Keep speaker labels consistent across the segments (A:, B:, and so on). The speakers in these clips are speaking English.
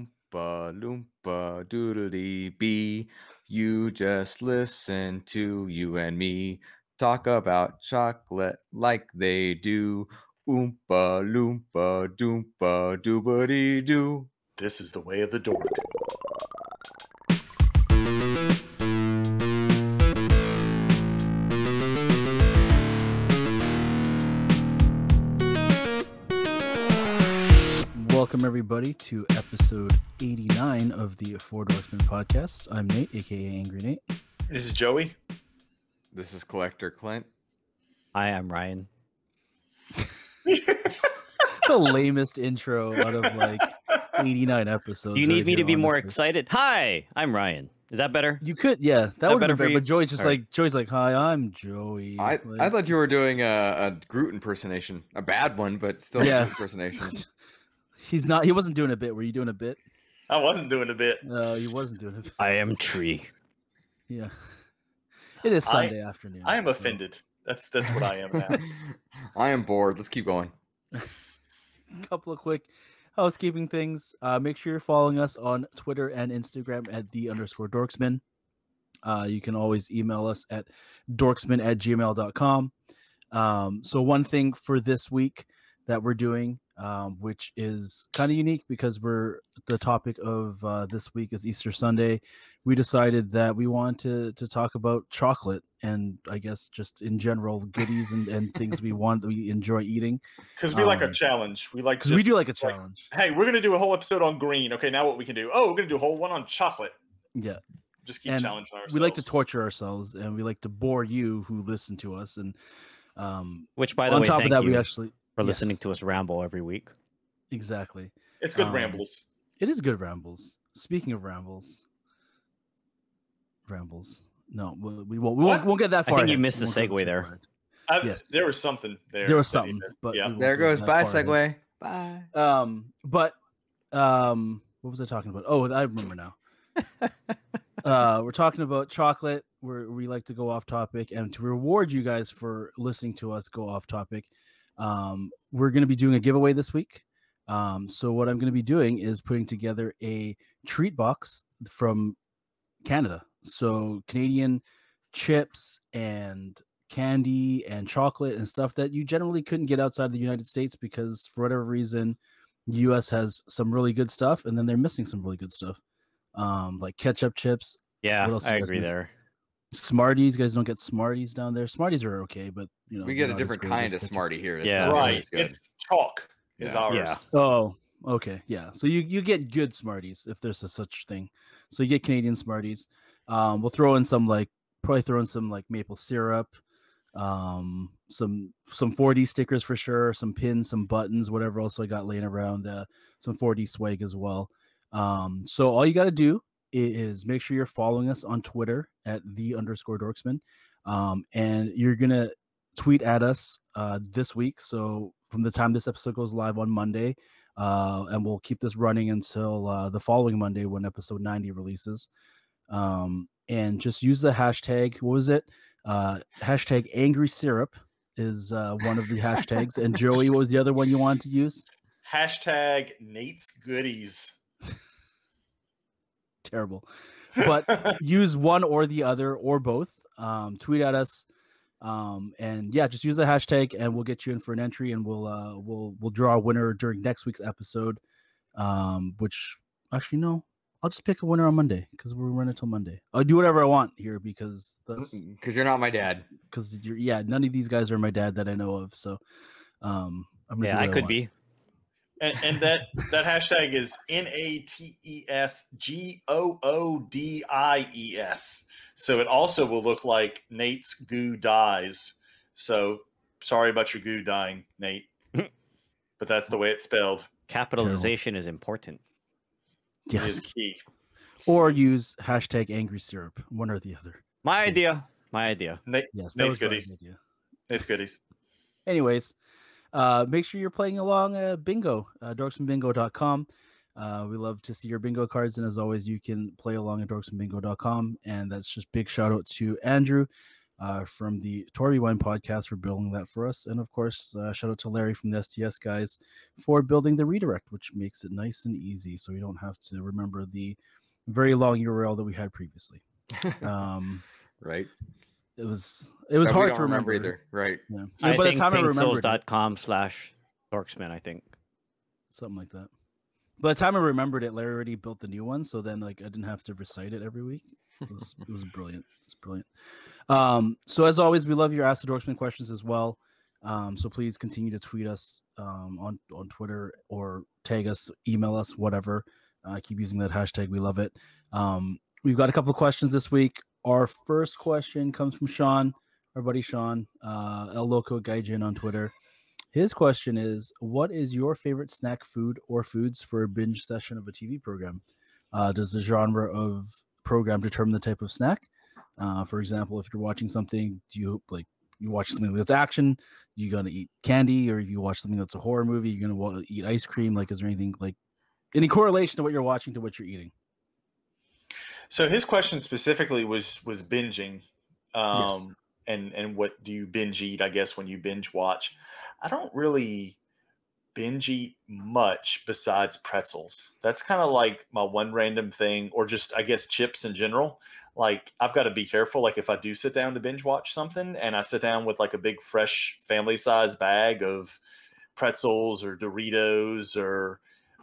A: Oompa loompa doodly bee. You just listen to you and me talk about chocolate like they do. Oompa loompa doompa doobity doo.
B: This is the way of the dork.
C: Welcome everybody to episode 89 of the Four Dorksmen podcast. I'm Nate, aka Angry Nate.
B: This is Joey.
A: This is Collector Clint.
D: Hi, I'm Ryan.
C: The lamest intro out of like 89 episodes.
D: Do you need me
C: right
D: to
C: here,
D: be more
C: honestly.
D: excited? Hi, I'm Ryan. Is that better?
C: You could, yeah, that,
D: that
C: would be
D: better
C: better.
D: for you?
C: But Joey's just
D: All right.
C: like Joey's like, "Hi, I'm Joey."
A: I,
C: Like,
A: I thought you were doing a, a Groot impersonation, a bad one, but still a
C: Yeah.
A: Groot impersonation.
C: he's not. He wasn't doing a bit. Were you doing a bit?
B: I wasn't doing a bit.
C: No, he wasn't doing a bit.
D: I am Tree.
C: Yeah, it is
B: I-
C: Sunday afternoon.
B: I am
C: so-
B: offended. That's that's what I am now.
A: I am bored. Let's keep going.
C: couple of quick housekeeping things. Uh, make sure you're following us on Twitter and Instagram at the underscore dorksman. Uh, you can always email us at dorksman at gmail.com. Um, so, one thing for this week that we're doing, um, which is kind of unique because we're the topic of uh, this week is Easter Sunday. We decided that we want to, to talk about chocolate and I guess just in general goodies and, and things we want, we enjoy eating
B: Because we like a
C: Um,
B: challenge. We like
C: because
B: just,
C: we do like a
B: like-
C: challenge.
B: hey, we're gonna do a whole episode on green. Okay, now what we can do? Oh, we're gonna do a whole one on chocolate.
C: Yeah,
B: Just keep
C: And
B: challenging ourselves.
C: we like to torture ourselves, and we like to bore you who listen to us. And um,
D: Which, by the
C: on
D: way,
C: top
D: thank
C: of that,
D: you
C: we actually
D: for listening
C: yes,
D: to us ramble every week.
C: exactly.
B: it's good
C: um,
B: rambles.
C: It is good rambles. Speaking of rambles, rambles. No, we we won't. We won't,
B: What?
C: won't get that
D: I
C: far.
D: think you
C: ahead.
D: missed
C: We
D: the
C: won't get
D: segue
C: that
D: there.
C: far ahead.
B: I,
C: yes.
B: there was something there.
C: There was
B: that he
C: something,
B: missed.
C: but we
B: yeah,
C: won't
A: There
C: go
A: goes.
C: that
A: Bye,
C: far
A: segue.
C: ahead.
A: Bye.
C: Um, but um, what was I talking about? Oh, I remember now. uh, we're talking about chocolate. We're, we like to go off topic, and to reward you guys for listening to us go off topic, um, we're going to be doing a giveaway this week. Um, so what I'm going to be doing is putting together a treat box from Canada. So Canadian chips and candy and chocolate and stuff that you generally couldn't get outside of the United States because for whatever reason, the US has some really good stuff, and then they're missing some really good stuff. Um, like ketchup chips, What
D: Yeah,
C: else
D: I
C: you guys
D: agree
C: miss?
D: there.
C: Smarties. You guys don't get Smarties down there. Smarties are okay, but you know
A: We
C: they're
A: get a
C: not as
A: different
C: great as
A: kind of
C: ketchup.
A: smarty here. That's
D: Yeah.
A: not nearly
B: right.
A: as good.
B: It's chalk is
A: Yeah.
B: ours.
D: Yeah.
C: Oh, okay, yeah. So you you get good Smarties if there's a such thing. So you get Canadian Smarties. Um, we'll throw in some like probably throw in some like maple syrup, um, some some 4D stickers for sure, some pins, some buttons, whatever else I got laying around, uh, some 4D swag as well. Um, so all you got to do i- is make sure you're following us on Twitter at the underscore dorksman. Um, and you're gonna tweet at us uh, this week. So from the time this episode goes live on Monday, uh, and we'll keep this running until uh, the following Monday when episode 90 releases. Um, and just use the hashtag. What was it? Uh, hashtag angry syrup is uh, one of the hashtags. And Joey, what was the other one you wanted to use?
B: Hashtag Nate's goodies.
C: Terrible. But use one or the other or both. Um, tweet at us. Um, and yeah, just use the hashtag and we'll get you in for an entry and we'll uh, we'll we'll draw a winner during next week's episode. Um, which actually no, I'll just pick a winner on Monday because we're running till Monday. I'll do whatever I want here because that's
A: Because you're not my dad.
C: because you're yeah, none of these guys are my dad that I know of. So um I'm gonna do
D: Yeah,
C: what
D: I could
C: want.
D: be.
B: and, and that that hashtag is N A T E S G O O D I E S. So it also will look like Nate's goo dies. So sorry about your goo dying, Nate, but that's the way it's spelled.
D: Capitalization is important.
B: It is
C: Yes.
B: key.
C: Or use hashtag angry syrup, one or the other.
D: My
C: Yes.
D: idea. My idea.
B: Nate,
C: Yes, that
B: Nate's
C: was Ryan's
B: goodies.
C: idea.
B: Nate's goodies.
C: anyways uh make sure you're playing along uh bingo uh dorksmanbingo.com uh we love to see your bingo cards and as always you can play along at dorksmanbingo.com and that's just big shout out to andrew uh, from the Tory Wine Podcast for building that for us. And of course, uh, shout out to Larry from the STS guys for building the redirect, which makes it nice and easy so we don't have to remember the very long URL that we had previously. Um,
A: right?
C: it was it was
A: That we
C: hard
A: don't
C: to remember,
A: either. Right.
C: Yeah.
D: I
C: by
D: think
C: the time I remembered, it,
D: pingsouls.com slash dorksman, I think.
C: something like that. By the time I remembered it, Larry already built the new one, so then like I didn't have to recite it every week. It was, it was brilliant. It's brilliant. Um, so as always, we love your Ask the Dorksman questions as well. Um, so please continue to tweet us um, on on Twitter or tag us, email us, whatever. Uh, keep using that hashtag. We love it. Um, we've got a couple of questions this week. Our first question comes from Sean, our buddy Sean, uh, El Loco Gaijin on Twitter. His question is, what is your favorite snack food or foods for a binge session of a TV program? Uh, does the genre of program determine the type of snack? Uh, for example, if you're watching something, do you like you watch something that's action, you gonna eat candy, or if you watch something that's a horror movie, you're gonna wa- eat ice cream? Like, is there anything like any correlation to what you're watching to what you're eating?
B: So his question specifically was was binging, um,
C: Yes.
B: and and what do you binge eat? I guess when you binge watch, I don't really binge eat much besides pretzels. That's kind of like my one random thing, or just I guess chips in general. Like I've got to be careful. Like if I do sit down to binge watch something, and I sit down with like a big fresh family size bag of pretzels or Doritos or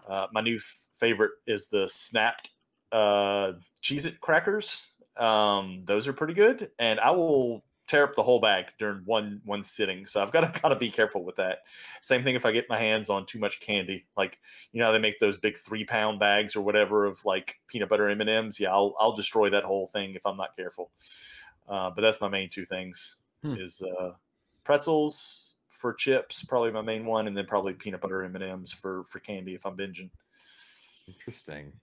B: uh, my new f- favorite is the snapped. Uh, Cheez It crackers. Um, those are pretty good, and I will tear up the whole bag during one one sitting. So I've got to gotta be careful with that. Same thing if I get my hands on too much candy, like you know how they make those big three pound bags or whatever of like peanut butter M and M's. Yeah, I'll I'll destroy that whole thing if I'm not careful. Uh, but that's my main two things:
A: Hmm.
B: is uh, pretzels for chips, probably my main one, and then probably peanut butter M and M's for for candy if I'm binging.
A: Interesting.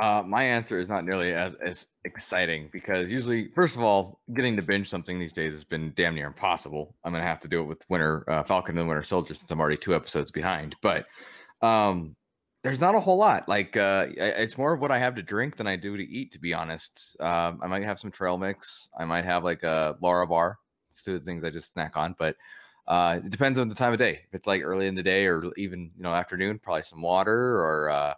A: Uh, my answer is not nearly as, as exciting because usually, first of all, getting to binge something these days has been damn near impossible. I'm going to have to do it with Winter uh, Falcon and the Winter Soldier since I'm already two episodes behind. But um, there's not a whole lot. Like, uh, I- it's more of what I have to drink than I do to eat, to be honest. Um, I might have some trail mix. I might have like a Laura bar. It's two of the things I just snack on. But uh, it depends on the time of day. If it's like early in the day or even, you know, afternoon, probably some water or, uh,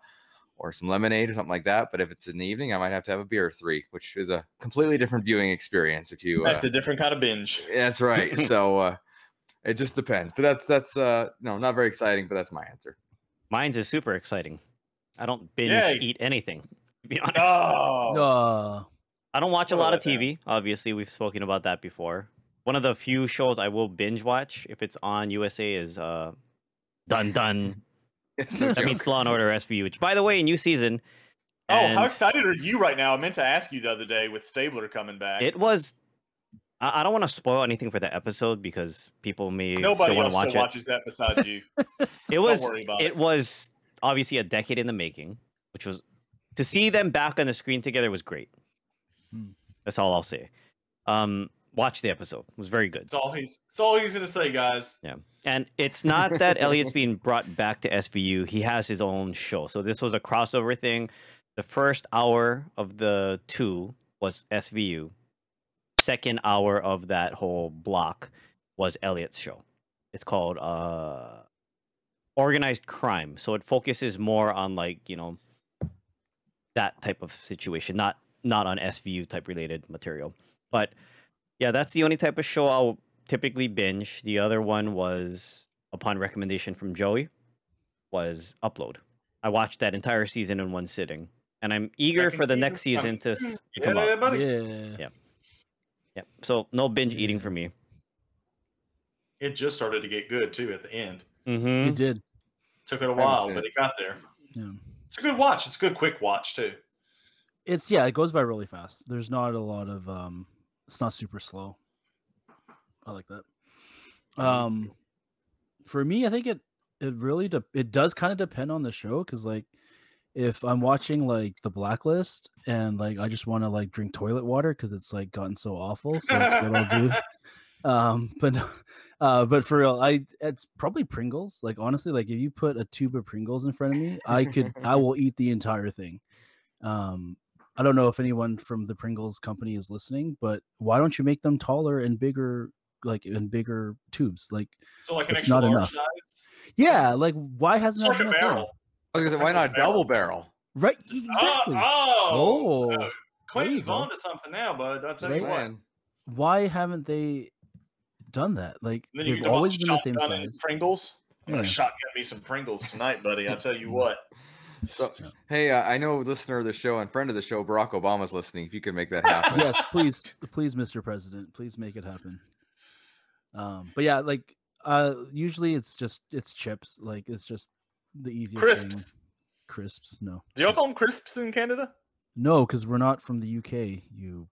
A: or some lemonade or something like that. But if it's in the evening, I might have to have a beer or three, which is a completely different viewing experience. If you, uh,
B: That's a different kind of binge.
A: that's right. so uh, it just depends. But that's that's uh, no, not very exciting. But that's my answer.
D: Mine's is super exciting. I don't binge
B: Yay.
D: eat anything, to be honest.
B: Oh,
C: Uh,
D: I don't watch a
B: What
D: lot of
B: about that?
D: TV. Obviously, we've spoken about that before. One of the few shows I will binge watch if it's on USA is uh, Dun Dun.
A: It's no
D: That means
A: joke.
D: Law and Order SVU, which, by the way, new season.
B: Oh, how
D: and
B: excited are you right now? I meant to ask you the other day with Stabler coming back.
D: It was. I I don't want to spoil anything for the episode because people may
B: Nobody
D: still want
B: else
D: to watch
B: still
D: it.
B: watches that besides you.
D: It was
B: Don't worry about
D: it
B: it.
D: was obviously a decade in the making, which was to see them back on the screen together was great.
C: Hmm.
D: That's all I'll say. Um, watch the episode; it was very good.
B: It's all he's. It's all he's gonna say, guys.
D: And it's not that Elliot's being brought back to SVU; he has his own show. So this was a crossover thing. The first hour of the two was SVU. Second hour of that whole block was Elliot's show. It's called uh, Organized Crime. So it focuses more on like you know that type of situation, not not on SVU type related material. But yeah, that's the only type of show I'll typically binge. The other one was upon recommendation from Joey was Upload. I watched that entire season in one sitting, and I'm eager
B: Second
D: for the
B: season's
D: next season to,
B: coming.
D: s- to
B: Yeah,
D: come out.
B: buddy.
C: yeah.
D: Yep. So no binge eating
C: Yeah.
D: for me.
B: It just started to get good too at the end.
D: Mm-hmm.
C: You did.
B: Took it a
A: haven't
B: while,
A: seen
B: but
A: it.
B: it got there.
C: Yeah.
B: It's a good watch. It's a good quick watch too.
C: It's yeah, it goes by really fast. There's not a lot of um it's not super slow. I like that. Um for me, I think it it really de- it does kind of depend on the show cuz like if I'm watching like The Blacklist and like I just want to like drink toilet water cuz it's like gotten so awful, so that's what I'll do. Um but uh but for real, I it's probably Pringles. Like honestly, like if you put a tube of Pringles in front of me, I could I will eat the entire thing um I don't know if anyone from the Pringles company is listening, but why don't you make them taller and bigger, like in bigger tubes? Like,
B: So like an
C: It's
B: extra
C: not
B: large
C: enough.
B: size.
C: yeah, like why
B: It's
C: hasn't that
B: like a
C: been a thing?
B: barrel.
A: I was gonna say, why not double barrel?
C: Right, e-
B: Oh,
C: exactly.
B: oh,
C: Oh,
B: Clayton's
C: go.
B: on to something now, bud. I'll tell you what.
A: Man.
C: why haven't they done that? Like
B: And then you
C: they've
B: can
C: always been the same
B: shotgun and
C: size.
B: Pringles. I'm gonna
C: Yeah.
B: shotgun me some Pringles tonight, buddy. I'll tell you what.
A: So,
C: Yeah.
A: hey, uh, I know listener of the show and friend of the show, Barack Obama's listening. If you can make that happen,
C: yes, please, please, Mr. President, please make it happen. Um, but yeah, like uh, usually it's just it's chips. Like it's just the easiest thing.
B: Crisps.
C: Crisps, no,
B: Do y'all call them crisps in Canada?
C: no, because we're not from the UK. You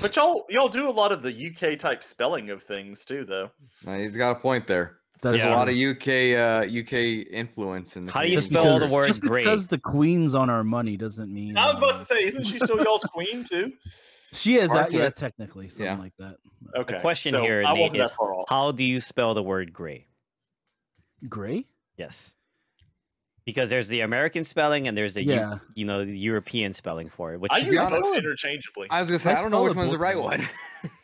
B: But y'all y'all do a lot of the UK type spelling of things too, though.
A: Uh, he's got a point there.
C: that's
A: There's
B: Yeah.
A: a lot of UK uh, UK influence in the.
D: How do you
A: Canadian
D: spell all the
A: culture.
D: word
C: just
D: great.
C: because the queen's on our money doesn't mean
B: I was about to
C: uh,
B: say, isn't she still y'all's queen too?
C: she is. Uh,
A: Parts of
C: yeah,
A: it.
C: technically something
A: Yeah.
C: like that.
B: Okay.
D: question
B: so
D: here,
B: I
D: Nate,
B: wasn't
D: is
B: that far off.
D: How do you spell the word gray?
C: Gray.
D: Yes. Because there's the American spelling and there's the Eu-
C: Yeah.
D: you know the European spelling for it, which
B: I
D: is
A: to
B: use
A: be honest-
B: both interchangeably.
A: I was gonna say
C: I
A: I, don't know
C: spell
A: which
C: it
A: one's the
C: both
A: right
C: ways.
A: one.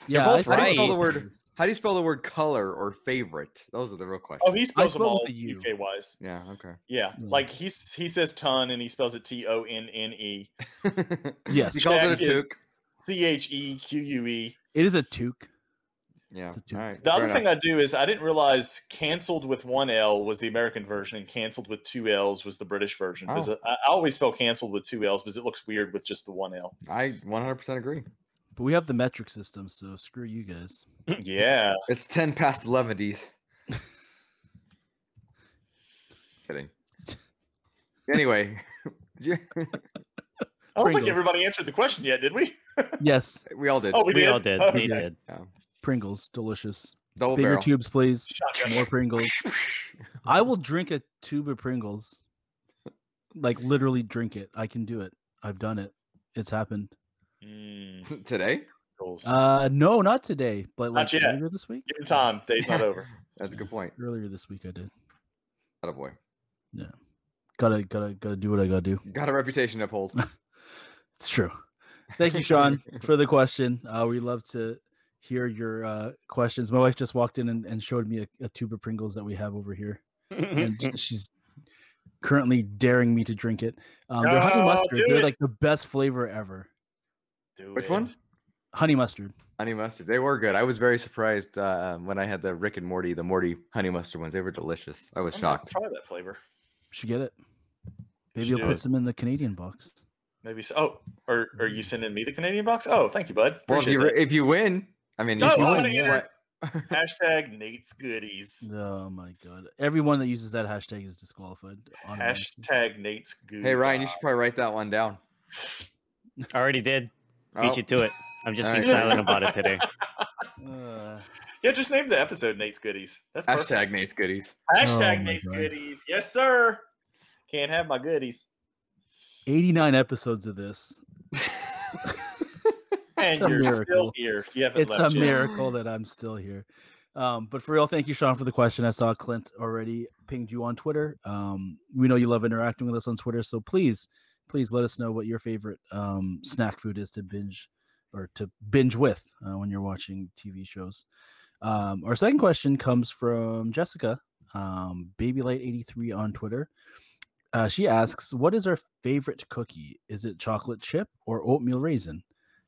C: Yeah,
D: both
C: I,
D: right.
C: spell the
A: word-
C: word.
A: How do you spell the word color or favorite? Those are the real
B: Oh,
A: questions.
B: he spells them
C: spell with
B: all
C: a U.
B: UK wise.
A: yeah.
B: Yeah,
C: Mm.
B: like he's he says ton and he spells it T O N N E
A: Okay.
C: Yes.
A: He calls it a
B: That is-
A: toque.
B: C H E Q U E.
C: It is a toque.
A: Yeah.
C: it's a
A: All
C: toque.
A: right.
B: The other thing I do is I didn't realize canceled with one L was the American version and canceled with two L's was the British version. 'cause
A: Oh.
B: I, I always spell canceled with two L's because it looks weird with just the one L.
A: I 100% agree.
C: But we have the metric system, so screw you guys.
B: Yeah.
A: It's 10 past 11, D's. Kidding. Anyway, did you-
B: I don't think
C: Pringles.
B: everybody answered the question yet, did we?
C: Yes,
A: we all did.
B: Oh,
D: we all did.
B: Okay.
D: Nate
C: yeah.
D: did.
A: Yeah.
C: Pringles, delicious.
A: Double
C: Bigger
A: barrel.
C: tubes, please.
B: Shotgun.
C: More Pringles. I will drink a tube of Pringles. Like literally drink it. I can do it. I've done it. It's happened.
A: Hmm,
B: Mm,
A: Today?
B: Pringles.
C: Uh no, not today, but like
B: yet.
C: earlier this week.
B: Give him time. Day's not over.
A: That's a good point.
C: Earlier this week I did.
A: Atta boy.
C: Gotta gotta gotta do what I gotta do.
A: Got a reputation to uphold.
C: It's true. Thank you, Sean, for the question. Uh, we love to hear your uh, questions. My wife just walked in and, and showed me a, a tube of Pringles that we have over here. and
B: Mm-hmm.
C: sh- she's currently daring me to drink it. Um, they're honey
B: No,
C: mustard.
B: Oh, do
C: They're
B: it.
C: like the best flavor ever.
B: Do
A: Which
B: it.
A: one?
C: Honey mustard.
A: Honey mustard. They were good. I was very surprised uh, when I had the Rick and Morty, the Morty honey mustard ones. They were delicious. I was
B: I'm gonna
A: shocked.
B: Try that flavor.
C: Should get it. Maybe
B: should
C: I'll
B: do
C: put
B: it.
C: some in the Canadian box.
B: Maybe so. Oh, are, are you sending me the Canadian box? Oh, thank you, bud.
A: Well, if you,
B: Appreciate
A: if you win, I mean,
B: No,
A: if you
B: I'm
A: win,
B: gonna
A: what-
B: enter. that. Hashtag Nate's goodies.
C: Oh my god! Everyone that uses that hashtag is disqualified. automatically.
B: Hashtag Nate's goodies.
A: Hey, Ryan, you should probably write that one down.
D: I already did. Beat
A: Oh,
D: you to it. I'm just
A: All
D: being
A: right.
D: silent about it today.
C: Uh,
B: Yeah, just name the episode Nate's goodies. That's perfect.
A: Oh, hashtag Nate's goodies.
B: Hashtag
C: Oh my
B: Nate's
C: God.
B: goodies. Yes, sir. Can't have my goodies.
C: Eighty-nine episodes of this.
B: And
C: a
B: you're still
C: miracle.
B: here. You haven't
C: it's a
B: left yet.
C: miracle that I'm still here. Um, but for real, thank you, Sean, for the question. I saw Clint already pinged you on Twitter. Um, we know you love interacting with us on Twitter, so please, please let us know what your favorite um, snack food is to binge or to binge with uh, when you're watching TV shows. Um, our second question comes from Jessica, um, BabyLight83 on Twitter. Uh, she asks, "What is our favorite cookie? Is it chocolate chip or oatmeal raisin?"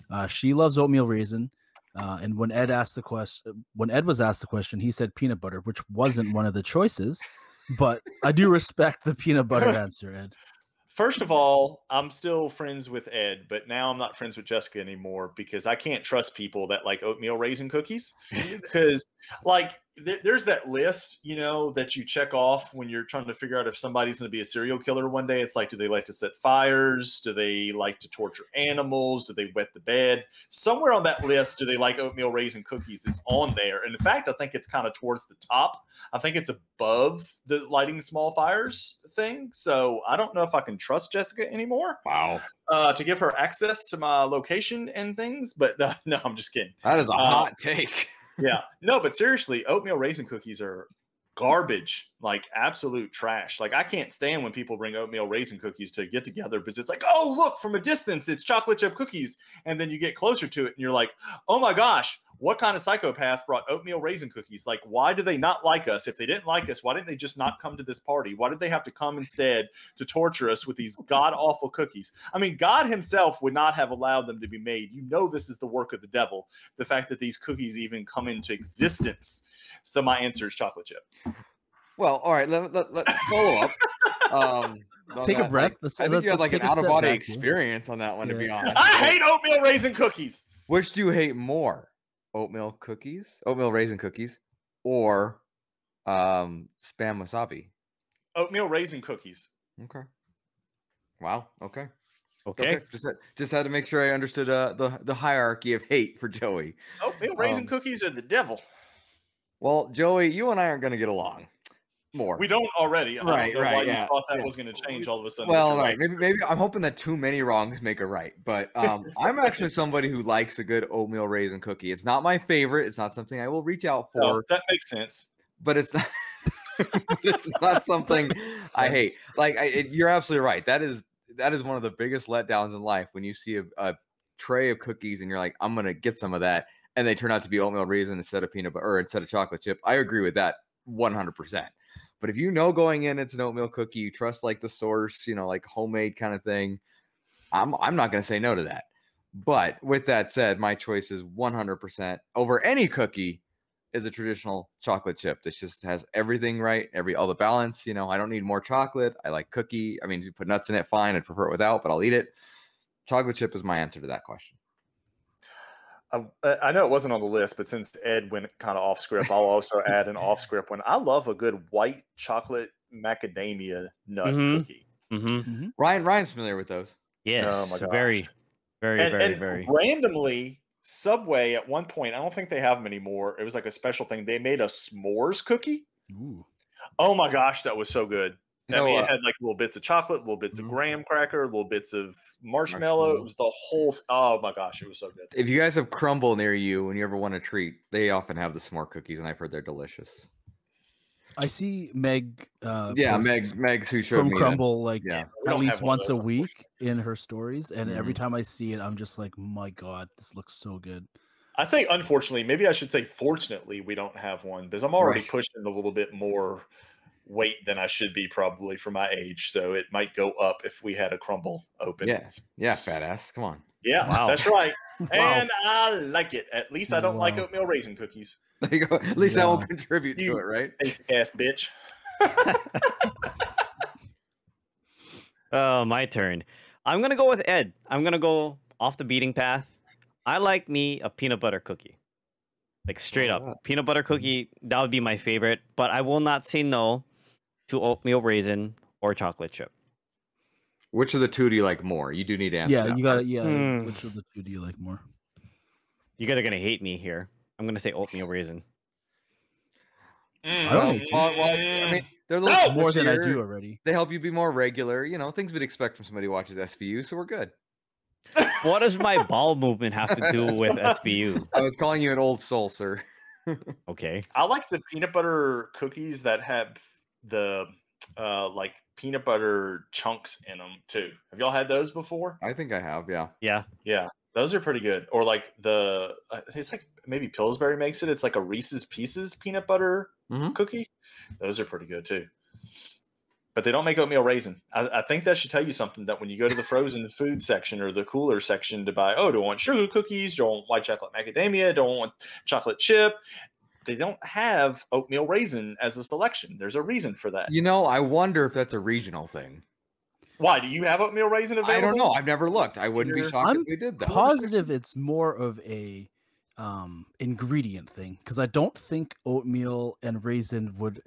C: Uh, she loves oatmeal raisin. Uh, and when Ed asked the question, when Ed was asked the question, he said peanut butter, which wasn't one of the choices. But I do respect the peanut butter answer, Ed.
B: First of all, I'm still friends with Ed, but now I'm not friends with Jessica anymore because I can't trust people that like oatmeal raisin cookies. Because, like, there, there's that list, you know, that you check off when you're trying to figure out if somebody's going to be a serial killer one day. It's like, do they like to set fires? Do they like to torture animals? Do they wet the bed? Somewhere on that list, do they like oatmeal raisin cookies? Is on there. And in fact, I think it's kind of towards the top. I think it's above the lighting small fires thing. So I don't know if I can trust Jessica anymore
A: Wow.
B: uh, to give her access to my location and things. But uh, no, I'm just kidding.
A: That is a
B: Uh,
A: hot take.
B: Yeah. No, but seriously, oatmeal raisin cookies are garbage, like absolute trash. Like I can't stand when people bring oatmeal raisin cookies to get together because it's like, oh look, from a distance, it's chocolate chip cookies, and then you get closer to it and you're like, oh my gosh, what kind of psychopath brought oatmeal raisin cookies? Like, why do they not like us? If they didn't like us, why didn't they just not come to this party? Why did they have to come instead to torture us with these god awful cookies? I mean, God Himself would not have allowed them to be made. You know, this is the work of the devil. The fact that these cookies even come into existence. So my answer is chocolate chip.
A: Well, all right. Let, let, let's follow up. Um, on
C: Take a
A: that.
C: breath.
A: Like,
C: Let's-
A: I think
C: let's-
A: you had like
C: let's
A: an
C: take a
A: out
C: step
A: of body
C: back here.
A: experience on that one, to be
C: Yeah.
A: honest.
B: I hate oatmeal raisin cookies.
A: Which do you hate more, oatmeal cookies, oatmeal raisin cookies, or um, spam wasabi?
B: Oatmeal raisin cookies.
A: Okay. Wow. Okay.
D: Okay.
A: Just had, just had to make sure I understood uh, the the hierarchy of hate for Joey.
B: Oatmeal raisin
A: Um,
B: cookies are the devil.
A: Well, Joey, you and I aren't going to get along. More.
B: We don't already. I don't
A: Right,
B: know
A: right,
B: why
A: yeah,
B: you thought that
A: yeah.
B: was going to change all of a sudden. but
A: Well,
B: you're
A: right. Maybe maybe I'm hoping that too many wrongs make a right. But um, I'm actually somebody who likes a good oatmeal raisin cookie. It's not my favorite. It's not something I will reach out for.
B: No, that makes sense.
A: but it's not but it's not something I hate. Like I, it, you're absolutely right. That is that is one of the biggest letdowns in life when you see a, a tray of cookies and you're like, I'm gonna get some of that, and they turn out to be oatmeal raisin instead of peanut butter or instead of chocolate chip. I agree with that 100. percent But if you know going in, it's an oatmeal cookie. You trust like the source, you know, like homemade kind of thing. I'm I'm not gonna say no to that. But with that said, my choice is 100% over any cookie is a traditional chocolate chip. This just has everything right, every all the balance. You know, I don't need more chocolate. I like cookie. I mean, you put nuts in it, fine. I'd prefer it without, but I'll eat it. Chocolate chip is my answer to that question.
B: I, I I know it wasn't on the list, but since Ed went kind of off script, I'll also add an off script one. I love a good white chocolate macadamia nut
D: Mhm.
B: cookie.
D: Mm-hmm.
A: Ryan, Ryan's familiar with those.
D: Yes.
B: my gosh.
D: very, very,
B: and,
D: very,
B: and
D: very.
B: randomly, Subway at one point, I don't think they have them anymore. It was like a special thing. They made a s'mores cookie.
C: Ooh.
B: Oh my gosh, that was so good.
A: No,
B: I mean,
A: uh,
B: it had like little bits of chocolate, little bits
C: Mhm.
B: of graham cracker, little bits of marshmallow.
A: Marshmallow.
B: It was the whole. Th- oh my gosh, it was so good.
A: if you guys have crumble near you and you ever want a treat, they often have the s'more cookies, and I've heard they're delicious.
C: I see Meg. Uh,
A: yeah,
C: posts
A: Meg, Meg, who showed
C: from
A: me that.
C: Crumble like
A: Yeah,
B: We
C: at
B: don't
C: least
B: have one of
C: once a
B: those, unfortunately.
C: week in her stories, and every
D: Mm-hmm.
C: time I see it, I'm just like, my god, this looks so good.
B: I say unfortunately, maybe I should say fortunately we don't have one because I'm already
A: Right.
B: pushing a little bit more weight than I should be probably for my age. So it might go up if we had a crumble open.
A: yeah, yeah, fat ass. Come on,
B: Yeah,
D: Wow.
B: that's right. And I like it. At least I don't like
C: Wow.
B: oatmeal raisin cookies.
A: There you go. at least that will
C: Yeah.
A: contribute to
B: You-
A: it, right?
B: Basic ass bitch.
D: Oh, my turn. I'm gonna go with Ed. I'm gonna go off the beating path. I like me a peanut butter cookie. Like straight up.
A: Alright.
D: Peanut butter cookie, that would be my favorite, but I will not say no to oatmeal raisin or chocolate chip.
A: Which of the two do you like more? You do need to answer.
C: Yeah,
A: that
C: you got it. Yeah,
D: Hmm.
C: which of the two do you like more?
D: You guys are gonna hate me here. I'm gonna say oatmeal raisin.
C: I don't
A: Well,
C: hate
A: Mm-hmm. well, well, I mean, they're a little
B: No!
C: More than I
A: squishier.
C: do already.
A: They help you be more regular. You know, things we'd expect from somebody who watches SVU, so we're good.
D: What does my ball movement have to do with SVU?
A: I was calling you an old soul, sir.
D: Okay.
B: I like the peanut butter cookies that have the uh like peanut butter chunks in them too. Have y'all had those before?
A: I think I have, yeah.
D: Yeah.
B: Yeah, those are pretty good. Or like the uh, it's like maybe Pillsbury makes it. It's like a Reese's Pieces peanut butter
A: Mhm.
B: cookie. Those are pretty good too. But they don't make oatmeal raisin. I, I think that should tell you something that when you go to the frozen food section or the cooler section to buy, oh, do I want sugar cookies? Do I want white chocolate macadamia? Do I want chocolate chip? They don't have oatmeal raisin as a selection. There's a reason for that.
A: You know, I wonder if that's a regional thing.
B: Why do you have oatmeal raisin available?
A: I don't know. I've never looked. I wouldn't be
B: Here.
A: shocked
C: I'm
A: if we did that.
C: Positive, it's more of a um ingredient thing because I don't think oatmeal and raisin would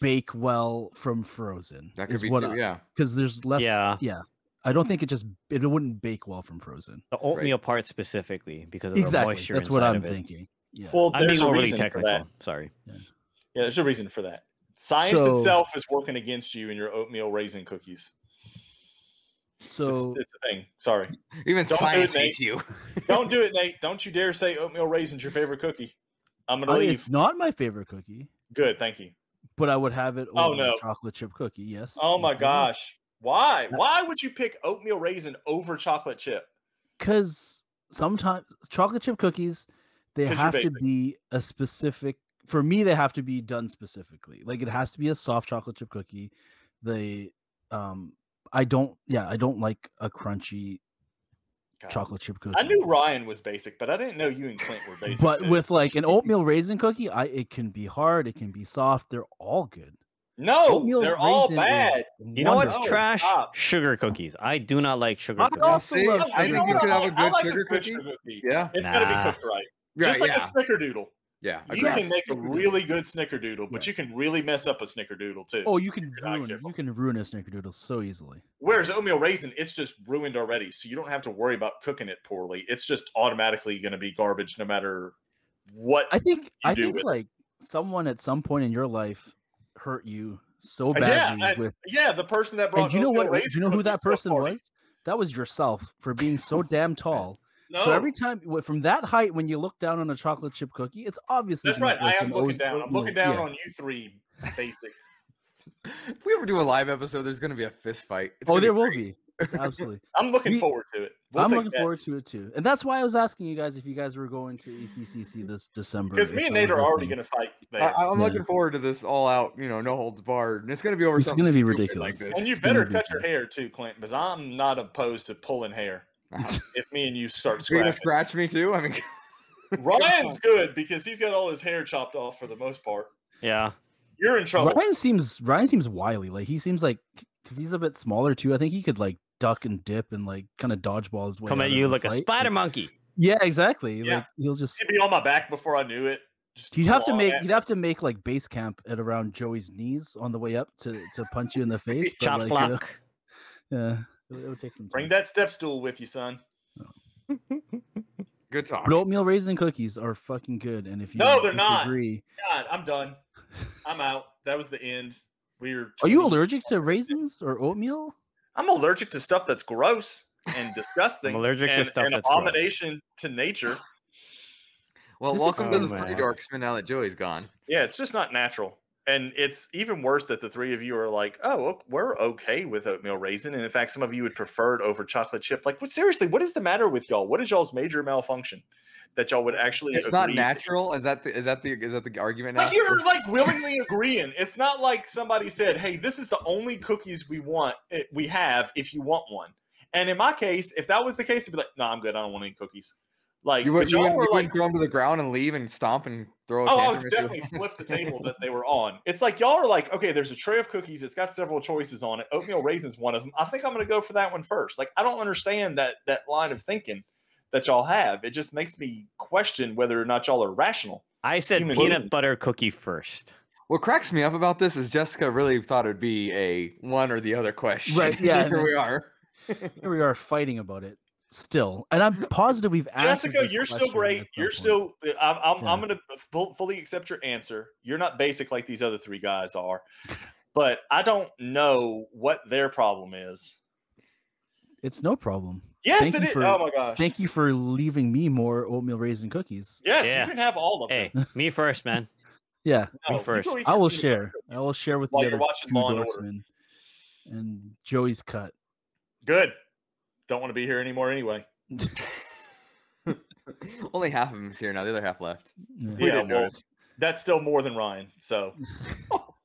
C: bake well from frozen.
A: That could
C: is
A: be
C: what
A: too,
C: I-
A: yeah.
C: because there's less.
D: Yeah.
C: Yeah, I don't think it just it wouldn't bake well from frozen.
D: The oatmeal part specifically because of the
C: Exactly,
D: moisture.
C: that's what
D: inside
C: I'm
D: of it.
C: thinking. Yeah,
B: Well,
D: I'm
B: there's
D: being
B: a
D: overly
B: reason for that.
D: technical. Sorry.
B: Yeah, there's a reason for that. Science
C: So-
B: itself is working against you in your oatmeal raisin cookies. It's,
C: so
B: it's a thing. Sorry.
A: Even
B: Don't do it,
A: science
B: Nate.
A: hates you.
B: Don't do it, Nate. Don't you dare say oatmeal raisin's your favorite cookie. I'm
C: I-
B: gonna leave.
C: it's not my favorite cookie.
B: Good, thank you.
C: but I would have it over
B: Oh, no.
C: a chocolate chip cookie. Yes.
B: Oh my
C: yes, I would.
B: gosh. Why? Why would you pick oatmeal raisin over chocolate chip?
C: because sometimes chocolate chip cookies they
B: 'Cause you're
C: have to
B: basic.
C: be a specific for me they have to be done specifically like it has to be a soft chocolate chip cookie they um i don't yeah i don't like a crunchy
B: God.
C: chocolate chip cookie
B: I knew Ryan was basic, but I didn't know you and Clint were basic.
C: but
B: too.
C: with like an oatmeal raisin cookie i it can be hard it can be soft they're all good
B: no,
C: oatmeal
B: Oh, they're all
C: raisin is
B: bad.
D: You know what's
C: wonderful.
B: No,
D: trash?
B: stop.
D: Sugar cookies. I do not like sugar
C: I
D: cookies.
C: also
A: See,
C: love
A: I
B: You
C: sugar
B: know
A: think you
B: what
A: could
B: I
A: have a
B: like? I
A: good
B: like
A: sugar cookie.
B: cookie.
A: Yeah.
B: It's got to be
D: Nah.
B: cooked right,
A: Right,
B: just like
A: yeah.
B: a snickerdoodle.
A: yeah.
B: You
A: agreed.
B: can
C: Yes.
B: make a really good snickerdoodle, but you
C: Yes.
B: can really mess up a snickerdoodle too.
C: oh you can
B: not
C: ruin
B: careful.
C: you can ruin a snickerdoodle so easily
B: Whereas oatmeal raisin, it's just ruined already, so you don't have to worry about cooking it poorly. It's just automatically going to be garbage no matter what.
C: I think I
B: do
C: think
B: with it.
C: like someone at some point in your life hurt you so
B: Uh, yeah,
C: badly
B: and-
C: with
B: yeah, the person that brought
C: and you know
B: oatmeal
C: what
B: raisin
C: you know who
B: cookies
C: that
B: to a
C: person
B: party.
C: was? That was yourself for being so damn tall.
B: No,
C: So every time wh- from that height when you look down on a chocolate chip cookie, it's obviously
B: that's
C: gonna
B: right. I
C: look like
B: am
C: an
B: looking
C: oat-
B: down. I'm looking
C: oatmeal-
B: down
C: yeah.
B: on you three, basic.
A: If we ever do a live episode, there's going to be a fist fight. It's
C: Oh,
A: gonna
C: there will
A: great.
C: be. It's absolutely.
B: I'm looking
C: We-
B: forward to it.
C: I'm looking forward to it too, and that's why I was asking you guys if you guys were going to E ECCC this December.
B: because
C: if
B: me and
C: that
B: Nate
C: was
B: are
C: a
B: already
C: thing.
B: going to fight there.
A: I, I'm
C: Yeah.
A: looking forward to this all out, you know, no holds barred, and it's going to be over
C: It's
A: something
C: gonna be
A: stupid
C: ridiculous.
A: Like
B: and you
C: it's gonna
B: better
C: be
B: cut your
C: fun.
B: hair too, Clint, because I'm not opposed to pulling hair.
A: this.
B: If me and you start
A: You're going to
B: scratching,
A: scratch me too? I mean,
B: Ryan's good because he's got all his hair chopped off for the most part.
D: Yeah.
B: You're in trouble.
C: Ryan seems Ryan seems wily. Like he seems like because he's a bit smaller too. I think he could like duck and dip and like kind of dodgeball his way.
D: Come
C: out
D: at
C: of
D: you
C: the
D: like a
C: fight.
D: spider monkey.
C: Yeah, exactly.
B: Yeah.
C: Like he'll just
B: He'd be on my back before I knew it. Just
C: he'd have to
B: claw
C: make
B: at
C: he'd have to make like base camp at around Joey's knees on the way up to to punch you in the face. but,
D: Chop
C: like, you know,
D: block.
C: yeah, it, would- it would take some time.
B: Bring that step stool with you, son.
A: good talk.
C: But oatmeal raisin cookies are fucking good, and if you
B: No, they're not.
C: disagree-
B: God, I'm done. I'm out. That was the end. We were.
C: Are you
B: 20
C: allergic to raisins or oatmeal?
B: I'm allergic to stuff that's gross and disgusting.
D: allergic to
B: and,
D: stuff
B: an
D: that's gross.
B: abomination to nature.
A: Well,
C: This
A: welcome to the
D: explains
A: Three
D: why-
A: Dorks spin now that Joey's gone.
B: Yeah, it's just not natural. And it's even worse that the three of you are like, oh, ok- we're okay with oatmeal raisin. And in fact, some of you would prefer it over chocolate chip. Like, what, seriously, what is the matter with y'all? What is y'all's major malfunction that y'all would actually
A: It's not
B: agree-
A: natural. Is that the is that the is that the argument now?
B: Like, you're like willingly agreeing. It's not like somebody said, hey, this is the only cookies we want, eh, we have if you want one. And in my case, if that was the case, it'd be like, no, I'm good. I don't want any cookies. Like,
A: you
B: but
A: would, you
B: y'all
A: wouldn't,
B: were
A: you
B: like,
A: wouldn't throw them to the ground and leave and stomp and throw a
B: Oh, I would
A: tantrum at
B: definitely
A: you?
B: flip the table that they were on. It's like y'all are like, okay, there's a tray of cookies. It's got several choices on it. Oatmeal raisin's one of them. I think I'm going to go for that one first. Like, I don't understand that that line of thinking that y'all have. It just makes me question whether or not y'all are rational.
D: I said
B: Human
D: peanut
B: being.
D: butter cookie first.
A: What cracks me up about this is Jessica really thought it'd be a one or the other question.
C: Right, yeah,
A: Here we are.
C: Here we are fighting about it still, and I'm positive we've asked.
B: Jessica, you're still great. You're still. I'm. I'm, I'm going to full, fully accept your answer. You're not basic like these other three guys are, but I don't know what their problem is.
C: It's no problem.
B: Yes,
C: Thank
B: it
C: you
B: is.
C: for-
B: oh my gosh.
C: Thank you for leaving me more oatmeal raisin cookies.
B: Yes,
D: Yeah.
B: you can have all of them.
D: Hey, me first, man.
C: Yeah,
B: No, you
D: first.
B: go eat
C: I
B: your
C: will
B: peanut
C: share.
B: butter
C: I will
B: cookies.
C: share with
B: While
C: the
B: you're
C: other
B: watching
C: two
B: Law and Order.
C: dorksmen and Joey's cut.
B: Good. Don't want to be here anymore anyway.
A: Only half of them's here now. The other half left.
C: Yeah.
A: We
B: Yeah,
A: didn't
B: well-
A: notice.
B: That's still more than Ryan. So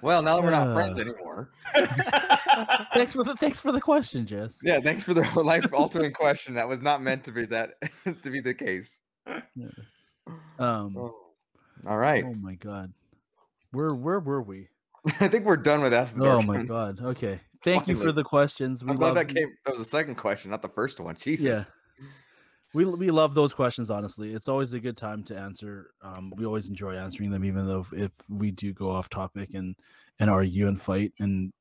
A: Well, now that we're not friends
C: Uh.
A: anymore.
C: Thanks for the thanks for the question, Jess.
A: Yeah, thanks for the life altering question. That was not meant to be that to be the case.
C: Yes. Um.
A: Oh. All right.
C: Oh my god. Where where were we?
A: I think we're done with Ask the
C: Oh
A: Dorks.
C: my
A: I'm-
C: god. Okay. Thank you for
A: Finally.
C: the questions. We
A: I'm glad
C: love
A: that
C: you.
A: came. That was the second question, not the first one. Jesus.
C: Yeah. We, we love those questions honestly it's always a good time to answer um, we always enjoy answering them even though if, if we do go off topic and and argue and fight and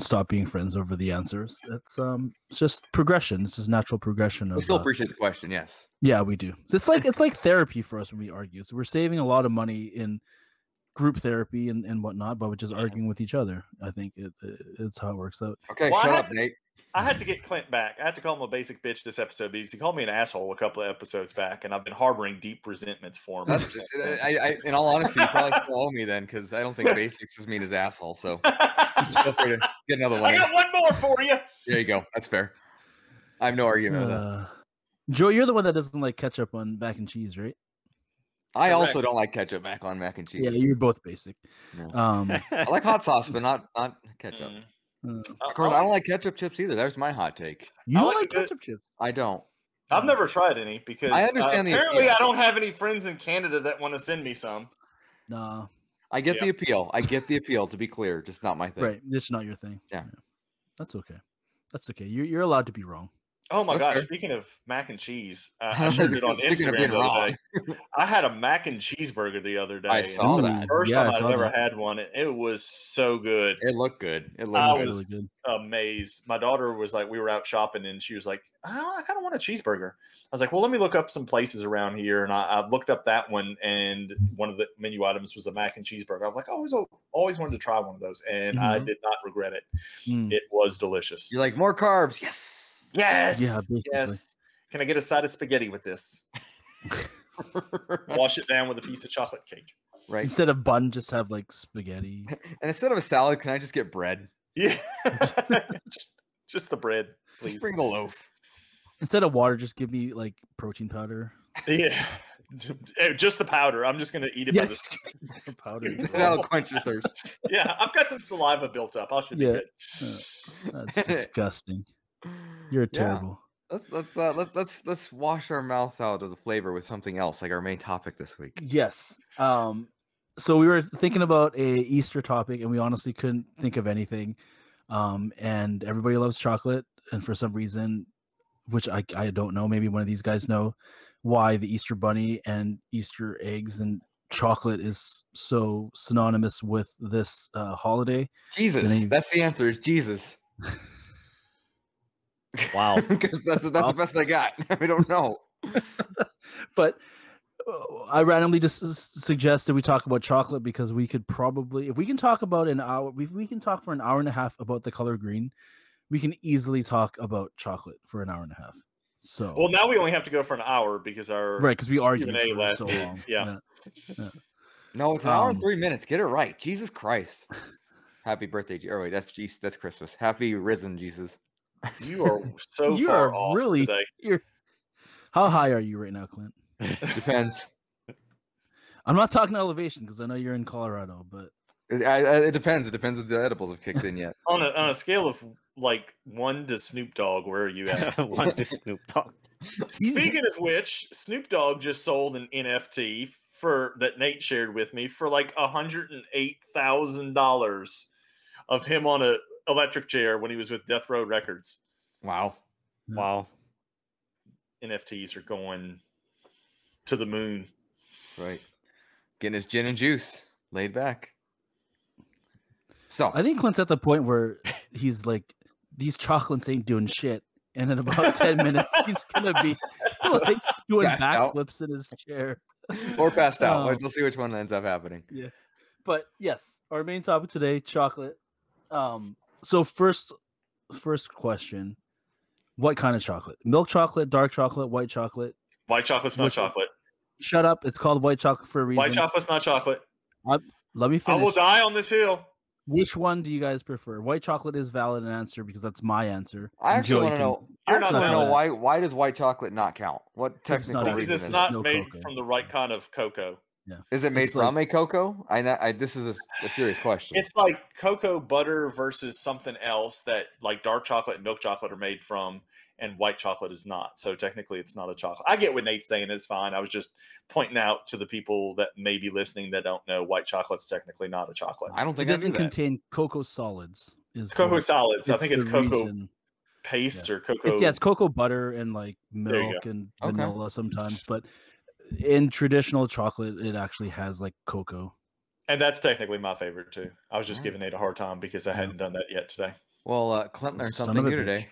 C: stop being friends over the answers it's um it's just progression it's just natural progression of
A: We still
C: uh,
A: appreciate the question. Yes.
C: yeah we do so it's like it's like therapy for us when we argue so we're saving a lot of money in group therapy and, and whatnot but we're just arguing with each other i think it, it- it's how it works out
A: Okay.
B: Well, I
A: shut
B: had
A: up,
B: to-
A: Nate.
B: I had to get Clint back. I had to call him a basic bitch this episode because he called me an asshole a couple of episodes back, and I've been harboring deep resentments for him. ever
A: That's, uh,
B: since then.
A: I, I, in all honesty, you probably still owe me then because I don't think basics is mean as asshole. So just feel
B: I
A: free to get another one. in.
B: got one more for you.
A: There you go. That's fair. I have no argument with that.
C: Uh, Joe, you're the one that doesn't like ketchup on mac and cheese, right?
A: I
B: correct.
A: also don't like ketchup mac on mac and cheese.
C: Yeah, you're both basic.
A: No.
C: Um,
A: I like hot sauce, but not not ketchup.
B: Mm.
C: uh,
A: Of course, I don't like ketchup chips either. There's my hot take.
C: you
B: I
C: don't
B: like
C: like,
B: a good-
C: ketchup chips.
A: I don't.
B: I've never tried any because
A: I
B: uh,
A: understand the
B: apparently
A: appeal.
B: I don't have any friends in Canada that want to send me some.
C: Nah,
A: I get
B: Yeah.
A: the appeal. I get the appeal. To be clear, just not my thing.
C: right. This is not your thing.
A: Yeah.
C: That's okay. That's okay. You're, you're allowed to be wrong.
B: Oh my
A: That's
B: gosh!
A: fair.
B: Speaking of mac and cheese, uh,
A: I
B: I
A: was
B: shared
A: just
B: it on
A: gonna- speaking of
B: Instagram
A: being
B: the other
A: wrong.
B: day. I had a mac and cheeseburger the other day.
A: I
B: and it
A: saw
B: was
A: that.
B: the First
C: Yeah, I
B: time I've
C: saw
B: ever
C: that.
B: had one, and it was so good.
A: It looked good. It looked
B: I
A: good.
B: was
C: really good.
B: amazed. My daughter was like, we were out shopping, and she was like, oh, I kind of want a cheeseburger. I was like, well, let me look up some places around here, and I, I looked up that one, and one of the menu items was a mac and cheeseburger. I'm like, I always always wanted to try one of those, and I
C: Mhm.
B: did not regret it.
C: Mm.
B: It was delicious.
A: Mm-hmm. You're like more carbs. Yes.
B: Yes.
C: basically.
B: yes. Can I get a side of spaghetti with this? Wash it down with a piece of chocolate cake.
A: right.
C: Instead of bun, just have like spaghetti.
A: And instead of a salad, can I just get bread?
B: Yeah. Just the bread, please.
A: Just bring the loaf.
C: Instead of water, just give me like protein powder.
B: Yeah. Eh, Just the powder. I'm just going to eat it by
C: Yeah,
B: the
C: just
B: skin.
C: powder.
A: That'll quench your thirst.
B: yeah, I've got some saliva built up. I should be
C: Yeah.
B: good.
C: Uh, That's disgusting. You're
A: Yeah.
C: terrible.
A: Let's let's uh, let, let's let's wash our mouths out of the flavor with something else, like our main topic this week.
C: Yes. Um, so we were thinking about a Easter topic, and we honestly couldn't think of anything. Um, and everybody loves chocolate, and for some reason, which I I don't know, maybe one of these guys know why the Easter bunny and Easter eggs and chocolate is so synonymous with this uh, holiday.
A: Jesus.
C: you-
A: That's the answer. Is Jesus.
D: wow.
A: Because that's that's
C: Well-
A: the best I got. We don't know.
C: but uh, I randomly just s- suggested we talk about chocolate because we could probably, if we can talk about an hour, if we can talk for an hour and a half about the color green, we can easily talk about chocolate for an hour and a half. So,
B: Well, now we only have to go for an hour because our
C: right, because we argued
B: Q&A
C: for
B: last
C: so
B: week,
C: long.
B: yeah.
A: No, it's an hour and
C: Um,
A: three minutes. Get it right. Jesus Christ. Happy birthday. Je- Oh wait, that's Jesus. That's Christmas. Happy risen Jesus.
B: you are so
C: You
B: far
C: are
B: off
C: really-
B: today.
C: You're, how high are you right now, Clint?
A: Depends.
C: I'm not talking elevation because I know you're in Colorado, but
A: It, I, I- it depends. It depends if the edibles have kicked in yet.
B: On a on a scale of like one to Snoop Dogg, where are you at?
D: Want to Snoop Dogg.
B: Speaking of which, Snoop Dogg just sold an NFT for that Nate shared with me for like hundred and eight thousand dollars of him on a electric chair when he was with Death Row Records.
A: Wow.
D: Wow.
B: NFTs are going to the moon.
A: Right. Getting his gin and juice. Laid back. So
C: I think Clint's at the point where he's like, these chocolates ain't doing shit. And in about 10 minutes, he's going to be like doing
A: Passed out.
C: backflips in his chair.
A: or passed out.
C: Um,
A: We'll see which one ends up happening.
C: But yes, our main topic today chocolate. Um, so, first, first question What kind of chocolate? Milk chocolate, dark chocolate, white chocolate?
B: White chocolate's not
C: Which one?
B: chocolate.
C: Shut up. It's called white chocolate for a reason.
B: White chocolate's not chocolate.
C: Let me
B: I will
C: finish.
B: die on this hill.
C: Which one do you guys prefer? White chocolate is valid an answer because that's my answer.
A: I
C: and
A: actually
C: Joey
A: want to
C: can-
A: know. I
B: You're not
A: actually want to know
C: allowed.
A: why. Why does white chocolate not count? What
C: It's not
A: technical
C: allowed.
B: Because
A: reason
B: it's
A: is,
B: not
C: no
B: made
C: cocoa.
B: from the right kind of cocoa.
A: is it made
C: it's like-
A: from a cocoa? I, know- I this is a, s- a serious question.
B: It's like cocoa butter versus something else that like dark chocolate and milk chocolate are made from, and white chocolate is not. So technically, it's not a chocolate. I get what Nate's saying. It's fine. I was just pointing out to the people that may be listening that don't know white chocolate's technically not a chocolate.
A: I don't
C: It
A: think I knew
C: doesn't
A: that.
C: contain cocoa solids. Is
B: Cocoa
C: what-
B: solids. I think it's
C: the
B: cocoa
C: reason-
B: paste or
C: it-
B: cocoa.
C: yeah, it's cocoa butter and like
B: There you go.
C: milk and
A: Okay.
C: vanilla sometimes, but in traditional chocolate, it actually has like cocoa.
B: and that's technically my favorite too. I was just
A: Alright.
B: giving Nate a hard time because I
C: Yeah.
B: hadn't done that yet today.
A: Well, uh, Clint learned
C: Son of
A: something
C: a
A: new
C: bitch.
A: today.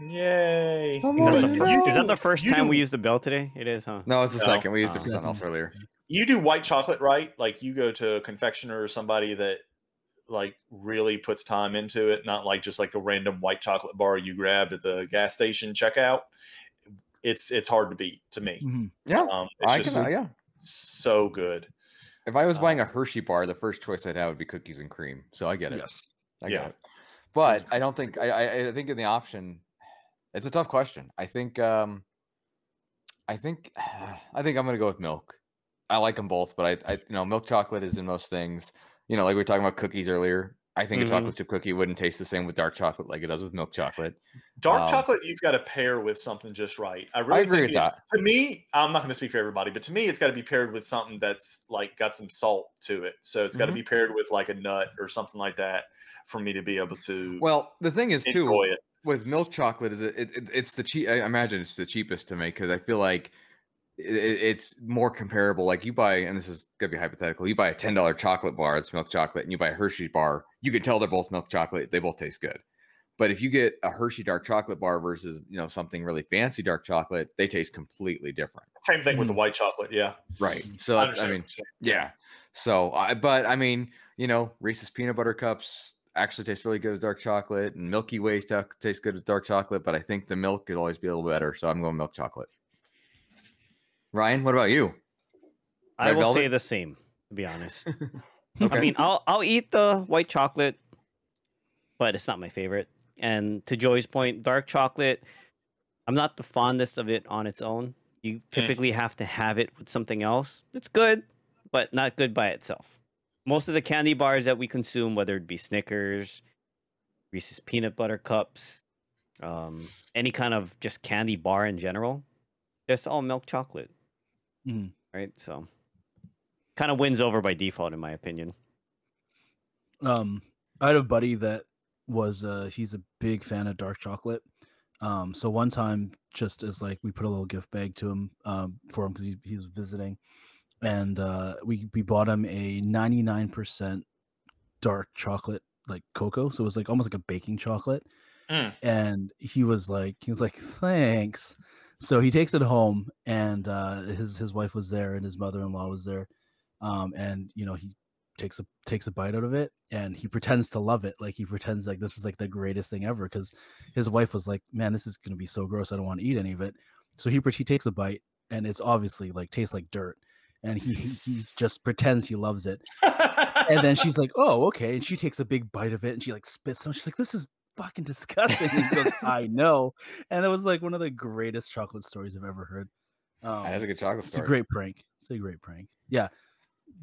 B: Yay!
A: Come
D: That's
A: Oh,
D: the
A: you
D: fir-
A: know.
D: is that the first
B: You
D: time we
B: do-
D: used the bell today? It is, huh?
A: No, it's the
B: No.
A: second. We used it
D: Oh.
A: for something else
C: Uh, Second.
A: earlier.
B: you do white chocolate right like you go to a confectioner or somebody that like really puts time into it, not like just like a random white chocolate bar you grabbed at the gas station checkout. It's it's hard to beat to me.
C: Mhm.
A: Yeah,
B: Um, it's
A: I
B: just
A: can. uh, Yeah,
B: so good.
A: if I was
C: Uh,
A: buying a
B: um,
A: Hershey bar, the first choice I'd have would be cookies and cream. So I get it.
C: Yes.
A: I
B: Yeah.
A: got it. But I don't think I, I I think in the option, it's a tough question. I think um I think I think I'm gonna go with milk. I like them both, but I, I you know milk chocolate is in most things. You know, like we were talking about cookies earlier. I think
D: Mhm.
A: a
B: Mm-hmm.
A: chocolate chip cookie wouldn't taste the same with dark chocolate like it does with milk chocolate.
B: Dark
A: Um,
B: chocolate, you've got to pair with something just right. I
A: I
B: really
A: agree
B: think
A: with
B: it-
A: that.
B: To me, I'm not going to speak for everybody, but to me, it's got to be paired with something that's like got some salt to it. So it's got to
A: Mhm.
B: be paired with like a nut or something like that for me to be able to
A: Well, the thing is too,
B: enjoy it.
A: with milk chocolate is it, it, it- it's the cheap i imagine it's the cheapest to make because i feel like i- i it's more comparable like you buy and this is gonna be hypothetical you buy a $10 chocolate bar it's milk chocolate and you buy a hershey bar you can tell they're both milk chocolate they both taste good but if you get a hershey dark chocolate bar versus you know something really fancy dark chocolate they taste completely different
B: Same thing with the white chocolate. Yeah.
A: right so
B: I
A: I, I
B: understand what
A: mean
B: you're saying.
A: yeah. So I but I mean, you know, Reese's peanut butter cups actually taste really good as dark chocolate and Milky Way stuff tastes good as dark chocolate, but I think the milk could always be a little better. So I'm going milk chocolate. Ryan, what about you?
D: I
A: Red
D: will say
A: velvet?
D: the same, to be honest.
A: Okay.
D: Hmm. I mean, I'll I'll eat the white chocolate, but it's not my favorite. And to Joey's point, dark chocolate, I'm not the fondest of it on its own. You typically have to have it with something else. It's good, but not good by itself. Most of the candy bars that we consume, whether it be Snickers, Reese's peanut butter cups, um, any kind of just candy bar in general, it's all milk chocolate.
C: Mhm.
D: Right? So kind of wins over by default in my opinion.
C: um i had a buddy that was uh he's a big fan of dark chocolate um so one time just as like we put a little gift bag to him um for him because he, he was visiting and uh we we bought him a 99% dark chocolate like cocoa so it was like almost like a baking chocolate
B: Mm.
C: and he was like he was like thanks so he takes it home and uh his his wife was there and his mother-in-law was there um and you know he takes a takes a bite out of it and he pretends to love it like he pretends like this is like the greatest thing ever because his wife was like man this is going to be so gross i don't want to eat any of it so he pre- he takes a bite and it's obviously like tastes like dirt and he he he's just pretends he loves it and then she's like oh okay and she takes a big bite of it and she like spits and she's like this is fucking disgusting and he goes i know and that was like one of the greatest chocolate stories i've ever heard um,
A: That's a good chocolate
C: it's a
A: story.
C: great prank. It's a great prank. Yeah,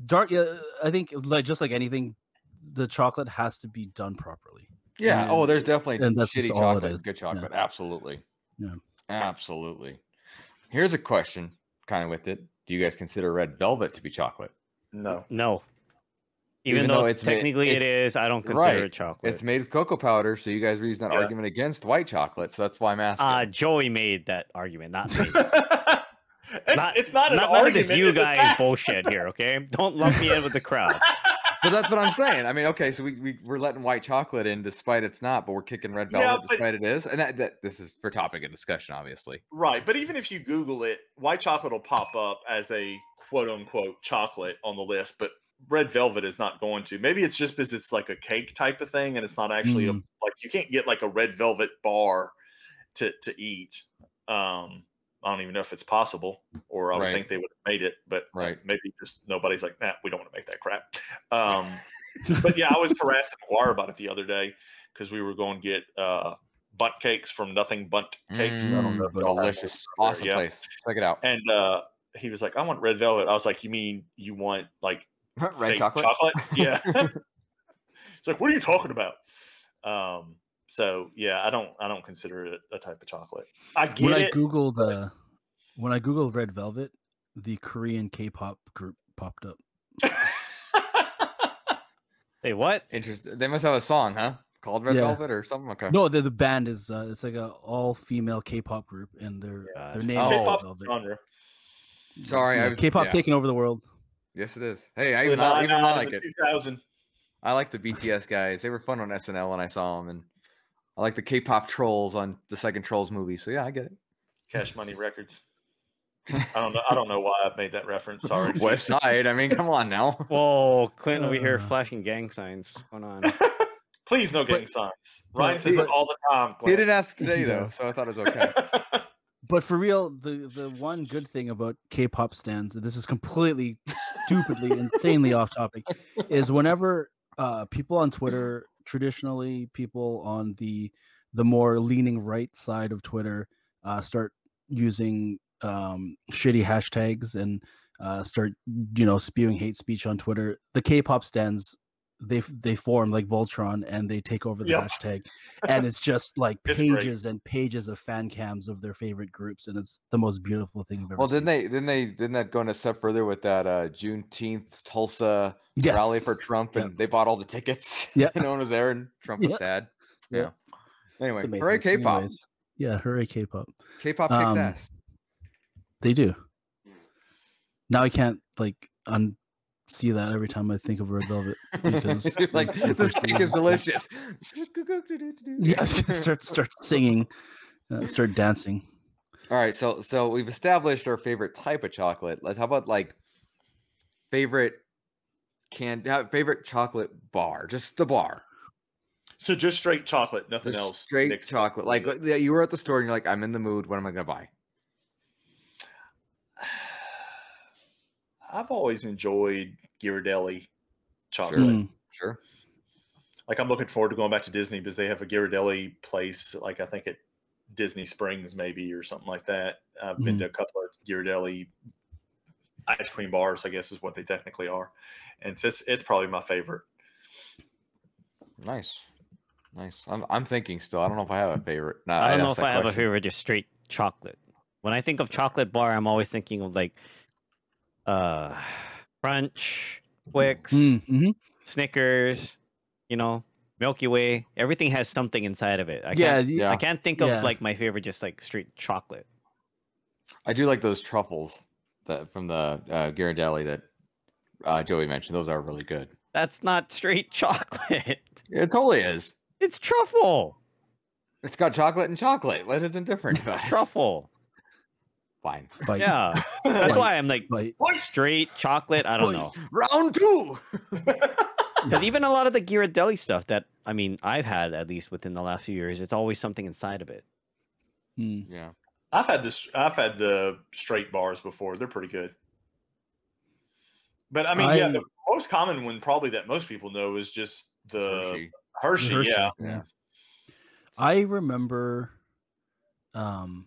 C: dark. Yeah, I think like just like anything, the chocolate has to be done properly.
A: yeah. oh,
C: and-
A: there's definitely
C: and that's
A: shitty
C: just all it
A: chocolate, and
C: is,
A: good
C: yeah.
A: chocolate. Absolutely.
C: Yeah.
A: Absolutely. Here's a question, kind of with it. Do you guys consider red velvet to be chocolate?
B: no.
D: No. Even,
A: Even
D: though,
A: though it's ma-
D: technically
A: it-
D: it is, I don't consider
A: right,
D: it chocolate.
A: It's made with cocoa powder, so you guys are using that
B: Yeah.
A: argument against white chocolate. So that's why I'm asking.
D: uh Joey made that argument, not me.
B: it's not, it's not an
D: not none of
B: argument.
D: this you
B: it's a
D: guys
B: fact.
D: bullshit here, okay? Don't lump me in with the crowd.
A: but that's what I'm saying. I mean, okay, so we, we we're letting white chocolate in despite it's not, but we're kicking red
B: Yeah,
A: velvet
B: but-
A: despite it is, and that, that this is for topic of discussion, obviously.
B: Right. But even if you Google it, white chocolate will pop up as a quote unquote chocolate on the list, but red velvet is not going to. Maybe it's just because it's like a cake type of thing and it's not actually a,
C: Mm.
B: like you can't get like a red velvet bar to, to eat. Um, I don't even know if it's possible or I would
A: Right.
B: think they would have made it, but
A: Right.
B: maybe just nobody's like, nah, we don't want to make that crap. Um, but yeah, I was harassing McGuire about it the other day because we were going to get uh, bunt cakes from Nothing Bunt Cakes. I don't know if
A: Mm,
B: y'all have those
A: delicious,
B: over there,
A: awesome
B: yeah.
A: place. Check it out.
B: And uh, he was like, I want red velvet. I was like, You mean you want like
A: red
B: fake
A: chocolate.
B: Yeah. it's like, What are you talking about? Um, so yeah, I don't I don't consider it a type of chocolate. I
C: when
B: get
C: I
B: it.
C: googled uh, when I googled Red Velvet, the Korean K-pop group popped up.
D: Hey, what?
A: Interesting. They must have a song, huh? Called Red
C: Yeah.
A: Velvet or something. Okay.
C: No, the the band is uh, it's like a all female K-pop group, and their their
D: Gotcha.
C: name is Red
B: K-pop's
C: Velvet.
B: genre.
A: Oh. Sorry, I
C: Yeah,
A: was-
C: K-pop
A: yeah.
C: taking over the world.
A: Yes, it is. Hey, I
B: The
A: even, I,
B: nine
A: even I
B: out of
A: like
B: the
A: it.
B: 2000.
A: I like the BTS guys. They were fun on SNL when I saw them, and I like the K-pop trolls on the second Trolls movie. So yeah, I get it.
B: Cash Money Records. I don't know. I don't know why I made that reference. Sorry.
A: West Side. I mean, come on now.
D: Whoa, Clint over here
C: Uh.
D: flashing gang signs. What's going on?
B: Please no gang signs. Ryan
C: but-
B: says it
C: but-
B: all the time.
A: He
B: Glenn.
A: didn't ask
C: He
A: today though,
C: does.
A: so I thought it was okay.
C: But for real, the the one good thing about K-pop stands, and this is completely stupidly, insanely off topic, is whenever uh, people on Twitter, traditionally people on the the more leaning right side of Twitter, uh, start using um, shitty hashtags and uh, start you know spewing hate speech on Twitter, the K-pop stands they f- they form like Voltron and they take over the
B: Yep.
C: hashtag and it's just like
B: It's great.
C: pages and pages of fan cams of their favorite groups, and it's the most beautiful thing I've ever
A: Well, didn't
C: seen.
A: they? Didn't they? Didn't that go in a step further with that uh, Juneteenth Tulsa
C: yes.
A: rally for Trump,
C: Yep.
A: and they bought all the tickets.
C: Yep.
A: no one was there, and Trump was
C: Yep.
A: sad.
C: Yep.
A: Yeah.
C: It's
A: Anyway,
C: amazing.
A: hooray K-pop.
C: Anyways, yeah, hooray K-pop.
A: K-pop kicks
C: Um,
A: ass.
C: They do. Now I can't like un see that every time I think of Red Velvet because it
A: like
C: was too
A: this
C: much
A: cake is
C: music.
A: delicious.
C: Yeah, I was gonna start start singing, uh, start dancing.
A: All right, so so we've established our favorite type of chocolate. Let's how about like favorite can uh, favorite chocolate bar, just the bar,
B: so just straight chocolate, nothing
A: Just
B: else.
A: straight
B: mixed in.
A: chocolate. Like like, yeah, you were at the store and you're like, I'm in the mood. What am I gonna buy?
B: I've always enjoyed Ghirardelli chocolate.
A: Really?
C: Mm,
A: Sure.
B: Like I'm looking forward to going back to Disney because they have a Ghirardelli place. Like I think at Disney Springs maybe or something like that. I've
A: Mm-hmm.
B: been
C: Mhm.
B: to a couple of Ghirardelli ice cream bars. I guess is what they technically are, and it's it's, it's probably my favorite.
A: Nice. Nice. I'm I'm thinking still. I don't know if I have a favorite. No,
D: I don't
A: I'd
D: know
A: ask
D: if
A: that
D: I have a
A: Ah, question.
D: favorite, just straight chocolate. When I think of chocolate bar, I'm always thinking of like uh Crunch, Twix,
C: mm, mhm.
D: Snickers, you know, Milky Way. Everything has something inside of it. I
C: Yeah,
D: can't,
C: y-
A: Yeah.
D: I can't think of
C: Yeah.
D: like my favorite, just like straight chocolate.
A: I do like those truffles that from the uh, Ghirardelli that uh, Joey mentioned. Those are really good.
D: That's not straight chocolate.
A: It totally is.
D: It's truffle.
A: It's got chocolate and chocolate. What isn't different about it?
D: Truffle.
A: Fine.
C: Fight,
D: Yeah. That's
C: Like-
D: why I'm like
C: fight.
D: straight chocolate. I don't
C: Like-
D: know.
A: Round two.
D: Because even a lot of the Ghirardelli stuff that I mean I've had at least within the last few years, it's always something inside of it.
C: Mm.
A: Yeah.
B: I've had this. I've had the straight bars before. They're pretty good. But I mean, yeah, the most common one probably that most people know is just
A: Uh,
B: the
A: Hershey.
B: Hershey.
C: Hershey.
B: Yeah,
A: Yeah.
C: I remember, um,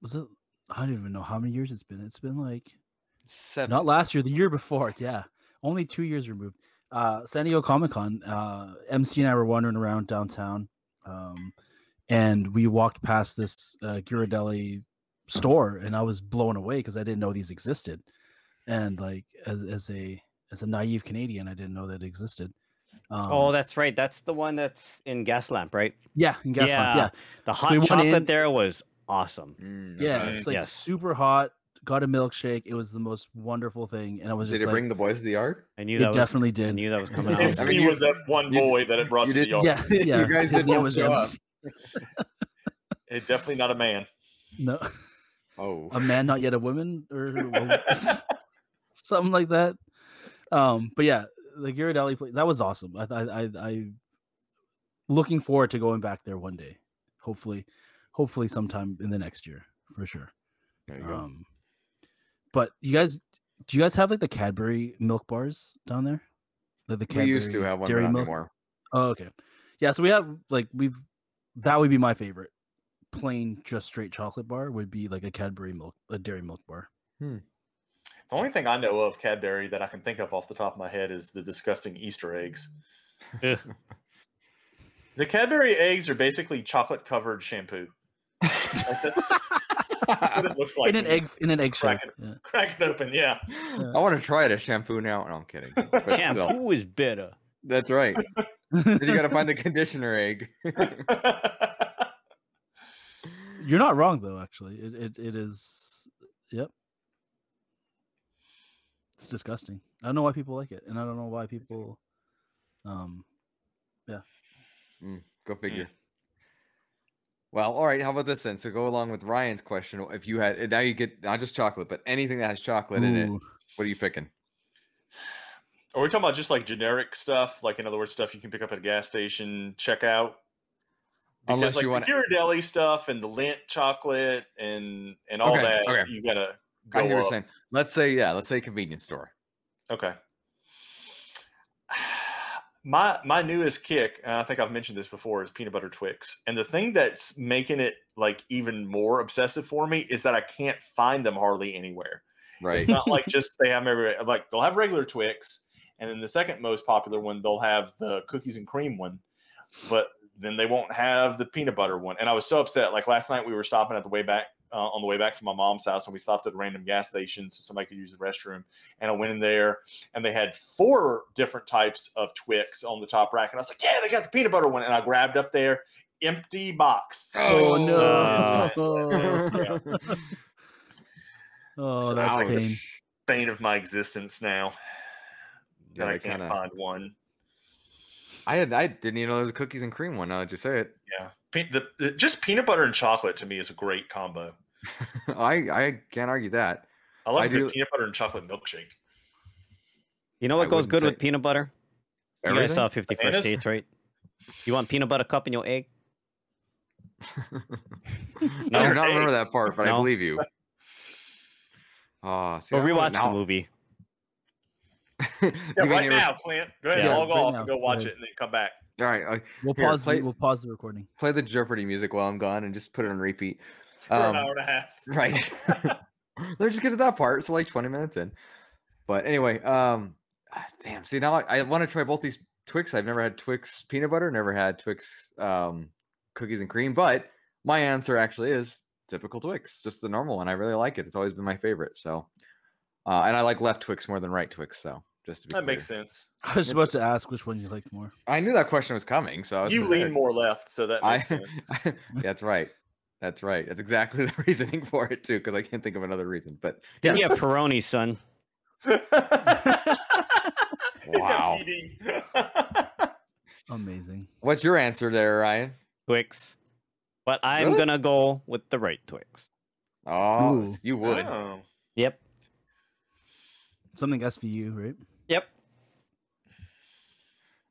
C: was it? I don't even know how many years it's been. It's been like
A: Seven.
C: not last year, the year before. Yeah, only two years removed. Uh, San Diego Comic Con. Uh, MC and I were wandering around downtown, um, and we walked past this uh, Ghirardelli store, and I was blown away because I didn't know these existed. And like as, as a as a naive Canadian, I didn't know that it existed. Um,
D: oh, that's right. That's the one that's in Gaslamp, right?
C: yeah, in Gaslamp,
D: yeah.
C: yeah.
D: The hot
C: We went
D: chocolate
C: in-
D: there was awesome.
A: Mm,
C: Yeah,
B: Okay.
C: it's like
D: Yes.
C: super hot. Got a milkshake. It was the most wonderful thing, and I was
A: Did
C: just
A: it
C: like,
A: bring the boys to the yard?
D: I knew
C: it
D: that was
C: definitely
D: I
C: did.
D: knew that was coming
A: I
D: out.
B: MC
A: mean, you-
B: was that one
A: you-
B: boy that it brought
A: you
B: to the
A: did-
B: yard.
C: Uh-huh. Yeah,
A: You
C: yeah.
A: guys
C: his
A: did
C: name
A: not
C: was
A: show up.
C: MC.
B: It definitely not a man.
C: No,
A: Oh.
C: a man, not yet a woman, or a wo- something like that. Um, but yeah, the Ghirardelli place that was awesome. I, I, I, I, looking forward to going back there one day. Hopefully, hopefully sometime in the next year for sure.
A: there you go.
C: Um, but you guys, do you guys have like the Cadbury milk bars down there? Like the
A: we used to
C: Cadbury
A: have one, but
C: dairy
A: not
C: milk?
A: anymore.
C: Oh, okay. Yeah, so we have like we've that would be my favorite. Plain, just straight chocolate bar would be like a Cadbury milk, a dairy milk bar.
B: The only thing I know of Cadbury that I can think of off the top of my head is the disgusting Easter eggs.
D: Ugh.
B: The Cadbury eggs are basically chocolate covered shampoo. Like, that's what it looks like.
C: in an
B: when you
C: egg, in an egg shape.
B: crack it.
C: Yeah.
B: Crack it open. Yeah.
A: I want to try it a shampoo now. No, I'm kidding. But still,
D: Shampoo is bitter.
A: that's right. Then you got to find the conditioner egg.
C: You're not wrong though. Actually, it it, it is. Yep. It's disgusting. I don't know why people like it, and I don't know why people. Um,
A: Mm, go figure. Well, all right. How about this then? So go along with Ryan's question. If you had eh, now, you get not just chocolate, but anything that has chocolate in it.
C: Ooh,
A: What are you picking?
B: Are we talking about just like generic stuff? Like, in other words, stuff you can pick up at a gas station checkout? Because
A: Unless
B: like
A: you want,
B: the Ghirardelli stuff and the lint chocolate and and all
A: Okay,
B: that,
A: okay.
B: you gotta go
A: I hear what
B: up.
A: you're saying. Let's say yeah. Let's say convenience store.
B: Okay. My my newest kick, and I think I've mentioned this before, is peanut butter Twix. And the thing that's making it like even more obsessive for me is that I can't find them hardly anywhere.
A: Right.
B: It's not like just they have 'em everywhere. Like they'll have regular Twix, and then the second most popular one they'll have the cookies and cream one, but then they won't have the peanut butter one. And I was so upset. Like last night we were stopping at the way back uh, on the way back from my mom's house, and we stopped at a random gas station so somebody could use the restroom. And I went in there, and they had four different types of Twix on the top rack, and I was like, "Yeah, they got the peanut butter one." And I grabbed up there, empty box.
C: Oh,
A: Oh,
C: no!
D: uh,
B: yeah.
C: oh,
B: So
C: that's
B: ouch.
C: pain.
B: Bane of my existence now.
A: Yeah,
B: that I
A: I
B: can't
A: kinda-
B: find one.
A: I had I didn't even know there was a cookies and cream one. Now that you say it,
B: Yeah, Pe- the, the- just peanut butter and chocolate to me is a great combo.
A: I I can't argue that.
B: I love
A: I
B: a good
A: do-
B: peanut butter and chocolate milkshake.
D: You know
A: I
D: what goes
A: wouldn't
D: good
A: say-
D: with peanut butter? You
A: Everything?
D: guys saw 51st
B: Bananas?
D: Dates, right? You want peanut butter cup in your egg?
A: I
B: Another
A: do not
B: day.
A: remember that part, but I
D: No.
A: believe you. Oh, see,
D: Or
A: I don't
D: rewatch the
A: know.
D: movie.
A: You
B: Yeah,
A: mean
B: right
A: they were-
B: now, Clint. Go ahead,
D: Yeah,
B: log
C: right
B: off
C: now,
B: and go
C: go
B: watch
C: ahead.
B: it, and then come back.
A: All right, like,
C: We'll
A: Here,
C: pause.
A: play-
C: the, we'll pause the recording.
A: play the Jeopardy music while I'm gone and just put it on repeat.
B: For
A: Um,
B: an hour and a half.
A: Right. Let's just get to that part. So like 20 minutes in. But anyway, um ah, damn. See now I, I want to try both these Twix. I've never had Twix peanut butter, never had Twix um cookies and cream, but my answer actually is typical Twix, just the normal one. I really like it. It's always been my favorite. So uh and I like left Twix more than right Twix, so just to be
B: That makes
A: clear.
B: sense.
C: I was about to ask which one you liked more.
A: I knew that question was coming, so I was
B: You lean
A: prepared.
B: more left, so that
A: I,
B: makes sense.
A: that's right. That's right. That's exactly the reasoning for it too, because I can't think of another reason. But
D: Then
A: yes.
D: you have Peroni, son.
B: He's
A: Wow.
B: got PD.
C: Amazing.
A: What's your answer there, Ryan?
D: Twix. But I'm
A: Really?
D: gonna go with the right Twix.
A: Oh,
C: Ooh.
A: you would.
B: Oh.
D: Yep.
C: Something SVU, right?
D: Yep.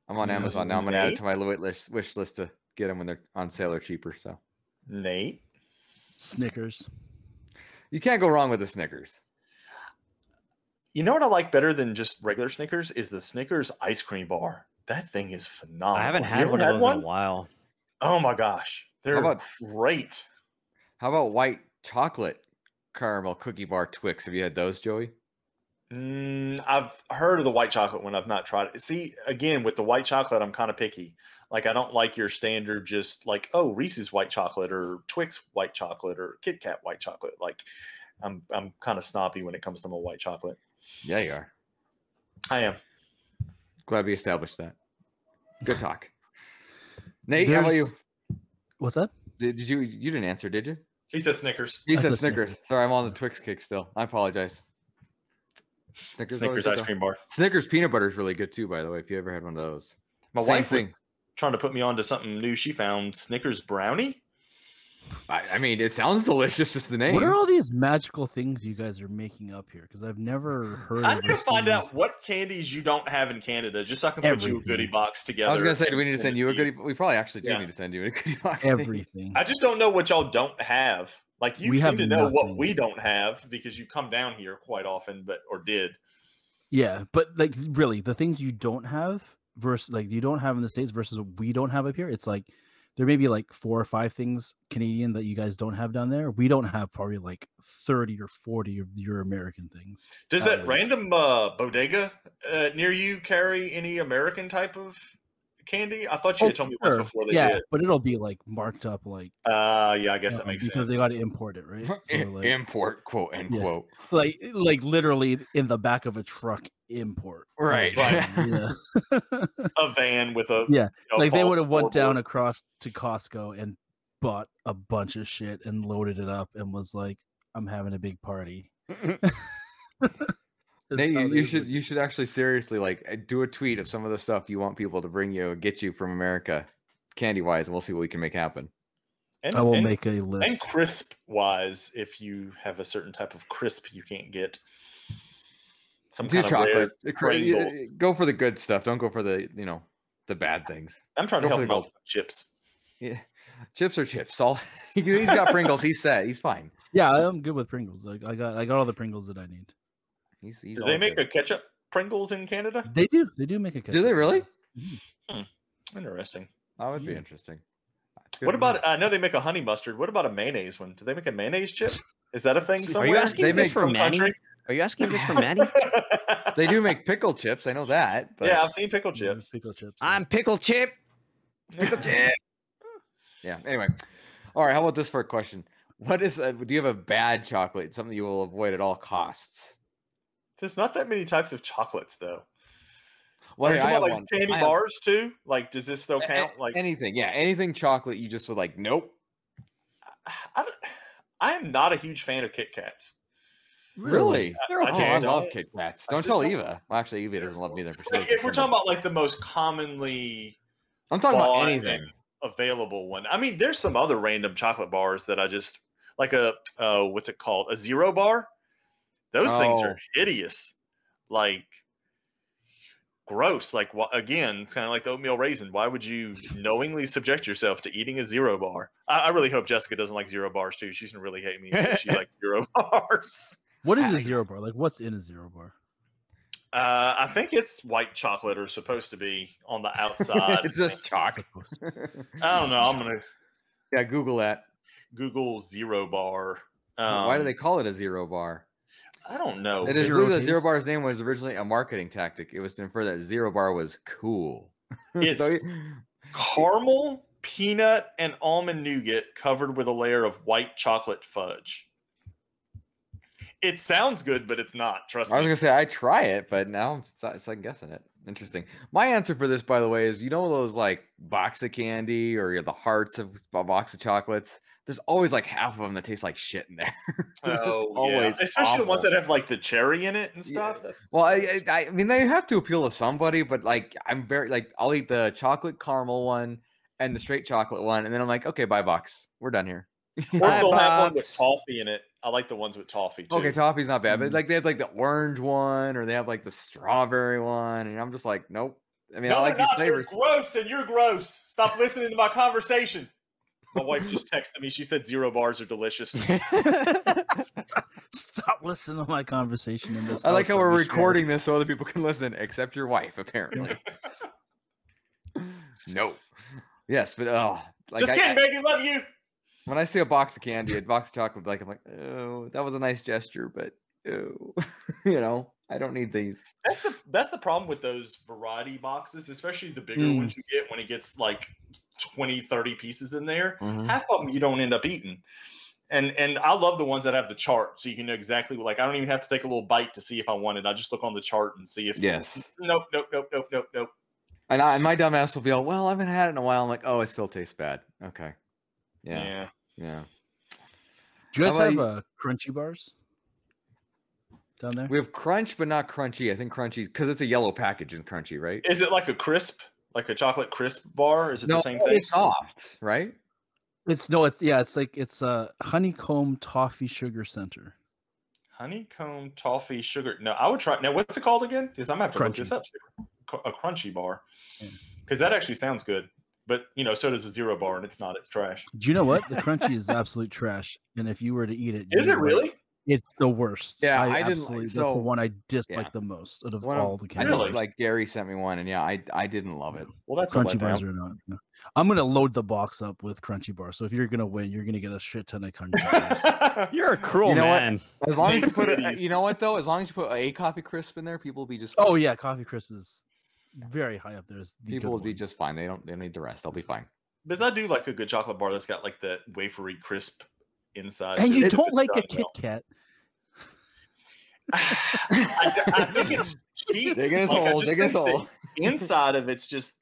A: I'm on
C: Yes,
A: Amazon now. I'm gonna add it
B: mate.
A: to my li- wish wish list to get them when they're on sale or cheaper. So
B: Nate.
C: Snickers.
A: you can't go wrong with the Snickers.
B: You know what I like better than just regular Snickers is the Snickers ice cream bar. That thing is phenomenal.
D: I haven't
B: Oh, You
D: had
B: ever
D: one of those
B: one?
D: in a while.
B: Oh my gosh, they're
A: about-
B: great.
A: How about white chocolate caramel cookie bar Twix? Have you had those, Joey?
B: Mm, I've heard of the white chocolate one. I've not tried it. See, again, with the white chocolate, I'm kind of picky. Like, I don't like your standard, just like, oh, Reese's white chocolate or Twix white chocolate or Kit Kat white chocolate. Like, I'm I'm kind of snobby when it comes to my white chocolate.
A: Yeah, you are.
B: I am.
A: Glad we established that. Good talk. Nate, how about you?
C: There's- What's that?
A: Did, did you you didn't answer, did you?
B: He said Snickers.
A: He
C: I
A: said
C: said Snickers.
A: Snickers. Sorry, I'm on the Twix kick still. I apologize. Snickers, always
B: Snickers
A: good
B: ice
A: though.
B: cream bar.
A: Snickers peanut butter is really good too, by the way. If you ever had one of those,
B: My
A: Same
B: wife was
A: thing.
B: trying to put me onto something new. She found Snickers brownie.
A: I, I mean, it sounds delicious. Just the name.
C: What are all these magical things you guys are making up here? Because I've never heard.
B: I
C: of
B: need to
C: or
B: find
C: seen
B: out
C: this.
B: what candies you don't have in Canada, just so I can put you a
C: Everything.
B: goodie box together.
A: I was gonna say, do we need to
B: and
A: send you a
B: you.
A: goodie? We probably actually do
B: Yeah.
A: need to send you a goodie box.
C: everything.
B: I just don't know what y'all don't have. Like you
C: We
B: seem
C: have
B: to know what
C: nothing.
B: we don't have because you come down here quite often, but or did.
C: Yeah, but like really, the things you don't have versus like you don't have in the states versus what we don't have up here, it's like there may be like four or five things Canadian that you guys don't have down there. We don't have probably like thirty or forty of your American things.
B: Does
C: At
B: that
C: least.
B: random uh, bodega uh, near you carry any American type of candy? I thought you
C: Oh,
B: had told me once
C: sure.
B: before they
C: yeah,
B: did.
C: but it'll be like marked up like
B: Uh, yeah, I guess
C: uh,
B: that makes
C: because
B: sense.
C: they got to import it, right? So, like,
A: Import quote unquote.
C: like like literally in the back of a truck import.
A: Right.
C: Like,
B: Right.
C: yeah.
B: a van with a you
C: Yeah,
B: know,
C: like they
B: false
C: would have went down
B: floorboard.
C: across to Costco and bought a bunch of shit and loaded it up and was like, "I'm having a big party." That's
A: Nate,
C: how
A: you,
C: they
A: you
C: would-
A: should you should actually seriously like uh, do a tweet of some of the stuff you want people to bring you and get you from America, candy wise, and we'll see what we can make happen.
B: And,
C: I will
B: and-
C: make a
B: and
C: list.
B: crisp wise, if you have a certain type of crisp, you can't get some
A: Do
B: kind of rare-
A: chocolate. Uh, cr- y-
B: Pringles.
A: y- Go for the good stuff. Don't go for the you know the bad things.
B: I'm trying to
A: Go
B: help
A: for
B: him
A: the
B: out
A: gold.
B: with chips.
A: Yeah. Chips are chips. All he's got Pringles. He's set. He's fine.
C: Yeah, I'm good with Pringles. Like I got I got all the Pringles that I need.
A: He's, he's
B: Do
A: all
B: they make
A: good.
B: a ketchup Pringles in Canada?
C: They do. They do make a ketchup.
A: Do they really?
B: Interesting.
A: That would be
C: Mm.
A: interesting. That's good
B: What
A: to know.
B: about? I know they make a honey mustard. What about a mayonnaise one? Do they make a mayonnaise chip? Is that a thing
D: Are
B: somewhere?
D: you asking
A: They
D: this
A: make
D: for
B: Some
D: Manny?
B: country?
D: Are you asking this for Manny?
A: They do make pickle chips. I know that. But
B: yeah,
A: yeah.
B: I've seen pickle
C: Yeah,
A: Mm.
B: chips.
C: pickle chips. yeah.
D: I'm pickle chip.
B: Pickle
A: Yeah. Anyway. All right. How about this for a question? What is? A, do you have a bad chocolate? Something you will avoid at all costs.
B: There's not that many types of chocolates though.
A: Well,
B: Are you
A: here, I have
B: talking about, like
A: one.
B: candy
A: I have-
B: bars too? Like, does this still
A: a- a-
B: count? Like,
A: anything. Yeah. Anything chocolate you just would like. Nope.
B: I, don't- I am not a huge fan of Kit Kats.
A: Really?
D: They're
B: I
A: Oh,
D: okay.
A: I
B: just
A: love
B: don't-
A: Kit Kats.
B: I
A: Don't
B: just
A: tell
B: don't-
A: Eva. Well, actually, Eva doesn't love me either.
B: Like, if we're talking about like the most commonly
A: I'm talking about
B: bought
A: anything.
B: available one, I mean, there's some other random chocolate bars that I just like a uh, what's it called? A zero bar. Those things are
A: Oh.
B: hideous, like gross. Like wh- again, it's kind of like the oatmeal raisin. Why would you knowingly subject yourself to eating a zero bar? I, I really hope Jessica doesn't like zero bars too. She's gonna really hate me if she likes zero bars.
C: What is
A: I-
C: a zero bar? Like what's in a zero bar?
B: Uh, I think it's white chocolate or supposed to be on the outside.
A: it's just chalk.
C: Supposed-
B: I don't know. I'm gonna
A: yeah, Google that.
B: Google zero bar. Um,
A: Why do they call it a zero bar?
B: I don't know.
A: It is
C: zero
A: true that zero
C: taste?
A: bar's name was originally a marketing tactic. It was to infer that zero bar was cool.
B: It's-
A: so,
B: caramel, peanut, and almond nougat covered with a layer of white chocolate fudge. It sounds good, but it's not. Trust
A: I was
B: me.
A: gonna say I try it, but now I'm si- second guessing it. Interesting. My answer for this, by the way, is you know those like box of candy or you know, the hearts of a box of chocolates. There's always like half of them that taste like shit in there. It's
B: Oh, yeah.
A: always
B: especially the ones
A: awful.
B: that have like the cherry in it and
A: Yeah.
B: stuff. That's
A: Well, I, I I mean they have to appeal to somebody, but like I'm very like I'll eat the chocolate caramel one and the straight chocolate one, and then I'm like, okay, bye box, we're done here.
B: or if
A: Bye,
B: they'll have one with
A: box.
B: toffee in it. I like the ones with toffee too.
A: Okay, toffee's not bad, but
C: Mm.
A: like they have like the orange one, or they have like the strawberry one, and I'm just like, nope. I mean, I
B: they're
A: like these
B: not. They're
A: flavors.
B: gross, and you're gross. Stop listening to my conversation. My wife just texted me. She said zero bars are delicious.
D: Oh.
C: Stop listening to my conversation in this.
A: I like
C: house
A: how
C: that
A: we're
C: we share.
A: recording this so other people can listen, except your wife, apparently. no. Yes, but oh, like
B: just
A: I-
B: kidding,
A: I-
B: baby. Love you.
A: when I see a box of candy, a box of chocolate, like I'm like, oh, that was a nice gesture, but oh, you know, I don't need these.
B: That's the that's the problem with those variety boxes, especially the bigger
A: Hmm.
C: Mm.
B: ones you get when it gets like 20, 30 pieces in there.
A: Mm-hmm.
B: Half of them you don't end up eating. And and I love the ones that have the chart so you can know exactly like I don't even have to take a little bite to see if I want it. I just look on the chart and see if
A: Yes,
B: nope, nope, nope, nope, nope, nope.
A: and I, my dumb ass will be all, well, I haven't had it in a while. I'm like, oh, it still tastes bad. Okay, yeah,
B: yeah.
A: yeah.
C: Do
A: How
C: you guys
A: about
C: have
A: you-
C: uh, crunchy bars down there?
A: We have crunch, but not crunchy. I think crunchy because it's a yellow package in crunchy, right?
B: Is it like a crisp, like a chocolate crisp bar? Is it the same thing?
A: it's soft, right?
C: It's no, it's yeah, it's like it's a honeycomb toffee sugar center.
B: Honeycomb toffee sugar. No, I would try. Now, what's it called again? Because I'm gonna have to look
C: Crunchy.
B: this up. Cr- A crunchy bar,
C: Yeah.
B: because that actually sounds good. But you know, so does a zero bar, and it's not. It's trash.
C: Do you know what? The crunchy is absolute trash, and if you were to eat it,
B: Is
C: you
B: it
C: would-
B: really?
C: It's the worst.
A: Yeah, I didn't like-
C: absolutely- That's
A: so-
C: the one I dislike
A: yeah.
C: the most out of
A: One of-
C: all the
A: I
C: candy
A: know,
B: Really?
C: bars.
A: like Gary sent me one, and yeah, I I didn't love it.
B: Well, that's a
C: crunchy
B: letdown.
C: bars are not. no. I'm gonna load the box up with crunchy bars. So if you're gonna win, you're gonna get a shit ton of crunchy bars.
D: You're a cruel
A: You know what?
D: man.
A: As long as you
B: Makes
A: put, it,
B: goodies.
A: you know what though, as long as you put a coffee crisp in there, people will be just
C: oh yeah, coffee crisp is very high up there. as the good
A: people will be
C: ones.
A: just fine. They don't they don't need the rest. They'll be fine.
B: Because I do like a good chocolate bar that's got like that wafery crisp inside.
C: and
B: to it
C: you
B: if
C: don't
B: it's
C: like a
B: done
C: Kit
B: well.
C: Kat.
B: I, I think it's cheap.
A: Dig in his
B: Like, I
A: hole.
B: just
A: Dig in his
B: think the
A: hole.
B: Inside of it's just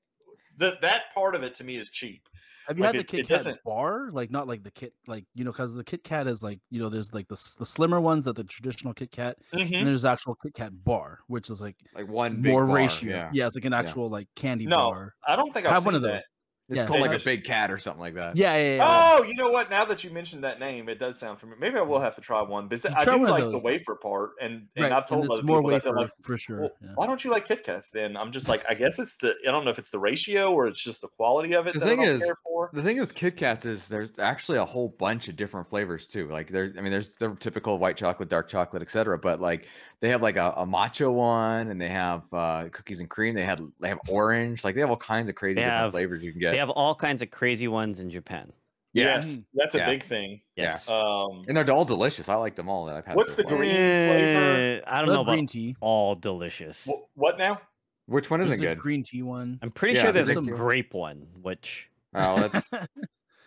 B: the, that part of it to me is cheap.
C: Have you
B: Like,
C: had
B: it-
C: the
B: it
C: Kit Kat
B: doesn't-
C: bar? Like not like the Kit, like you know, because the Kit Kat is like you know, there's like the s- the slimmer ones that the traditional Kit Kat,
B: Mm-hmm.
C: and there's actual Kit Kat bar, which is like
A: Like one big
C: more
A: bar,
C: ratio.
A: Yeah.
C: it's like an actual like candy
B: No,
C: bar.
B: I don't think I've
C: Have
B: seen
C: one of
B: that.
C: those.
A: It's
C: Yeah,
A: called like a
C: that's-
A: big cat or something like that.
C: Yeah, yeah, yeah, yeah.
B: Oh, you know what? Now that you mentioned that name, it does sound familiar. Maybe I will have to try one because
C: You
B: I
C: try
B: do
C: one of
B: like the
C: those.
B: wafer part, and, and
C: right.
B: I've told
C: and
B: other
C: it's more
B: people that they're
C: wafer
B: like,
C: for sure.
B: "Well,
C: yeah.
B: why don't you like Kit Kats then? I'm just like, I guess it's the I don't know if it's the ratio or it's just the quality of it
A: The
B: that
A: thing
B: I don't
A: is-
B: care for.
A: The thing with Kit Kats is there's actually a whole bunch of different flavors too. Like there, I mean, there's the typical white chocolate, dark chocolate, etc. But like they have like a, a matcha one, and they have uh, cookies and cream. They had they have orange. Like they have all kinds of crazy
D: They
A: different
D: have-
A: flavors you can get.
D: They have all kinds of crazy ones in Japan.
B: Yes,
C: Mm-hmm.
B: that's a
A: Yeah.
B: big thing.
A: Yeah.
D: Yes.
B: Um,
A: and they're all delicious. I like them all. That I've had.
B: What's
A: so
B: the
A: far.
B: green flavor?
D: Eh, I
C: Love
D: don't know about
C: green tea.
D: all delicious.
B: wh- what now?
A: Which one
C: There's
A: isn't
C: a
A: good?
C: green tea one.
D: I'm pretty
A: Yeah,
D: sure there's
A: they
D: a
A: do.
D: grape one, which
A: Oh, that's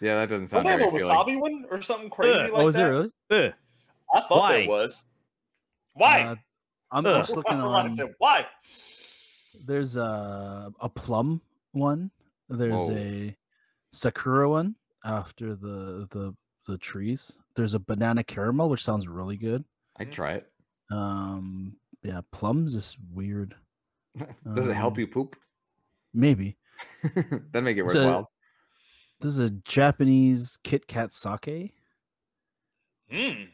A: yeah, that doesn't
B: Don't
A: sound
B: they have
A: very
B: a
A: appealing.
B: wasabi one or something crazy like
C: oh, is
B: that?
C: there really?
D: ugh,
B: I thought
D: Why?
B: there was. Why?
C: Uh, I'm
D: Ugh.
C: just looking
B: I
C: on.
B: wanted to- Why?
C: There's a a plum one. There's
A: Whoa.
C: a sakura one after the the the trees. There's a banana caramel, which sounds really good.
A: I'd try it.
C: Um, yeah, plums is weird.
A: Does it help
C: Um,
A: you poop?
C: Maybe
A: that make it
C: so-
A: worthwhile.
C: there's a Japanese Kit Kat sake.
B: Hmm.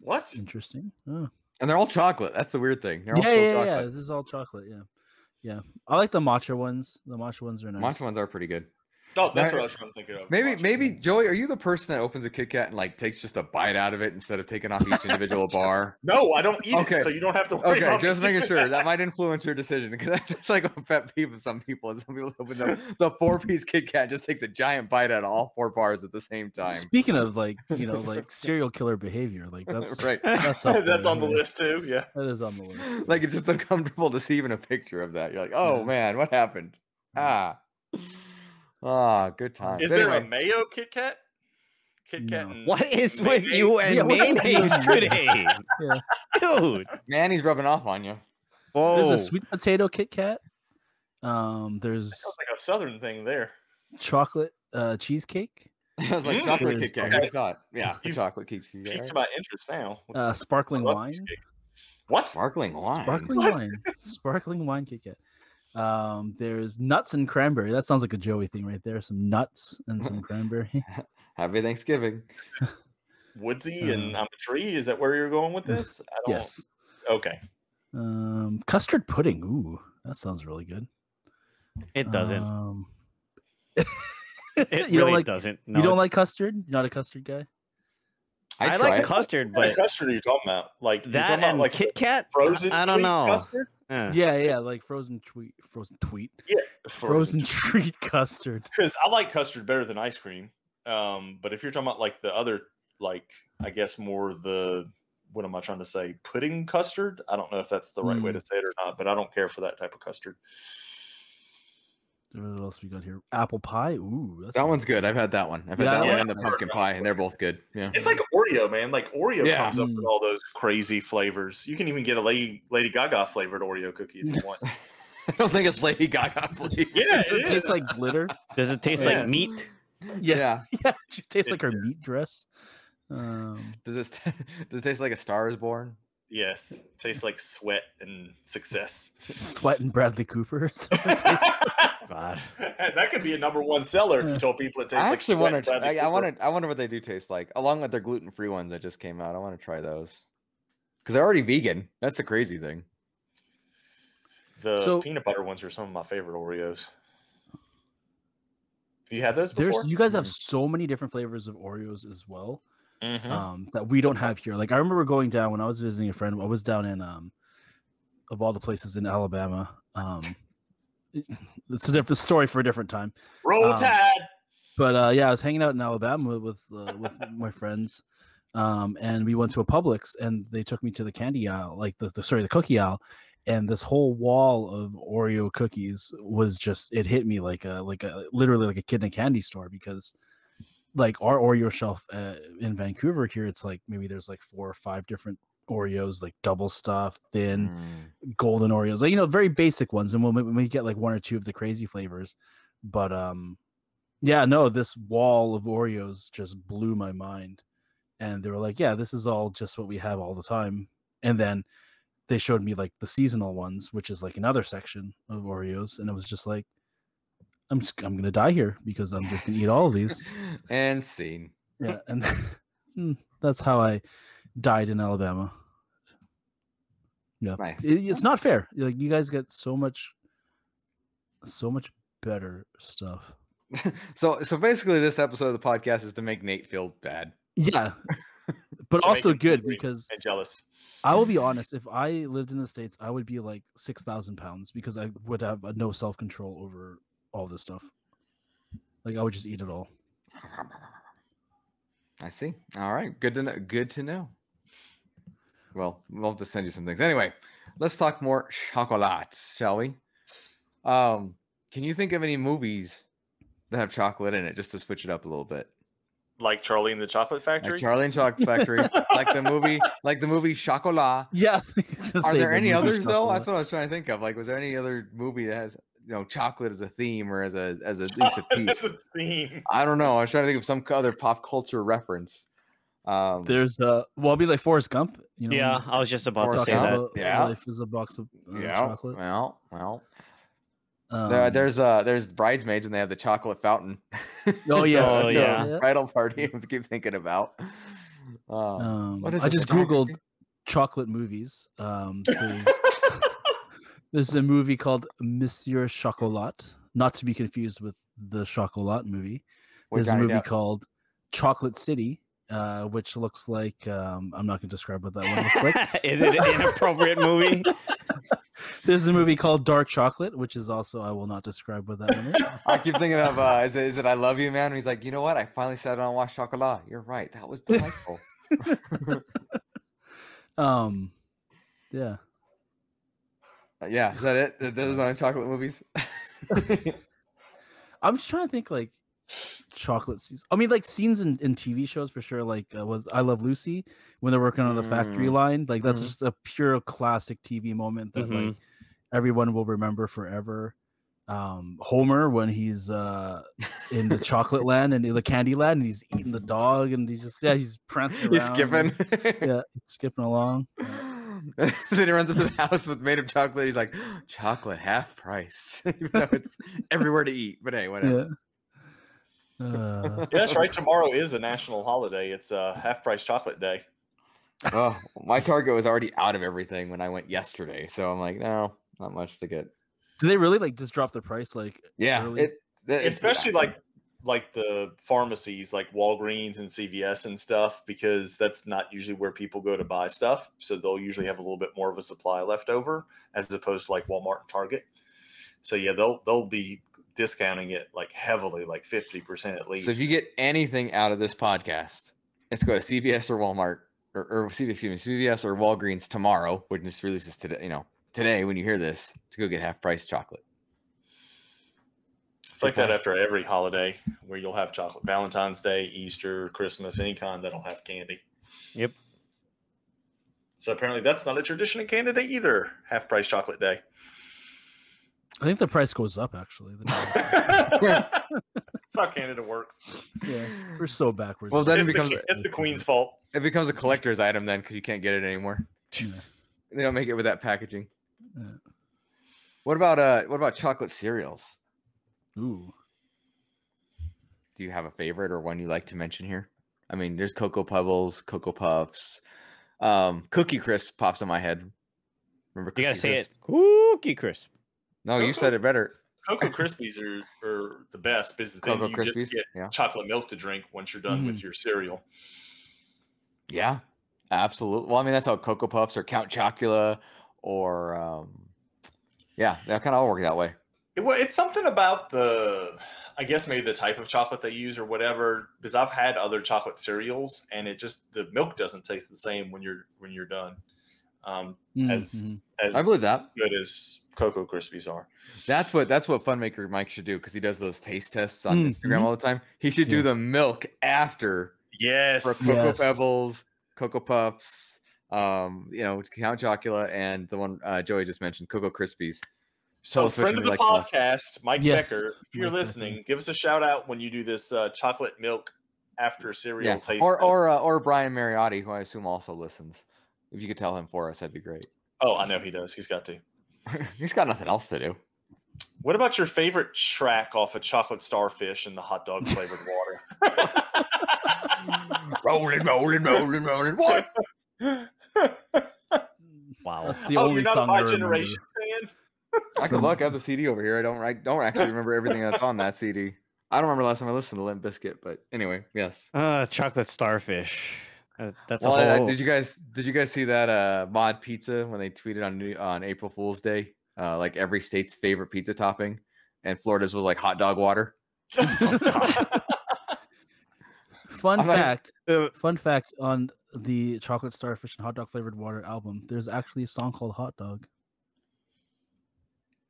B: What?
C: Interesting. Oh.
A: and they're all chocolate. That's the weird thing. They're all
C: Yeah,
A: still
C: yeah, yeah.
A: chocolate.
C: This is all chocolate. Yeah, yeah. I like the matcha ones. The matcha ones are nice.
A: Matcha ones are pretty good.
B: Oh, that's
A: That-
B: what I was trying to think of.
A: Maybe,
B: Watch.
A: maybe Joey, are you the person that opens a Kit Kat and like takes just a bite out of it instead of taking off each individual bar?
B: No, I don't eat
A: Okay.
B: it, so you don't have to worry
A: Okay,
B: about
A: just
B: me
A: making
B: doing
A: sure that might influence your decision because that's like a pet peeve of some people. Is some people open the, the four piece Kit Kat just takes a giant bite out of all four bars at the same time.
C: Speaking of like you know like serial killer behavior, like that's
A: right,
C: That's, up
B: That's
C: there,
B: on the
C: yeah.
B: list too. Yeah.
C: That is on the list.
A: like it's just uncomfortable to see even a picture of that. You're like, oh
C: Yeah.
A: man, what happened? Ah, ah, good times.
B: Is there a
A: Anyway,
B: mayo Kit Kat? Kit Kat.
C: No.
B: and
D: what is with
B: mayonnaise?
D: you and
C: Yeah, what's with you
D: mayonnaise
C: and
D: today,
C: Yeah.
D: dude?
A: man, he's rubbing off on you.
D: Whoa,
C: There's a sweet potato Kit Kat. Um, there's
B: Sounds like a southern thing there.
C: chocolate uh, cheesecake,
A: I was like,
B: Mm.
A: chocolate
C: There's
A: Kit Kat.
C: that.
A: Who thought? Yeah, the
B: You've
A: chocolate keeps you there.
B: Piqued
A: right?
B: my interest now. I
C: uh, sparkling
B: love
C: wine,
B: cheesecake. What?
A: Sparkling wine.
C: sparkling
B: What?
C: wine, sparkling wine Kit Kat. Um, there's nuts and cranberry. That sounds like a Joey thing right there. Some nuts and some cranberry.
A: Happy Thanksgiving.
B: Woodsy and
C: Uh,
B: I'm a tree. Is that where you're going with this? I don't.
C: yes.
B: Okay.
D: Oh.
C: Um, custard pudding. Ooh, that sounds really good.
D: it doesn't.
C: Um,
D: It
C: you don't
D: really
C: like-
D: doesn't.
C: You
D: no.
C: don't like custard? You're not a custard guy?
A: I,
D: I
A: try
D: like
A: it.
D: custard,
B: What kind
D: but
B: of custard are you talking about? Like you're
D: that
B: talking about
D: and
B: like
D: Kit Kat,
B: frozen.
D: I don't
B: treat
D: know.
B: Custard?
D: eh.
C: Yeah, yeah, like frozen tweet, frozen tweet, frozen treat custard.
B: Because I like custard better than ice cream. Um, but if you're talking about like the other, like I guess more the what am I trying to say? Pudding custard. I don't know if that's the right way to
C: Mm.
B: say it or not, but I don't care for that type of custard.
C: What else we got here? Apple pie. Ooh, that's
A: That one's good. I've had that one. I've had
C: Yeah,
A: that
B: yeah.
A: one and the pumpkin pie, and they're both good. Yeah.
B: It's like Oreo, man. Like Oreo
A: Yeah.
B: comes up with
C: Mm.
B: all those crazy flavors. You can even get a Lady Lady Gaga flavored Oreo cookie if you want.
A: I don't think it's Lady Gaga. flavor.
B: yeah,
C: it
B: it
C: tastes
B: is.
C: like glitter.
D: Does it taste
B: Yeah.
D: like meat?
C: Yeah, yeah.
A: Yeah.
C: It tastes
B: It
C: like her
B: does.
C: meat dress. Um,
A: Does this does it taste like a Star is Born?
B: Yes, tastes like sweat and success.
C: sweat and Bradley Cooper. or something. It tastes-
B: that
D: God,
B: could be a number one seller if you told people it tastes
A: I
B: like
A: actually
B: sweat.
A: want to.
B: Bradley
A: I, I
B: Cooper.
A: want to. I wonder what they do taste like, along with their gluten free ones that just came out. I want to try those because they're already vegan. That's the crazy thing.
B: The
C: So-
B: peanut butter ones are some of my favorite Oreos. Have you had those
C: There's
B: before?
C: you guys have
A: Mm.
C: so many different flavors of Oreos as well.
B: Mhm.
C: um, that we don't have here. Like I remember going down when I was visiting a friend. I was down in um, of all the places in Alabama. Um, it- it's a different story for a different time.
B: Roll
C: um,
B: Tide.
C: But uh, yeah, I was hanging out in Alabama with uh, with my friends, um, and we went to a Publix, and they took me to the candy aisle, like the, the sorry, the cookie aisle, and this whole wall of Oreo cookies was just it hit me like a like a literally like a kid in a candy store because like our Oreo shelf uh, in Vancouver here, it's like maybe there's like four or five different Oreos, like double stuff, thin,
A: Mm.
C: golden Oreos, like you know, very basic ones, and when we, when we get like one or two of the crazy flavors, but um, yeah, no, this wall of Oreos just blew my mind, and they were like, yeah, this is all just what we have all the time, and then they showed me like the seasonal ones, which is like another section of Oreos, and it was just like, I'm just I'm gonna die here because I'm just gonna eat all of these.
A: and scene.
C: Yeah, and Hmm, that's how I died in Alabama. Yeah,
A: Nice.
C: It- it's not fair. Like you guys get so much, so much better stuff.
A: So so basically, this episode of the podcast is to make Nate feel bad.
C: Yeah, but
B: So make
C: also
B: it
C: good
B: free.
C: because
B: and jealous.
C: I will be honest. If I lived in the states, I would be like six thousand pounds because I would have uh, no self control over all this stuff. Like I would just eat it all.
A: I see. All right. Good to know. Good to know. Well, we'll have to send you some things. Anyway, let's talk more chocolate, shall we? Um, can you think of any movies that have chocolate in it just to switch it up a little bit?
B: Like Charlie and the Chocolate Factory.
A: Like Charlie and Chocolate Factory, like the movie, like the movie Chocolat.
C: Yeah.
A: Are there any others though? That's what I was trying to think of. Like, was there any other movie that has you know chocolate as a theme or as a as a, at least a
B: That's
A: piece?
B: a theme.
A: I don't know. I was trying to think of some c- other pop culture reference. Um,
C: There's uh, well, I'll be like Forrest Gump. You know, when
D: yeah,
C: he's
D: I was just about to
A: Forrest
D: say
A: Gump.
D: that.
C: about
A: Yeah.
C: life is a box of uh,
A: yeah,
C: chocolate.
A: well, well,
C: Um,
A: there, there's uh, there's bridesmaids when they have the chocolate fountain.
C: Oh, yes.
A: That's
D: Oh,
A: the
D: yeah.
A: bridal party. I keep thinking about. Uh,
C: Um,
A: what is
C: I
A: it,
C: just
A: the giant
C: googled
A: cookie?
C: chocolate movies. Um, there's, there's a movie called Monsieur Chocolat, not to be confused with the Chocolat movie.
A: with
C: There's a
A: Johnny
C: movie
A: Depp.
C: called Chocolate City, uh, which looks like um, I'm not going to describe what that one looks like.
D: is it an inappropriate movie?
C: There's a movie called Dark Chocolate, which is also I will not describe what that one is.
A: I keep thinking of uh, is, it, is it I love you, man? And he's like, you know what? I finally sat down and watched Chocolat. You're right. That was delightful.
C: Um, yeah.
A: Uh, yeah, is that it? Th- Those aren't chocolate movies.
C: I'm just trying to think like chocolate scenes. I mean, like scenes in, in TV shows for sure. Like uh, was I Love Lucy when they're working on the factory
A: Mm.
C: line. Like that's
A: Mhm.
C: just a pure classic TV moment that
D: Mhm.
C: like
A: Mm-hmm.
C: everyone will remember forever. Um, Homer when he's uh, in the chocolate land and in the candy land and he's eating the dog and he's just yeah he's prancing.
A: He's
C: around
A: skipping.
C: and- Yeah, he's skipping along.
A: then he runs up to the house with made of chocolate. He's like, chocolate half price, even though it's everywhere to eat. But hey, whatever.
C: Yeah. Uh,
B: Yeah, that's right. Tomorrow is a national holiday. It's uh, half price chocolate day.
A: Oh, my Target was already out of everything when I went yesterday, so I'm like, no, not much to get.
C: do they really like just drop the price like
A: Yeah,
C: Really?
A: it- it-
B: Especially like like the pharmacies like Walgreens and CVS and stuff, because that's not usually where people go to buy stuff. So they'll usually have a little bit more of a supply left over as opposed to like Walmart and Target. So yeah, they'll they'll be discounting it like heavily, like fifty percent at least.
A: So if you get anything out of this podcast, let's go to CVS or Walmart or, or CVS, excuse me, CVS or Walgreens tomorrow, which just releases today. You know, today when you hear this, to go get half price chocolate.
B: It's like that
A: Okay.
B: after every holiday where you'll have chocolate. Valentine's Day, Easter, Christmas, any kind that'll have candy.
D: Yep.
B: So apparently that's not a tradition in Canada either. Half price chocolate day.
C: I think the price goes up actually. The price.
B: that's how Canada works.
C: yeah, we're so backwards.
A: Well, then it
B: it's,
A: becomes
B: the, it's the Queen's fault.
A: it becomes a collector's item then because you can't get it anymore.
C: Yeah.
A: They don't make it with that packaging.
C: Yeah.
A: What about uh? What about chocolate cereals?
C: Ooh.
A: Do you have a favorite or one you like to mention here? I mean, there's Cocoa Pebbles, Cocoa Puffs, um, Cookie Crisp pops in my head. Remember?
D: You gotta say
A: Crisp?
D: it. Cookie crisp.
A: No, you said it better.
B: Cocoa Krispies are, are the best because then
A: Cocoa
B: you
A: Krispies. Mm-hmm.
B: just get
A: Yeah.
B: chocolate milk to drink once you're done with your cereal.
A: Yeah. Absolutely. Well, I mean, that's how Cocoa Puffs or Count Chocula or, um, yeah, they kind of all work that way.
B: It, well, it's something about the, I guess maybe the type of chocolate they use or whatever. Because I've had other chocolate cereals, and it just the milk doesn't taste the same when you're when you're done. Um, As-
C: Mhm.
B: as
A: I believe that.
B: good as Cocoa Krispies are,
A: That's what that's what Funmaker Mike should do because he does those taste tests on Instagram
B: Mm-hmm.
C: Mhm.
A: all the time. He should do
C: Yeah.
A: the milk after
B: yes,
A: for Cocoa
C: Yes.
A: Pebbles, Cocoa Puffs, um, you know, Count Chocula, and the one uh, Joey just mentioned, Cocoa Krispies.
B: So,
A: us which
B: friend
A: one
B: of
A: you
B: the
A: like the
B: podcast, Mike
C: Yes,
B: Becker, if you're
C: Mike Becker.
B: listening, give us a shout out when you do this uh, chocolate milk after cereal
A: Yeah,
B: taste.
A: or or
B: test.
A: uh, or Brian Mariotti, who I assume also listens. If you
C: uh
A: could tell him for us, that'd be great.
B: oh, I know he does. He's got to.
A: He's got nothing else to do.
B: What about your favorite track off of Chocolate Starfish and the hot dog flavored water?
A: rolling, rolling, rolling, rolling. What?
D: Wow.
C: That's the
B: oh,
C: only
B: you're not
C: song
B: a
C: I
B: My
C: remember.
B: Generation fan?
A: I could look up the CD over here. I don't. I don't actually remember everything that's on that CD. I don't remember last time I listened to Limp Biscuit, but anyway, yes.
D: Uh, chocolate starfish. Uh, That's
A: well,
D: a
A: I- I-
D: whole.
A: did you guys did you guys see that uh, mod pizza when they tweeted on New- on April Fool's Day? Uh, like every state's favorite pizza topping, and Florida's was like hot dog water.
C: Fun
A: I'm not-
C: fact.
D: Uh,
C: Fun fact on the chocolate starfish and hot dog flavored water album. There's actually a song called Hot Dog.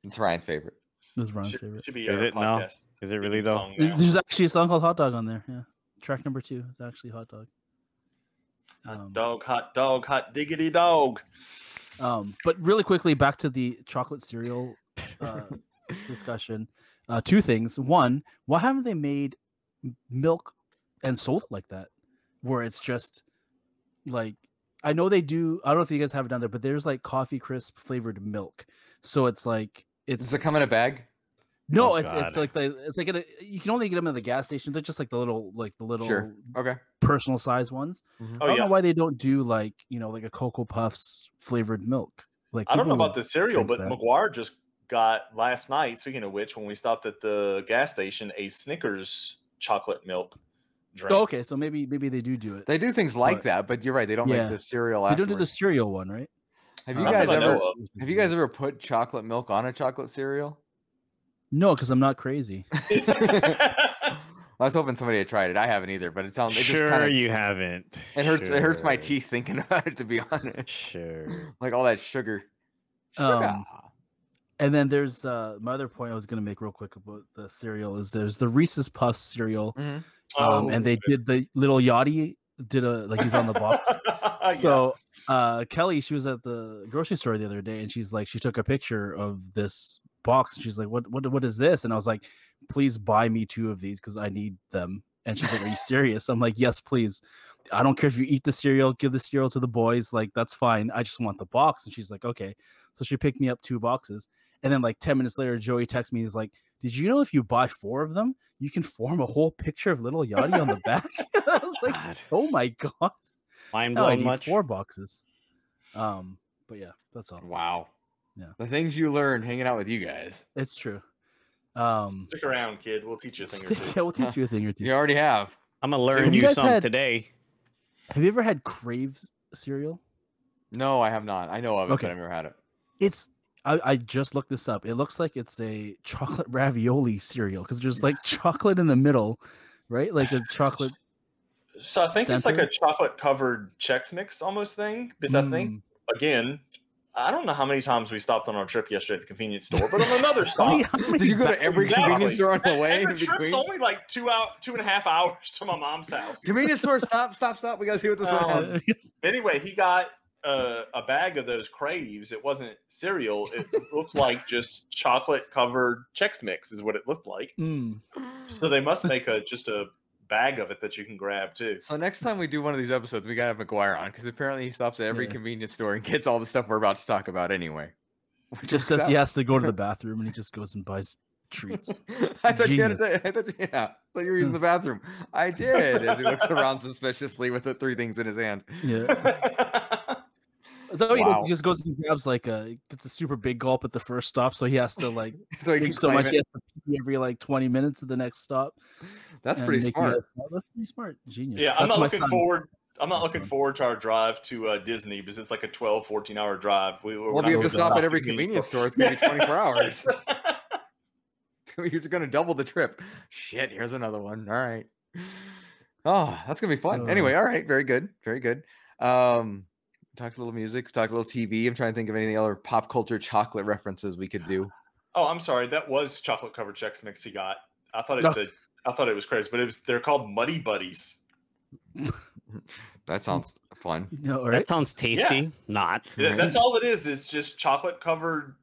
A: It's Ryan's favorite.
C: This is Ron's
B: Should-
C: favorite.
B: should be
D: Is
B: our
D: it? No.
B: podcast
D: Is it
B: theme
D: really, though?
B: song
C: There-
B: now.
C: There's actually a song called Hot Dog on there. Yeah, track number two is actually Hot Dog. Um,
B: Hot dog, hot dog, hot diggity dog. Oh,
C: um, but really quickly back to the chocolate cereal uh, discussion. Uh, two things. One, why haven't they made m- milk and sold it like that, where it's just like I know they do. I don't know if you guys have it down there, but there's like coffee crisp flavored milk, so it's like it's
A: Does it come in a bag?
C: no,
D: Oh,
C: it's it's
D: God.
C: like the it's like a, you can only get them at the gas station. They're just like the little like the little
A: Sure. Okay.
C: personal size ones.
B: Oh
C: I don't
B: yeah,
C: know why they don't do like you know like a cocoa puffs flavored milk. Like
B: I don't know
C: people
B: about
C: would-
B: the cereal,
C: drink
B: but
C: that.
B: McGuire just got last night. Speaking of which, when we stopped at the gas station, a Snickers chocolate milk drink.
C: Oh, okay, so maybe maybe they do do it. They,
A: They do things like
C: But-
A: that, but you're right. They don't
C: yeah.
A: make the cereal.
C: don't do the
A: afterwards.
C: cereal one, right?
A: Have you
C: Not
A: guys
C: that I know
A: ever
B: of.
A: have you guys ever put chocolate milk on a chocolate cereal?
C: No, because I'm not crazy.
A: I was hoping somebody had tried it. I haven't either, but Um, it sounds it
D: sure,
A: just kind of
D: you haven't.
A: it hurts it hurts my
D: Sure.
A: teeth thinking about it to be honest.
D: Sure.
A: Like all that sugar. ah,
C: Um, and then there's uh, my other point I was going to make real quick about the cereal is there's the Reese's Puffs cereal,
A: Mhm.
C: um, and they did the little Yachty did a like he's on the box
B: Oh, Yeah.
C: so uh kelly she was at the grocery store the other day and she's like she took a picture of this box and she's like what what, what is this and i was like please buy me two of these because i need them and she's like are you serious i'm like yes please i don't care if you eat the cereal give the cereal to the boys like that's fine i just want the box and she's like okay so she picked me up two boxes and then like 10 minutes later joey texts me he's like did you know if you buy four of them you can form a whole picture of little yachty on the back i was like
D: God.
C: oh my god
D: Mind
C: no, I
D: blown
C: need
D: much.
C: four boxes. Um, but yeah, that's all.
A: wow.
C: Yeah.
A: The things you learn hanging out with you guys.
C: It's true. Um,
B: stick around, kid. We'll teach you a thing or two.
C: yeah, we'll teach you a thing or two.
A: You already have.
D: I'm gonna learn
C: Have you
D: you
C: guys
D: something
C: had-
D: today.
C: Have you ever had Crave cereal?
A: No, I have not. I know of it,
C: Okay.
A: but I've never had it.
C: It's I, I just looked this up. It looks like it's a chocolate ravioli cereal because there's like chocolate in the middle, right? Like a chocolate.
B: So I think it's like a
C: Center?
B: chocolate covered Chex Mix almost thing. Because I think
C: Mm.
B: again, I don't know how many times we stopped on our trip yesterday at the convenience store, but on another
C: How
B: stop.
C: many- how many
A: Did you go to
C: ba-
A: every
B: Exactly.
A: convenience store on the way?
B: Every
A: in
B: trip's
A: between?
B: only like two out, two and a half hours to my mom's house.
A: Convenience store, stop, stop, stop. We gotta see what this
B: Oh,
A: one has.
B: Anyway, he got uh, a bag of those craves. It wasn't cereal. It looked like just chocolate covered Chex Mix is what it looked like.
C: Mm.
B: So they must make a just a bag of it that you can grab too.
A: So next time we do one of these episodes, we gotta have McGuire on because apparently he stops at every
C: Yeah.
A: convenience store and gets all the stuff we're about to talk about anyway. Which
C: Just
A: works
C: says he
A: out.
C: has to go to the bathroom and he just goes and buys treats.
A: I thought you had to
C: Genius.
A: say, I thought you, yeah, I thought you were using the bathroom. I did. As he looks around suspiciously with the three things in his hand.
C: Yeah. So you know,
A: Wow.
C: he just goes and grabs like a gets a super big gulp at the first stop, so he has to like
A: So he can
C: drink so
A: claim
C: much
A: it.
C: he has to pee every like twenty minutes at the next stop.
A: That's
C: and
A: pretty
C: make you guys-
A: smart.
C: oh, that's pretty smart, genius.
B: yeah, I'm
C: That's
B: not
C: my
B: looking
C: son.
B: forward. I'm not
C: My
B: looking
C: son.
B: forward to our drive to uh, Disney because it's like a 12, 14 hour drive. We, we're
A: We'll
B: not
A: be able to
B: gonna
C: going
A: stop
C: to
A: at
C: the
A: every convenience store. It's gonna be 24 hours. You're just gonna double the trip. Shit, here's another one. All right. Oh, that's gonna be fun.
C: Uh.
A: Anyway, all right, very good, very good. Um, talked a little music, talked a little TV. I'm trying to think of any other pop culture chocolate references we could do.
B: Oh, I'm sorry. That was chocolate covered Chex Mix he got. I thought
C: No.
B: it said. I thought it was crazy, but it was. They're called Muddy Buddies.
A: That sounds fun.
C: No, all
D: That
C: right.
D: sounds tasty. Not.
B: Th-
A: Right.
B: That's all it is. It's just chocolate covered,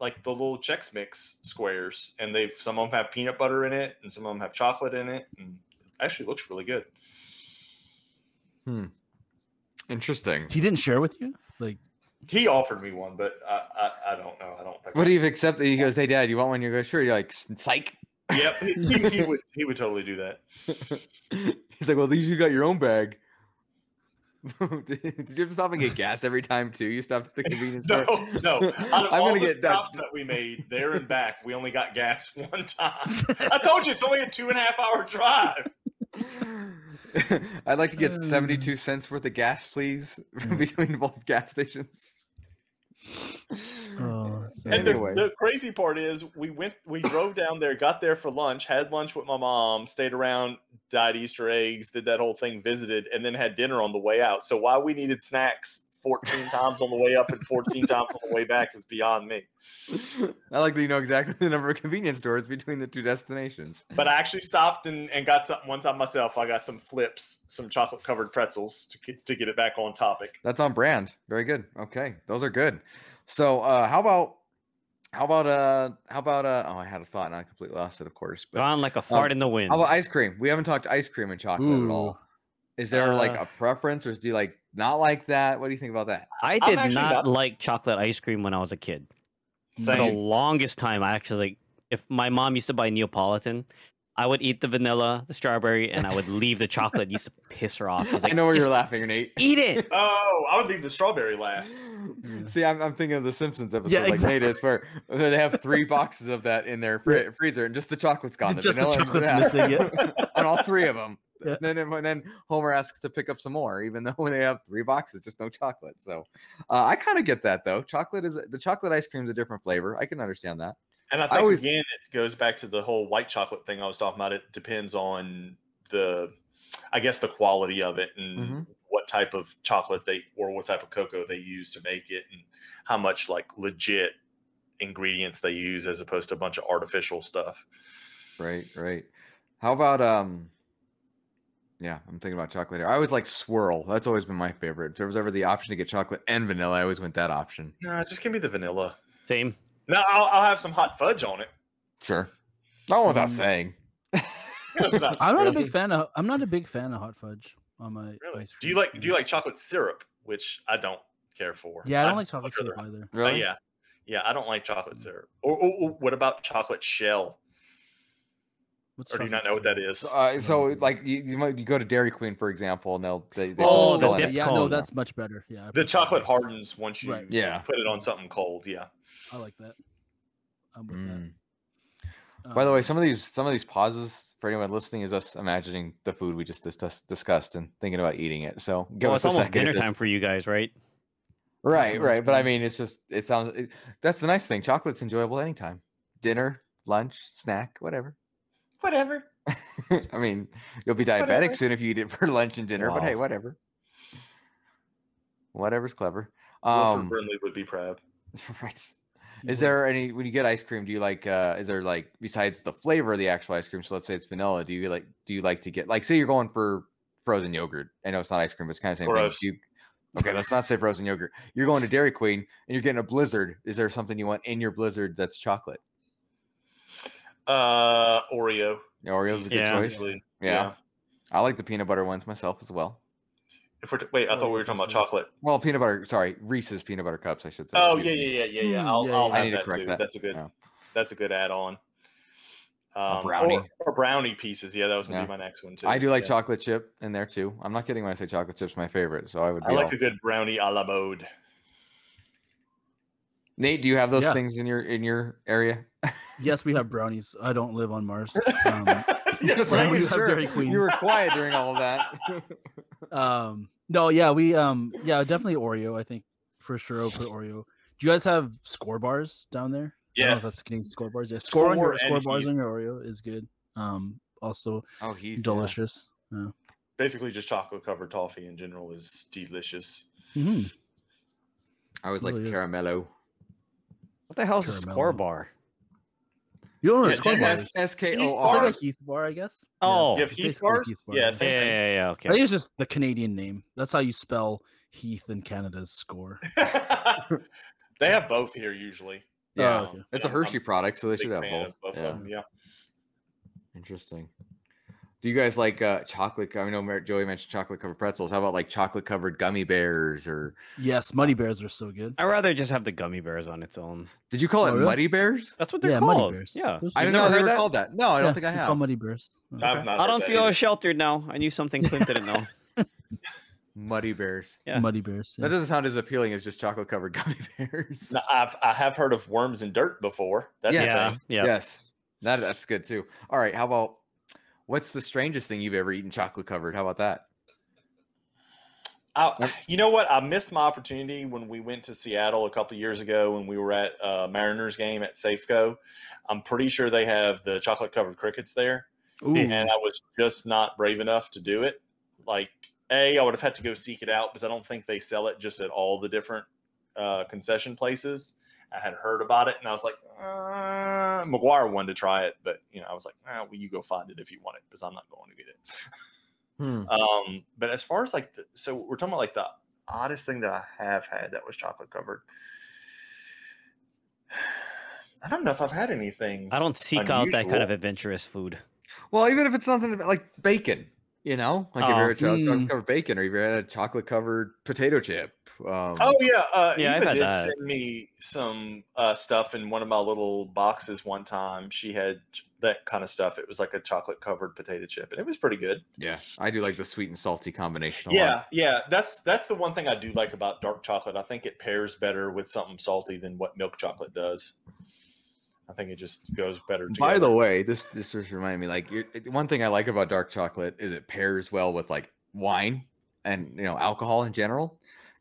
B: like the little Chex Mix squares, and they've some of them have peanut butter in it, and some of them have chocolate in it, and it actually looks really good.
A: Interesting.
C: He didn't share with you? Like
B: He offered me one, but I, I, I don't know. I don't think.
A: What do you accept? He goes, "Hey, Dad, you want one?" You go, "Sure." You're like, "Psych."
B: Yep, he, he would. He would totally do that.
A: He's like, "Well, at least you got your own bag." did, did you have to stop and get gas every time too? You stopped at the convenience
B: No,
A: store.
B: no. Out of
A: I'm
B: all
A: gonna
B: the
A: get that-
B: stops that we made there and back, we only got gas one time. I told you it's only a two and a half hour drive.
A: I'd like to get
C: Uh.
A: 72 cents worth of gas, please, from
C: Mm.
A: between both gas stations.
C: Oh, so-
B: And the,
A: Anyway.
B: the crazy part is, we went, we drove down there, got there for lunch, had lunch with my mom, stayed around, dyed Easter eggs, did that whole thing, visited, and then had dinner on the way out. So why we needed snacks 14 times on the way up and 14 times on the way back is beyond me.
A: I like that you know exactly the number of convenience stores between the two destinations.
B: But I actually stopped and, and got something one time myself. I got some flips, some chocolate covered pretzels to get, to get it back on topic.
A: That's on brand. Very good. Okay, those are good. So, uh, how about how about uh how about uh oh I had a thought and I completely lost it, of course. But
D: Gone like a fart in the wind.
A: how about ice cream? We haven't talked ice cream and chocolate at all. Is there like
D: Uh,
A: a preference, or do you like not like that? What do you think about that?
D: I
B: I'm
D: did
B: actually
D: not
B: not-
D: like chocolate ice cream when I was a kid. For the
B: Same.
D: longest time, I actually like. If my mom used to buy Neapolitan, I would eat the vanilla, the strawberry, and I would leave the chocolate. It used to piss her off. I was like,
A: I know where
D: "Just
A: you're laughing, Nate.
D: Eat it.
B: Oh, I would leave the strawberry last.
C: Yeah.
A: See, I'm, I'm thinking of the Simpsons episode, like Nate is, where where they have three boxes of that in their fri- freezer, and just the chocolate's gone.
C: Just the
A: vanilla's
C: chocolate's
A: out.
C: missing,
A: on all three of them.
C: Yeah.
A: And then, and then Homer asks to pick up some more, even though they have three boxes, just no chocolate. So uh, I kind of get that though. Chocolate is the chocolate ice cream is a different flavor. I can understand that.
B: And I think
A: always-
B: again, it goes back to the whole white chocolate thing I was talking about. It depends on the, I guess, the quality of it and
A: Mhm.
B: what type of chocolate they or what type of cocoa they use to make it, and how much like legit ingredients they use as opposed to a bunch of artificial stuff.
A: Right, right. How about um? Yeah, I'm thinking about chocolate here. I always like swirl. That's always been my favorite. If there was ever the option to get chocolate and vanilla, I always went that option.
B: Nah, just give me the vanilla.
D: Same.
B: No, I'll, I'll have some hot fudge on it.
A: Sure. Not without
D: Um,
C: Mm.
A: saying.
D: oh,
B: It's not
C: I'm not a
B: spill.
C: big fan of. I'm not a big fan of hot fudge on my.
B: Really?
C: ice
B: Do you
C: cream,
B: like do you
C: yeah.
B: like chocolate syrup, which I don't care for?
C: Yeah, I don't
B: I'd
C: like chocolate
B: much rather
C: syrup either.
B: Oh,
A: Really?
B: yeah, yeah. I don't like chocolate
C: Mm.
B: syrup. Or, or, or what about chocolate shell?
C: What's
B: Or do you
C: chocolate
B: not know what that
C: syrup?
B: is?
A: So,
D: Oh,
A: uh, so
C: No.
A: like you, you might you go to Dairy Queen for example, and they'll they, they
D: Oh,
A: fill
D: the
A: in
D: dip
A: it.
C: yeah,
D: cone.
C: no, that's much better. Yeah, I
B: The
C: prefer
B: chocolate
C: that.
B: hardens once you
C: Right.
A: Yeah.
B: put it on something cold. Yeah,
C: I like that. I'm with
A: Mm.
D: Uh-huh.
C: that.
A: By the
C: Um,
A: way, some of these some of these pauses for anyone listening is us imagining the food we just discussed, discussed and thinking about eating it. So give
D: Well,
A: us
D: it's
A: a
D: almost
A: second to
D: dinner
A: just-
D: time for you guys, right?
A: right?
C: almost
A: Right. But I
C: dinner.
A: mean, it's just it sounds. It, that's the nice thing. Chocolate's enjoyable anytime. Dinner, lunch, snack, whatever.
B: whatever.
A: I mean, you'll be diabetic
B: Whatever.
A: soon if you eat it for lunch and dinner. But hey,
D: Wow.
A: whatever. Whatever's clever.
B: Um,
A: Um,
B: Burnley would be proud.
A: right.
C: you
A: Is
C: would-
A: there any when you get ice cream? Do you like? uh Is there like besides the flavor of the actual ice cream? So let's say it's vanilla. Do you like? Do you like to get like? Say you're going for frozen yogurt. I know it's not ice cream, but it's kind of the same
B: Gross.
A: thing. Do you- okay, let's not say frozen yogurt. You're going to Dairy Queen and you're getting a blizzard. Is there something you want in your blizzard that's chocolate?
B: Uh, Oreo.
A: Oreos is a good
D: Yeah.
A: choice.
B: usually.
A: Yeah. I like the peanut butter ones myself as well.
B: If we're t- wait, I thought we
C: Oreo
B: were talking
C: for
B: about
C: sure.
B: chocolate.
A: Well, peanut butter. Sorry, Reese's peanut butter cups. I should say.
B: Oh yeah,
A: excuse me.
B: yeah, yeah, yeah, yeah.
C: Mm,
B: I'll,
C: yeah,
B: I'll
C: yeah.
A: Hmm, I
B: have
A: need to
B: that
A: correct
B: too.
A: that.
B: That's a good.
A: Yeah.
B: That's a good add-on. Um,
A: brownie.
B: Or, or brownie pieces. Yeah, that was gonna
A: Yeah.
B: be my next one too.
A: I do like
B: Yeah.
A: chocolate chip in there too. I'm not kidding when I say chocolate chip's my favorite. So I would. Be
B: I
A: all-
B: like a good brownie a la mode.
A: Nate, do you have those
C: Yeah.
A: things in your in your area?
C: Yes, we have brownies. I don't live on Mars. Um,
A: Just
C: right.
A: making
C: We have Dairy Queen.
A: You were quiet during all of that.
C: um, no, yeah, we um, yeah, definitely Oreo. I think for sure over Oreo. Do you guys have score bars down there? I don't know if
B: Yes.
C: that's Canadian score bars. Yeah, score, on
B: Score
C: your score
B: and
C: bars
B: Heath.
C: on your Oreo is good. Um, also
A: oh, he's
C: delicious. Yeah.
B: basically just chocolate covered toffee in general is delicious.
C: Mhm.
A: I always like
C: Really is.
A: caramello.
D: What the hell is a score
C: Caramello.
D: bar?
C: You don't know
B: Yeah,
C: what a score
B: Jack
C: bar
B: has-
C: is. Is
A: S K
B: Heath-
A: O
C: it
A: R.
C: like Heath bar, I guess? Yeah.
D: Oh,
B: you have
C: it's
B: Heath
C: basically a
B: bars?
C: Heath bar,
B: yeah,
C: yeah.
D: yeah,
B: same
D: yeah,
B: thing.
D: yeah, yeah,
C: I
D: Okay.
C: think it's just the Canadian name. That's how you spell Heath in Canada's score.
B: they have both here usually. Um,
A: Yeah,
C: Oh, okay.
A: it's a
B: Yeah,
A: Hershey
B: I'm
A: product, so they
B: Big
A: should have
B: fan
A: both.
B: of both
A: yeah,
B: of them. Yeah.
A: interesting. Do you guys like uh, chocolate? I know Mer- Joey mentioned chocolate covered pretzels. How about like chocolate covered gummy bears? Or
C: Yes, Muddy Bears are so good.
D: I'd rather just have the gummy bears on its own.
A: did you call
C: Oh,
A: it
C: really?
A: muddy bears?
D: That's what they're
C: yeah,
D: called.
C: Muddy Bears.
D: Yeah.
C: Those-
A: I didn't
D: You've never
A: know they
D: heard
A: were
D: that?
A: called that. No, I
C: yeah,
A: don't think I
C: they're called
A: have.
C: Muddy Bears. Okay.
B: I've not
D: I don't
B: heard that
D: feel
B: either.
D: sheltered now. I knew something Clint didn't know.
A: Muddy bears.
D: Yeah.
C: Muddy Bears.
A: That
C: yeah.
A: doesn't sound as appealing as just chocolate covered gummy bears.
B: No, I've, I have heard of worms and dirt before. That's
A: Yeah.
B: yeah.
D: yeah.
B: Thing.
D: Yeah.
A: Yes, that, that's good too. All right, how about what's the strangest thing you've ever eaten chocolate covered? How about that?
B: I,
A: Yep.
B: you know what? I missed my opportunity when we went to Seattle a couple years ago when we were at uh, Mariners game at Safeco. I'm pretty sure they have the chocolate covered crickets there,
C: Ooh.
B: and I was just not brave enough to do it. Like, a, I would have had to go seek it out because I don't think they sell it just at all the different uh, concession places. I had heard about it, and I was like, uh, McGuire wanted to try it, but you know, I was like, ah, well, you go find it if you want it because I'm not going to get it. Um, but as far as like, the, so we're talking about like the oddest thing that I have had that was chocolate covered. I don't know if I've had anything.
D: I don't seek out that kind of
B: Unusual.
D: adventurous food.
A: Well, even if it's something about- like bacon, you know, like if you
D: Oh.
A: ever
B: hmm.
A: had
C: Mm.
A: chocolate covered bacon, or you ever had a chocolate covered potato chip. Um,
B: Oh yeah, uh,
D: Yeah, I've
B: Eva
D: had
B: did
D: that.
B: send me some uh, stuff in one of my little boxes one time. She had ch- that kind of stuff. It was like a chocolate covered potato chip, and it was pretty good.
A: yeah, I do like the sweet and salty combination. a lot.
B: Yeah, yeah, that's that's the one thing I do like about dark chocolate. I think it pairs better with something salty than what milk chocolate does. I think it just goes better.
A: By
B: together.
A: the way, this this just reminded me. Like it, it- one thing I like about dark chocolate is it pairs well with like wine and you know alcohol in general.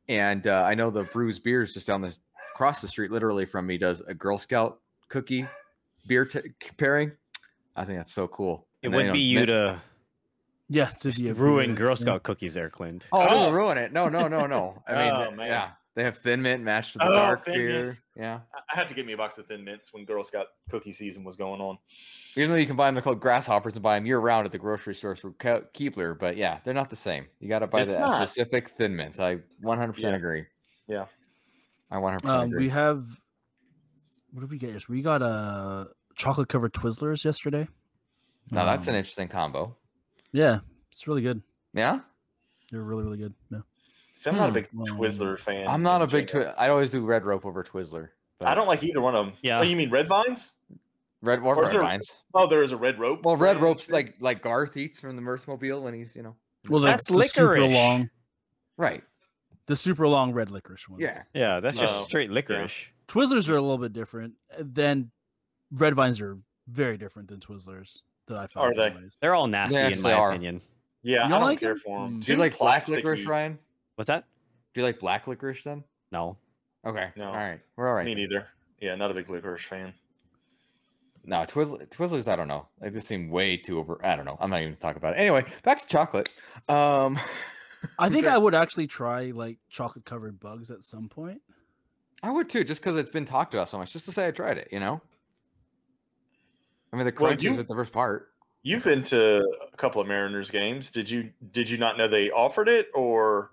A: And uh, I know the brews beers just down the across the street, literally from me, does a Girl Scout cookie beer t- pairing. I think that's so cool.
D: It
A: And then,
D: would
A: know,
D: be you
A: mint-
D: to
C: yeah, to be a
D: ruin
C: breeder, yeah.
D: Girl Scout cookies there, Clint.
A: Oh, it doesn't
B: Oh.
A: ruin it. No, no, no, no. I mean,
B: Oh,
A: th-
B: man.
A: yeah, they have thin mint matched with the
B: Oh,
A: dark
B: Thin
A: beer.
B: Mints.
A: Yeah,
B: I- I had to get me a box of Thin Mints when Girl Scout cookie season was going on.
A: even though you can buy them, they're called grasshoppers and buy them year round at the grocery store through Ke- Keebler. But yeah, they're not the same. You got to buy
B: It's
A: the
B: not.
A: specific Thin Mints. I 100%
B: Yeah.
A: agree.
B: Yeah.
A: I 100%
C: Um,
A: agree.
C: we have. What did we get? We got uh, chocolate covered Twizzlers yesterday.
A: now that's an
C: Um,
A: interesting combo.
C: Yeah, it's really good.
A: Yeah,
C: They're really really good. Yeah.
B: See, I'm not a
A: Hmm.
B: big
C: Well,
B: Twizzler fan.
A: I'm not
B: in
A: a big.
B: general.
A: Twi- I always do red rope over Twizzler. but
B: I don't like either one of them.
D: Yeah.
B: Oh, you mean Red Vines?
A: red or
B: Or is
A: red
B: there-
A: vines.
B: Oh, there is a Red Rope.
A: Well, red
B: brand
A: ropes
B: too.
A: like like Garth eats from the Mirthmobile when he's you know
C: Well, the,
D: That's
C: the super
D: licorice.
C: long,
A: right.
C: the super long red licorice ones.
A: Yeah.
D: Yeah, that's just
B: No.
D: straight licorice.
C: Twizzlers are a little bit different. Then red vines are very different than Twizzlers that I found.
B: Are they?
C: anyways.
D: They're all nasty in
A: actually
D: my
A: are.
D: opinion.
B: yeah,
C: You
B: I
C: don't
B: don't
C: like
B: care
C: them?
B: for
C: Mm.
B: them.
A: Do you like black licorice, Ryan?
D: What's that?
A: Do you like black licorice then?
D: No.
A: Okay.
B: No.
A: All right. We're all right.
B: Me
A: then.
B: neither. Yeah, not a big licorice fan.
A: No, Twizzl- Twizzlers, I don't know. Like they seem way too over. I don't know. I'm not even talking about it. Anyway, back to chocolate. Um,
C: I think
A: Okay.
C: I would actually try like chocolate covered bugs at some point.
A: I would too, just because it's been talked about so much. Just to say, I tried it. You know. I mean, the
B: Well,
A: crunch
B: you-
A: is at the first part.
B: You've been to a couple of Mariners games. Did you did you not know they offered it, or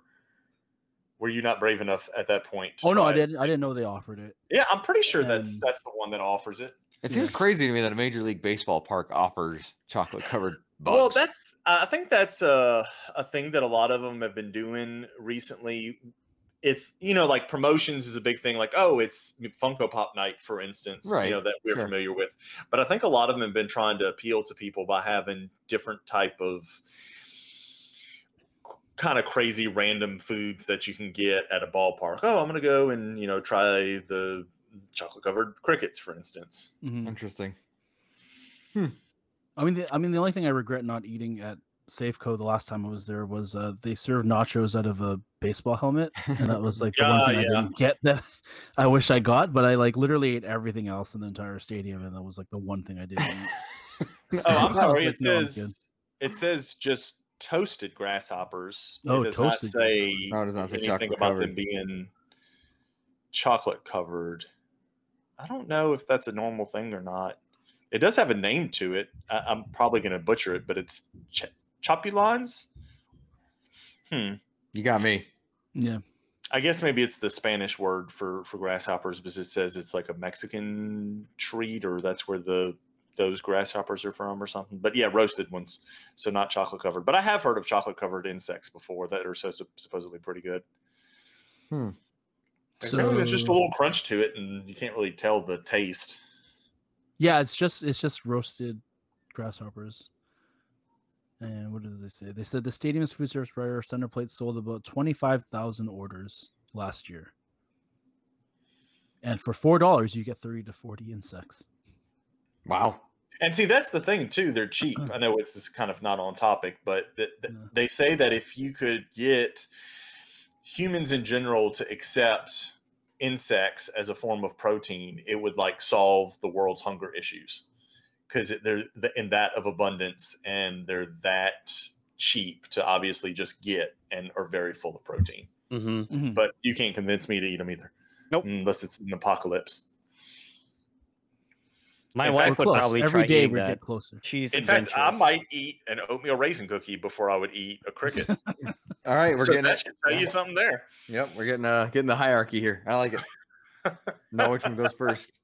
B: were you not brave enough at that point? to
C: Oh no,
B: try
C: I
B: it?
C: didn't. I didn't know they offered it.
B: Yeah, I'm pretty sure that's
C: Um,
B: that's the one that offers it.
A: It
C: Yeah.
A: seems crazy to me that a major league baseball park offers chocolate covered bugs.
B: Well, that's I think that's a a thing that a lot of them have been doing recently. It's you know like promotions is a big thing. Like oh, it's Funko Pop night, for instance.
A: Right,
B: You know that we're
A: sure.
B: familiar with. But I think a lot of them have been trying to appeal to people by having different type of kind of crazy random foods that you can get at a ballpark. Oh, I'm gonna go and you know try the chocolate covered crickets, for instance.
C: Mhm.
A: interesting.
C: I mean, the, I mean, the only thing I regret not eating at Safeco the last time I was there was uh, they served nachos out of a baseball helmet, and that was like the
B: Yeah,
C: one thing
B: yeah.
C: I didn't get that I wish I got. But I like literally ate everything else in the entire stadium, and that was like the one thing I didn't. eat.
B: Oh,
C: I
B: I'm
C: was
B: sorry.
C: like,
B: It
C: "No, I'm good."
B: says it says just toasted grasshoppers.
C: Oh,
B: it does
C: toasted
B: not say
A: No, it does not say
B: anything
A: chocolate
B: about them
A: covered.
B: being chocolate covered. I don't know if that's a normal thing or not. It does have a name to it. I, I'm probably going to butcher it, but it's ch- chopulons. Hmm.
A: You got me.
C: Yeah,
B: I guess maybe it's the Spanish word for for grasshoppers because it says it's like a Mexican treat, or that's where the those grasshoppers are from or something. But yeah, roasted ones, so not chocolate covered. But I have heard of chocolate covered insects before that are so supposedly pretty good. And Apparently, there's just a
C: So-
B: little crunch to it, and you can't really tell the taste.
C: Yeah, it's just it's just roasted grasshoppers. And what did they say? They said the stadium's food service provider Center Plate sold about twenty five thousand orders last year. And for four dollars, you get thirty to forty insects.
A: Wow.
B: And see, that's the thing too. They're cheap.
D: Mm-hmm.
B: I know it's just kind of not on topic, but th- th-
C: Yeah.
B: they say that if you could get humans in general to accept insects as a form of protein, it would like solve the world's hunger issues because they're th- in that of abundance and they're that cheap to obviously just get and are very full of protein.
D: Mm-hmm.
C: Mhm.
B: But you can't convince me to eat them either.
D: Nope.
B: Unless it's an apocalypse.
D: My
B: In fact,
D: wife
C: We're
D: would
C: close.
D: probably
C: Every
D: try
C: day
D: eating
C: we
D: that.
C: get closer.
D: She's
B: In fact, I
D: adventurous.
B: might eat an oatmeal raisin cookie before I would eat a cricket.
A: All right, we're
B: So
A: getting
B: that
A: it.
B: should tell you something there.
A: Yep, we're getting uh getting the hierarchy here. I like it. know which one goes first.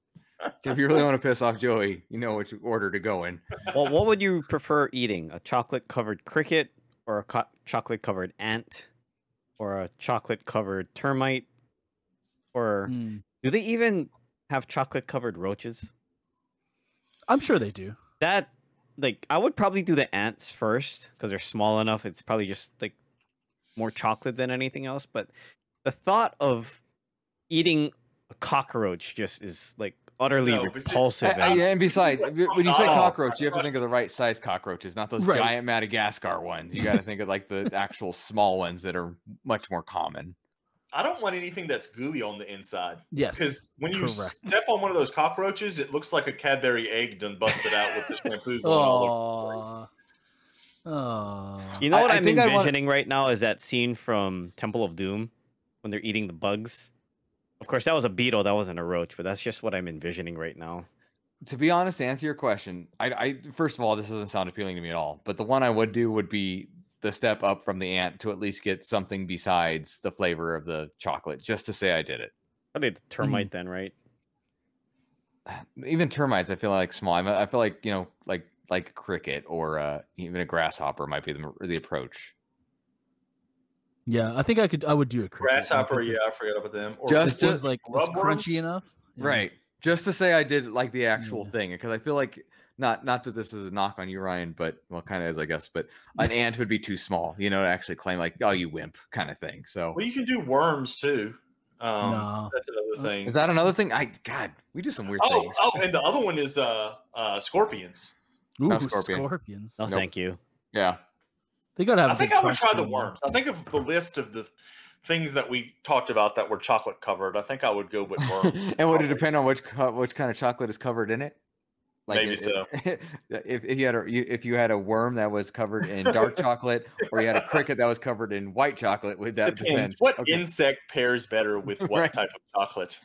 A: So if you really want to piss off Joey, you know which order to go in.
D: Well, what would you prefer eating? A chocolate covered cricket, or a co- chocolate covered ant, or a chocolate covered termite, or
C: Mm.
D: do they even have chocolate covered roaches?
C: I'm sure they do.
D: That like I would probably do the ants first because they're small enough. It's probably just like more chocolate than anything else. But the thought of eating a cockroach just is like utterly
B: No, but see,
A: Uh,
D: repulsive.
A: uh,
D: and-
A: yeah, and besides,
B: like
A: w- when you say
B: Gonzalo.
A: cockroach, you have to think of the right size cockroaches, not those
C: Right.
A: giant Madagascar ones. You got to think of like the actual small ones that are much more common.
B: I don't want anything that's gooey on the inside because
C: Yes.
B: when you
C: correct.
B: step on one of those cockroaches, it looks like a Cadbury egg done busted out with the shampoo going all over the place.
C: Oh. Oh.
D: You know
A: I-
D: what I,
A: I
D: am
A: think I'd wanna-
D: envisioning right now is that scene from Temple of Doom when they're eating the bugs. Of course, that was a beetle, that wasn't a roach, but that's just what I'm envisioning right now.
A: To be honest, to answer your question, I, I first of all, this doesn't sound appealing to me at all. But the one I would do would be the step up from the ant to at least get something besides the flavor of the chocolate, just to say I did it.
D: Probably the termite then, right?
A: even termites i feel like small I'm- i feel like you know like like cricket or uh even a grasshopper might be the, m- the approach
C: Yeah, I think I could. I would do a cricket
B: Grasshopper,
C: because
B: yeah, I forgot about them. Or
C: It
A: Just to-
C: seems like it's
B: Grubworms?
C: crunchy enough. Yeah.
A: right just to say i did like the actual
C: Yeah.
A: thing because i feel like not not that this is a knock on you ryan but well kind of is i guess but an ant would be too small you know to actually claim like oh you wimp kind of thing so
B: well, you can do worms too. Um,
C: No.
B: That's another
C: Uh,
B: thing.
A: is that another thing i god we do some weird
B: oh,
A: things
B: oh, and the other one is uh, uh, scorpions.
C: Ooh,
A: Not scorpion.
C: scorpions.
D: No,
A: Nope.
D: thank you.
A: yeah
C: They gotta have.
B: I
C: a
B: think
C: good
B: I would try
C: crunch
B: the
C: to them.
B: worms. I think of the list of the things that we talked about that were chocolate covered. I think I would go with worms.
A: and would it
B: probably.
A: depend on which co- which kind of chocolate is covered in it?
B: Maybe
A: it- it- if, if you had a you, if you had a worm that was covered in dark chocolate, or you had a cricket that was covered in white chocolate, would that
B: Depends.
A: depend?
B: What
A: Okay,
B: insect pairs better with what
A: Right.
B: type of chocolate?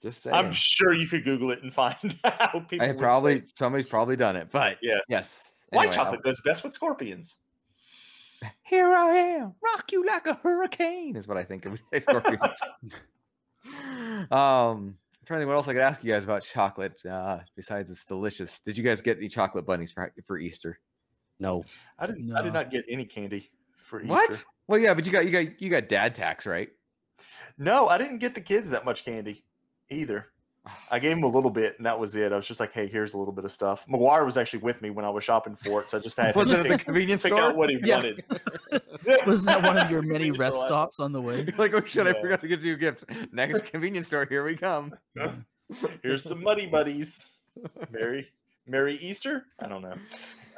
A: just
B: I'm
A: saying.
B: sure you could Google it and find out. People
A: I
B: would say.
A: probably somebody's probably done it, but
B: yeah.
A: yes,
B: White
A: anyway, I'll-
B: chocolate goes best with scorpions.
A: Here I am, rock you like a hurricane is what I think of when you say scorpions. um, I'm trying to think what else I could ask you guys about chocolate. Uh, besides, it's delicious. Did you guys get any chocolate bunnies for for Easter?
D: No.
B: I didn't. I did
C: No.
B: not get any candy for Easter.
A: What? Well, yeah, but you got you got you got dad tax, right?
B: No, I didn't get the kids that much candy either. I gave them a little bit, and that was it. I was just like, "Hey, here's a little bit of stuff." McGuire was actually with me when I was shopping for it, so I just had him
A: Was it at the
B: pick,
A: convenience
B: pick
A: store?
B: out what he
C: Yeah.
B: wanted.
C: Wasn't that one of your many
B: Convenience store
C: rest
B: last-
C: stops on the way?
A: like, oh shit,
B: Yeah.
A: I forgot to get you a gift. Next convenience store, here we come.
B: Here's some muddy buddies. Merry Merry Easter. I don't know.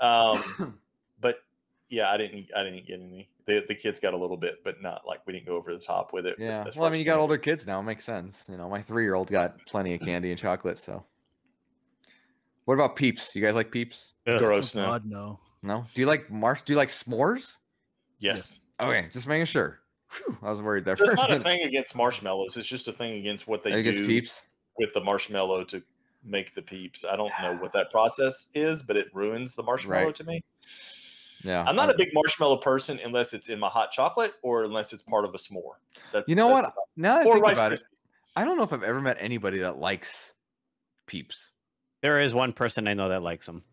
B: Um, but yeah, I didn't I didn't get any. The the kids got a little bit, but not like we didn't go over the top with it. but
A: Yeah.
B: as
A: Well, I
B: far as
A: mean, you got
B: candy-
A: older kids now. It makes sense. You know, my three year old got plenty of candy and chocolate. So, what about peeps? You guys like peeps?
D: Ugh.
B: gross no.
C: Oh, God no.
A: No. Do you like marsh? Do you like s'mores?
B: Yes.
A: Okay, just making sure. Phew, I was worried there.
B: So
A: for
B: it's
A: a
B: not a
A: minute.
B: thing against marshmallows. It's just a thing against what they
A: I guess
B: do
A: peeps.
B: with the marshmallow to make the peeps. I don't know what that process is, but it ruins the marshmallow
A: Right. Uh-huh.
B: to me.
A: Yeah.
B: I'm not
A: I-
B: a big marshmallow person unless it's in my hot chocolate or unless it's part of a s'more. That's
A: You know what?
B: that's-
A: Now that I
B: Or
A: think
B: Rice
A: about it,
B: Krispies.
A: I don't know if I've ever met anybody that likes peeps.
D: There is one person I know that likes him.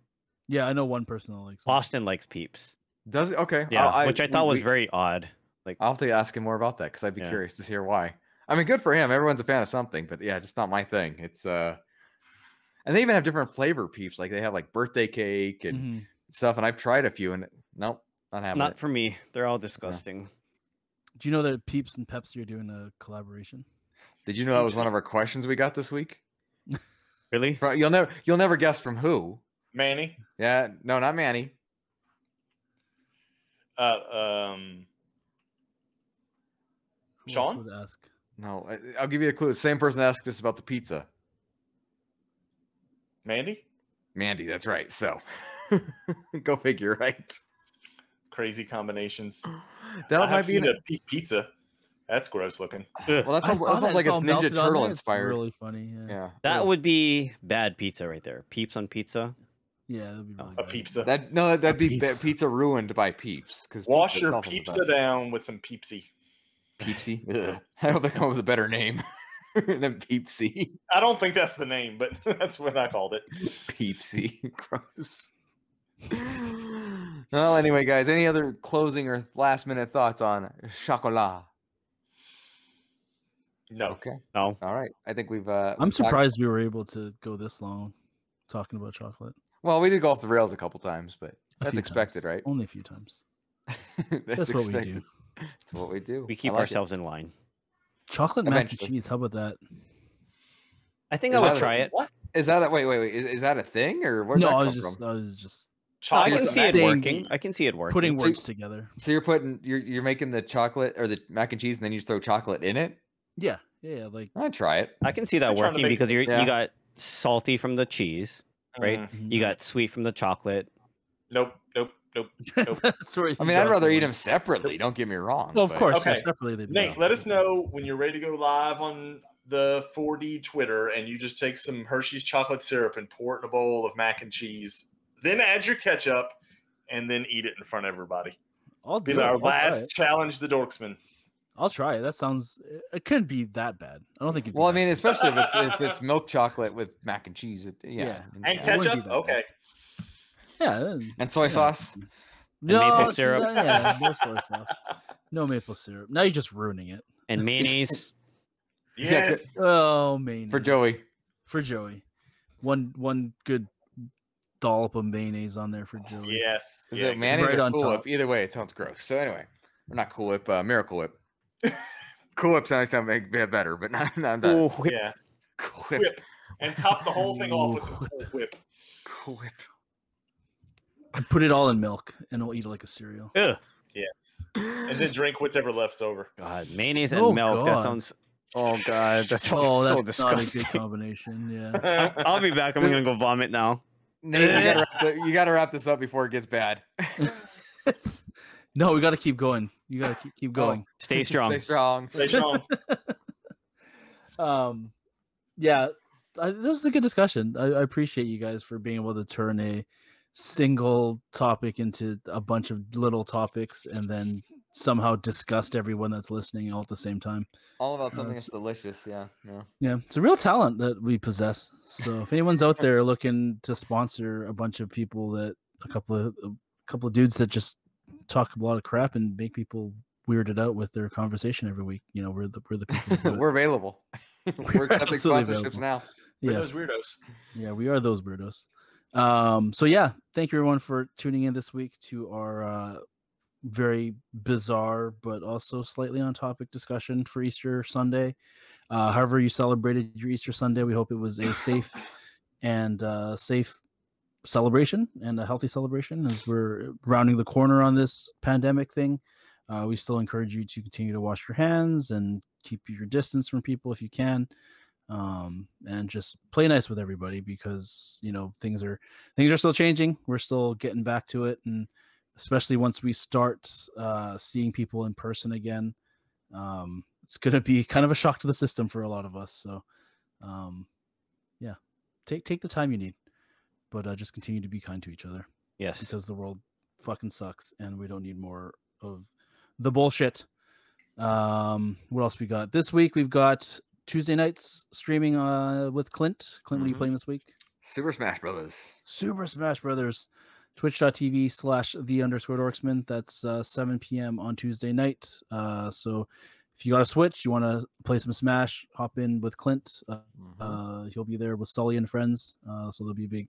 C: Yeah, I know one person that likes. it.
D: Boston likes Peeps.
A: Does it? Okay.
D: Yeah, which I thought
A: we-
D: was
A: we-
D: very odd.
A: I'll have to ask him more about that because I'd be
D: Yeah.
A: curious to hear why. I mean, good for him. Everyone's a fan of something, but yeah, it's just not my thing. It's uh, and they even have different flavor peeps. Like they have like birthday cake and
B: Mm-hmm.
C: Mhm.
A: stuff. And I've tried a few, and nope, not having
D: Not
A: it.
D: for me. They're all disgusting.
C: Do you know that Peeps and Pepsi are doing a collaboration?
A: Did you know that was one of our questions we got this week?
D: Really?
A: Fro- You'll never, you'll never guess from who.
B: Manny.
A: Yeah, no, not Manny.
B: Uh, um,
C: Who else
B: Sean?
C: would ask.
A: No, I- I'll give you a clue. Same person asked us about the pizza.
B: Mandy.
A: Mandy, that's right. So, go figure, right?
B: Crazy combinations.
A: That
B: I have
A: might be.
B: seen
A: an-
B: a pe- pizza. That's gross looking.
A: Well, that's,
C: I
A: al-
C: saw
A: that's
C: that,
A: like it's
C: it's all
A: Ninja
C: melted on
A: Turtle
C: there, it's
A: inspired.
C: Really funny. Yeah.
A: yeah,
D: That would be bad pizza right there. Peeps on pizza.
C: Yeah, that'd be
D: Oh,
C: really
B: A
C: bad.
B: pizza.
A: That no, that'd be be-
D: Peeps.
A: pizza ruined by Peeps. Because
B: Wash your pizza down with some Peepsy.
A: Peepsy. Ugh. I hope they come up with a better name than Peepsy.
B: I don't think that's the name, but that's what I called it.
A: Peepsy. Gross. well, anyway, guys, any other closing or last minute thoughts on chocolat?
B: No.
A: Okay.
D: No.
A: All right. I think we've. Uh,
C: I'm
A: we've talked-
C: surprised we were able to go this long talking about chocolate.
A: Well, we did go off the rails a couple times, but
C: A
A: that's
C: few
A: expected,
C: times.
A: right?
C: Only a few times.
A: that's
C: That's what we do.
A: That's what we do.
D: We
A: I
D: keep
A: like it.
D: ourselves in line.
C: Chocolate mac
A: Eventually.
C: and cheese. How about that?
D: I think
A: Is
D: I
A: that
D: would
A: a-
D: try it.
B: What?
A: Is that a wait? Wait, wait. Is, is that a thing or where did
C: no,
A: that
C: I
A: come
C: was just,
A: from?
C: I was just
D: I
B: Chocolate
D: can see it
B: mac-
C: saying
D: working. I can see it working.
C: putting
A: So you-
C: words together.
A: So you're putting you're you're making the chocolate or the mac and cheese, and then you just throw chocolate in it.
C: Yeah, yeah, yeah, like
A: I try it.
D: I can see
B: I'm
D: that
B: trying to
D: working
B: make
D: because you're,
A: Yeah.
D: you got salty from the cheese, right?
B: Mm,
C: mm-hmm.
D: You got sweet from the chocolate.
B: Nope. Nope. Nope. Nope.
C: that's where
A: I
C: you
A: mean,
C: go
A: I'd
C: with
A: rather
C: the
A: eat
C: line.
A: them separately. Don't get me wrong.
C: Well, of
A: but-
C: course, yeah,
B: Okay.
C: separately they'd be
B: Nate,
C: better.
B: let us know when you're ready to go live on the 4D Twitter and you just take some Hershey's chocolate syrup and pour it in a bowl of mac and cheese, then add your ketchup and then eat it in front of everybody.
C: I'll
B: Be
C: do it.
B: our
C: I'll try
B: last
C: it.
B: challenge, the Dorksman.
C: I'll try it. That sounds. it- It couldn't be that bad. I don't think. It'd be
A: Well, I
C: that
A: mean, especially if it's if it's milk chocolate with mac and cheese. It, yeah.
C: Yeah.
A: I mean,
B: And
A: yeah.
C: wouldn't be
B: ketchup?
C: that
B: Okay.
C: bad. yeah, that-
A: and soy
C: yeah.
A: sauce.
C: No,
D: maple
C: it's
D: syrup.
C: not- yeah, no soy sauce. No maple syrup. Now you're just ruining it.
D: and mayonnaise.
A: Yeah,
B: Yes.
C: Oh, man.
A: for Joey.
C: For Joey, one one good dollop of mayonnaise on there for Joey.
B: Yes.
A: Is
B: yeah,
A: it mayonnaise
C: right
A: or
C: on
A: Cool
C: top.
A: Whip? Either way, it sounds gross. So anyway, we're not Cool Whip. Uh, Miracle Whip. cool Whip sounds sound make bit better, but not not that.
D: Ooh, whip.
B: yeah.
A: Cool Whip.
B: Whip. And top the whole thing off with some
C: Ooh.
B: cool whip.
A: Cool Whip.
C: I put it all in milk, and I'll eat it like a cereal.
D: Ugh.
B: Yes. And then drink whatever left's over.
D: God, mayonnaise and
C: Oh,
D: milk.
C: God.
D: That sounds. Oh God, that sounds
C: Oh, that's
D: so
C: not a good
D: disgusting.
C: combination. Yeah.
B: All
D: I'll be back. I'm gonna go vomit now.
A: Nate, you gotta, wrap the, you gotta wrap this up before it gets bad.
C: It's- no, we got to keep going. You got to keep, keep
A: Oh.
C: going.
D: Stay strong.
A: Stay strong.
B: right, Sean.
C: Um, yeah, I, this was a good discussion. I, I appreciate you guys for being able to turn a single topic into a bunch of little topics and then somehow disgust everyone that's listening all at the same time.
A: All about
C: Uh,
A: something that's
C: it's-
A: delicious. Yeah. Yeah.
C: Yeah, it's a real talent that we possess. So if anyone's out there looking to sponsor a bunch of people that a couple of a couple of dudes that just talk a lot of crap and make people weirded out with their conversation every week, you know, we're the we're the people. to do it.
A: We're available. We're accepting
C: absolutely
A: sponsorships
C: available.
A: now.
B: For
C: Yes.
B: those weirdos.
C: Yeah, we are those weirdos. Um, so yeah, thank you everyone for tuning in this week to our uh, very bizarre but also slightly on topic discussion for Easter Sunday. Uh, however, you celebrated your Easter Sunday, we hope it was a safe and uh, safe celebration and a healthy celebration as we're rounding the corner on this pandemic thing. Uh, we still encourage you to continue to wash your hands and keep your distance from people if you can um, and just play nice with everybody because you know things are things are still changing. We're still getting back to it, and especially once we start uh, seeing people in person again, um, it's going to be kind of a shock to the system for a lot of us. So, um, yeah, take take the time you need, but uh, just continue to be kind to each other
D: Yes.
C: because the world fucking sucks and we don't need more of the bullshit. Um, what else we got this week? We've got Tuesday nights streaming uh, with Clint. Clint, what are you
A: Mhm.
C: playing this week?
E: Super Smash Brothers.
C: Super Smash Brothers, twitch.tv slash the underscore dorksman. That's uh, 7 p.m. on Tuesday night. Uh, so if you got a Switch, you want to play some Smash, hop in with Clint. Uh, uh,
E: Mm-hmm.
C: he'll be there with Sully and friends. Uh, so there'll be a big,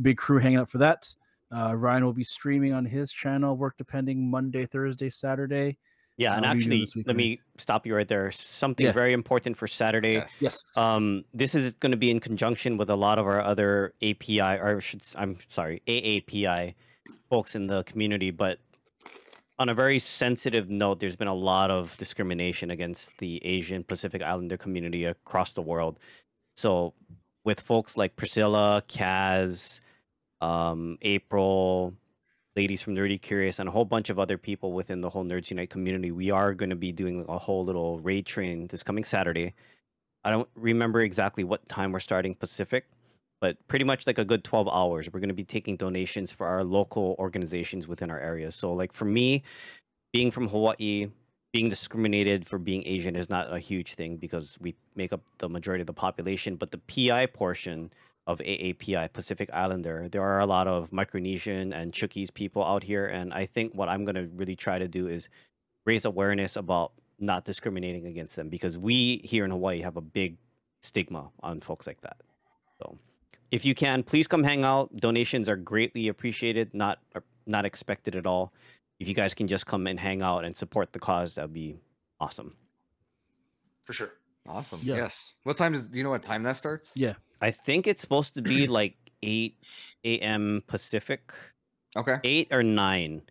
C: big crew hanging out for that. Uh, Ryan will be streaming on his channel, work depending, Monday, Thursday, Saturday.
D: Yeah, and
C: Uh, we do
D: actually,
C: this weekend.
D: let me stop you right there. Something
C: Yeah.
D: very important for Saturday.
E: Yes.
C: Yes.
D: Um, this is going to be in conjunction with a lot of our other API, or I should, s- I'm sorry, AAPI folks in the community. But on a very sensitive note, there's been a lot of discrimination against the Asian Pacific Islander community across the world. So, with folks like Priscilla, Kaz, um, April, ladies from Nerdy Curious, and a whole bunch of other people within the whole Nerds Unite community, we are going to be doing a whole little raid train this coming Saturday. I don't remember exactly what time we're starting Pacific, but pretty much like a good 12 hours. We're going to be taking donations for our local organizations within our areas. So, like for me, being from Hawaii, being discriminated for being Asian is not a huge thing because we make up the majority of the population. But the PI portion of AAPI, Pacific Islander, there are a lot of Micronesian and Chukis people out here. And I think what I'm going to really try to do is raise awareness about not discriminating against them because we here in Hawaii have a big stigma on folks like that. So if you can, please come hang out. Donations are greatly appreciated, not are not expected at all. If you guys can just come and hang out and support the cause, that'd be awesome.
B: for sure.
E: Awesome.
C: Yeah.
E: Yes. What time does do you know what time that starts?
C: Yeah.
D: I think it's supposed to be like 8 a.m. Pacific,
E: Okay.
D: 8 or 9.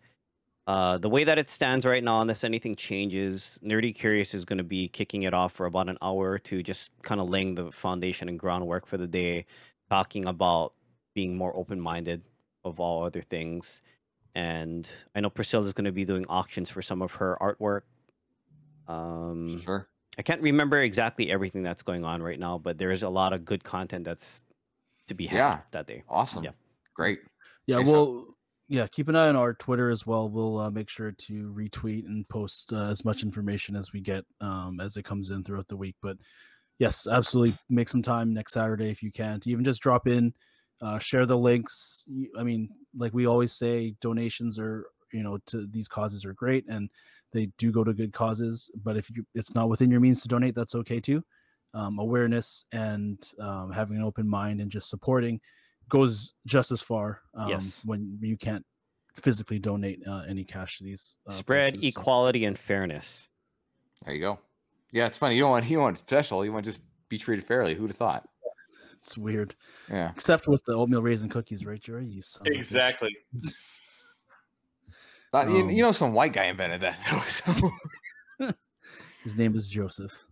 D: Uh, the way that it stands right now, unless anything changes, Nerdy Curious is going to be kicking it off for about an hour or two, just kind of laying the foundation and groundwork for the day, talking about being more open minded of all other things. And I know Priscilla's going to be doing auctions for some of her artwork. Um,
E: Sure.
D: I can't remember exactly everything that's going on right now, but there is a lot of good content that's to be had
E: Yeah.
D: that day.
E: Awesome. Great.
C: Yeah,
E: Okay, so-
C: well, yeah, keep an eye on our Twitter as well. We'll uh, make sure to retweet and post uh, as much information as we get um, as it comes in throughout the week. But yes, absolutely, make some time next Saturday if you can. To even just drop in, uh, share the links. Y- I mean, like we always say, donations are you know to these causes are great and they do go to good causes. But if you, it's not within your means to donate, that's okay too. Um, awareness and um, having an open mind and just supporting goes just as far um,
D: Yes.
C: when you can't physically donate uh, any cash to these uh,
D: Spread
C: places, so-
D: equality and fairness.
E: There you go. Yeah, it's funny. You don't want you don't want special. You want to just be treated fairly. Who'd have thought?
C: it's weird
E: Yeah.
C: except with the oatmeal raisin cookies right jerry you son of a bitch.
B: Exactly.
E: Thought- you,
C: Um,
E: you know, some white guy invented that. though, so-
C: his name is joseph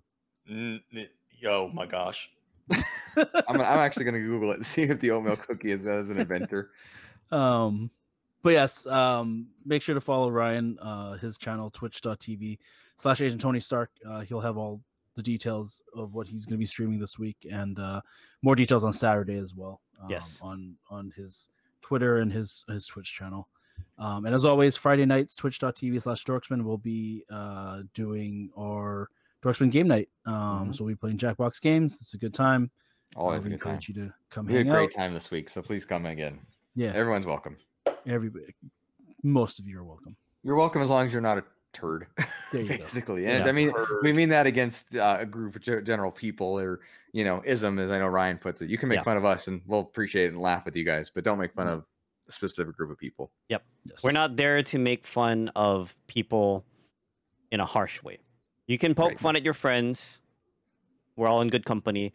B: N- n- Oh my gosh.
E: I'm, I'm actually going to Google it and see if the oatmeal cookie is as an inventor.
C: um but yes um make sure to follow ryan uh his channel twitch.tv slash agent tony stark uh he'll have all the details of what he's going to be streaming this week and uh more details on saturday as well um,
D: Yes.
C: on on his twitter and his his twitch channel um and as always friday nights twitch.tv slash dorksman will be uh doing our dorksman game night um
E: Mhm.
C: so we'll be playing jackbox games it's a good time
E: Always
C: we
E: a good time.
C: encourage you to come
E: We had
C: hang
E: a
C: out
E: great time this week, so please come again.
C: yeah
E: Everyone's welcome.
C: everybody most of you are welcome
E: You're welcome as long as you're not a turd,
C: There you go.
E: basically. And
D: Yeah.
E: I mean,
B: Turd.
E: we mean that against uh, a group of ge- general people or, you know, ism, as I know Ryan puts it. You can make
D: Yeah.
E: fun of us and we'll appreciate it and laugh with you guys, but don't make fun of a specific group of people.
C: Yes.
D: We're not there to make fun of people in a harsh way. You can poke
E: Right,
D: fun
E: that's-
D: at your friends. We're all in good company.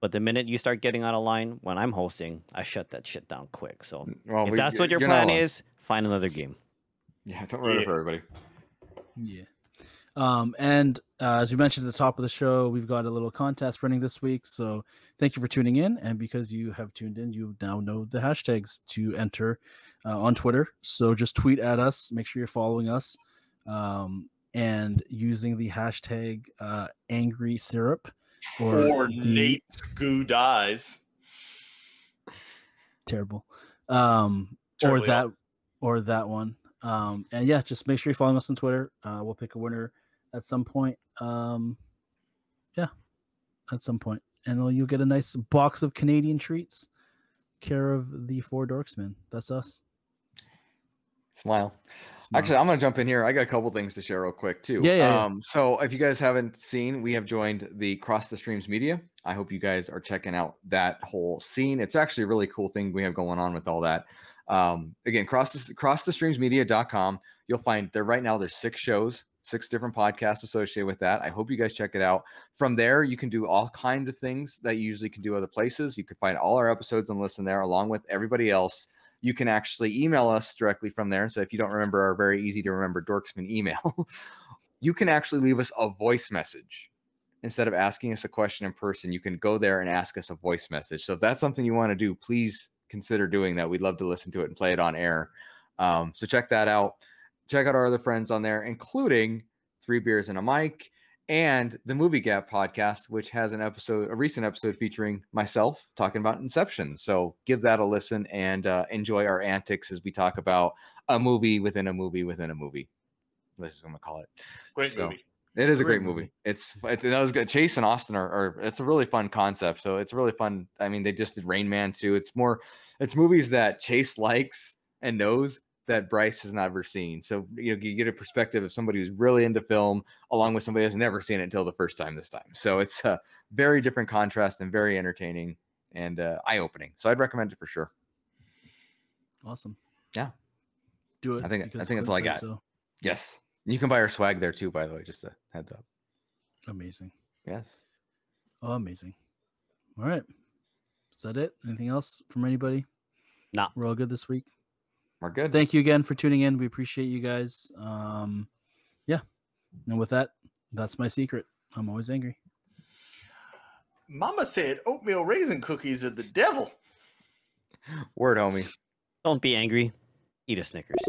D: But the minute you start getting out of line, when I'm hosting, I shut that shit down quick. So
E: Well,
D: if
E: we-
D: that's what your
E: you're not
D: plan
E: alone.
D: is, find another game.
E: yeah, don't ruin it
B: Yeah.
E: for everybody.
C: Yeah. Um, and uh, as we mentioned at the top of the show, we've got a little contest running this week. So thank you for tuning in. And because you have tuned in, you now know the hashtags to enter uh, on Twitter. So just tweet at us. Make sure you're following us um, and using the hashtag uh, angry syrup or,
B: Or
C: the-
B: Nate's goo dies.
C: terrible. Um, or
B: Totally
C: that or that one. Um, and yeah, just make sure you're following us on Twitter. Uh, we'll pick a winner at some point. Um, yeah, at some point, and you'll- you'll get a nice box of Canadian treats. care of the four dorksmen. That's us.
A: Smile.
C: Smile.
A: Actually, I'm going to jump in here. I got a couple things to share real quick too.
C: Yeah, yeah, yeah.
A: Um, so if you guys haven't seen, we have joined the Cross the Streams Media. I hope you guys are checking out that whole scene. It's actually a really cool thing we have going on with all that. Um, again, cross the, cross the streamsmedia.com. You'll find there right now. There's six shows, six different podcasts associated with that. I hope you guys check it out. From there, you can do all kinds of things that you usually can do other places. You can find all our episodes and listen there, along with everybody else you can actually email us directly from there. So if you don't remember our very easy to remember Dorksman email, you can actually leave us a voice message. Instead of asking us a question in person, you can go there and ask us a voice message. So if that's something you want to do, please consider doing that. We'd love to listen to it and play it on air. Um, so check that out. Check out our other friends on there, including Three Beers and a Mic and the Movie Gap podcast, which has an episode, a recent episode featuring myself talking about Inception. So give that a listen and uh, enjoy our antics as we talk about a movie within a movie within a movie. This is what I'm gonna call it.
B: Great
A: So-
B: movie.
A: It is a
C: Great
A: great
C: movie.
A: movie. It's it's that was good. Chase and Austin are, are it's a really fun concept. So it's really fun. I mean, they just did Rain Man too. It's more it's movies that Chase likes and knows that Bryce has never seen. So you know you get a perspective of somebody who's really into film along with somebody that's never seen it until the first time this time. So it's a very different contrast and very entertaining and uh, eye opening. So I'd recommend it for sure.
C: Awesome.
A: Yeah.
C: Do it.
A: I think- I
C: because
A: think that's all I
C: Clint
A: got.
C: said So
A: Yes, you can buy our swag there too. By the way, just a heads up.
C: amazing.
A: Yes.
C: Oh, amazing. All right. Is that it? Anything else from anybody?
D: Nah.
C: We're all good this week.
A: We're good.
C: Thank you again for tuning in. We appreciate you guys. Um, yeah. And with that, that's my secret. I'm always angry.
B: Mama said oatmeal raisin cookies are the devil.
A: Word, homie.
D: Don't be angry. Eat a Snickers.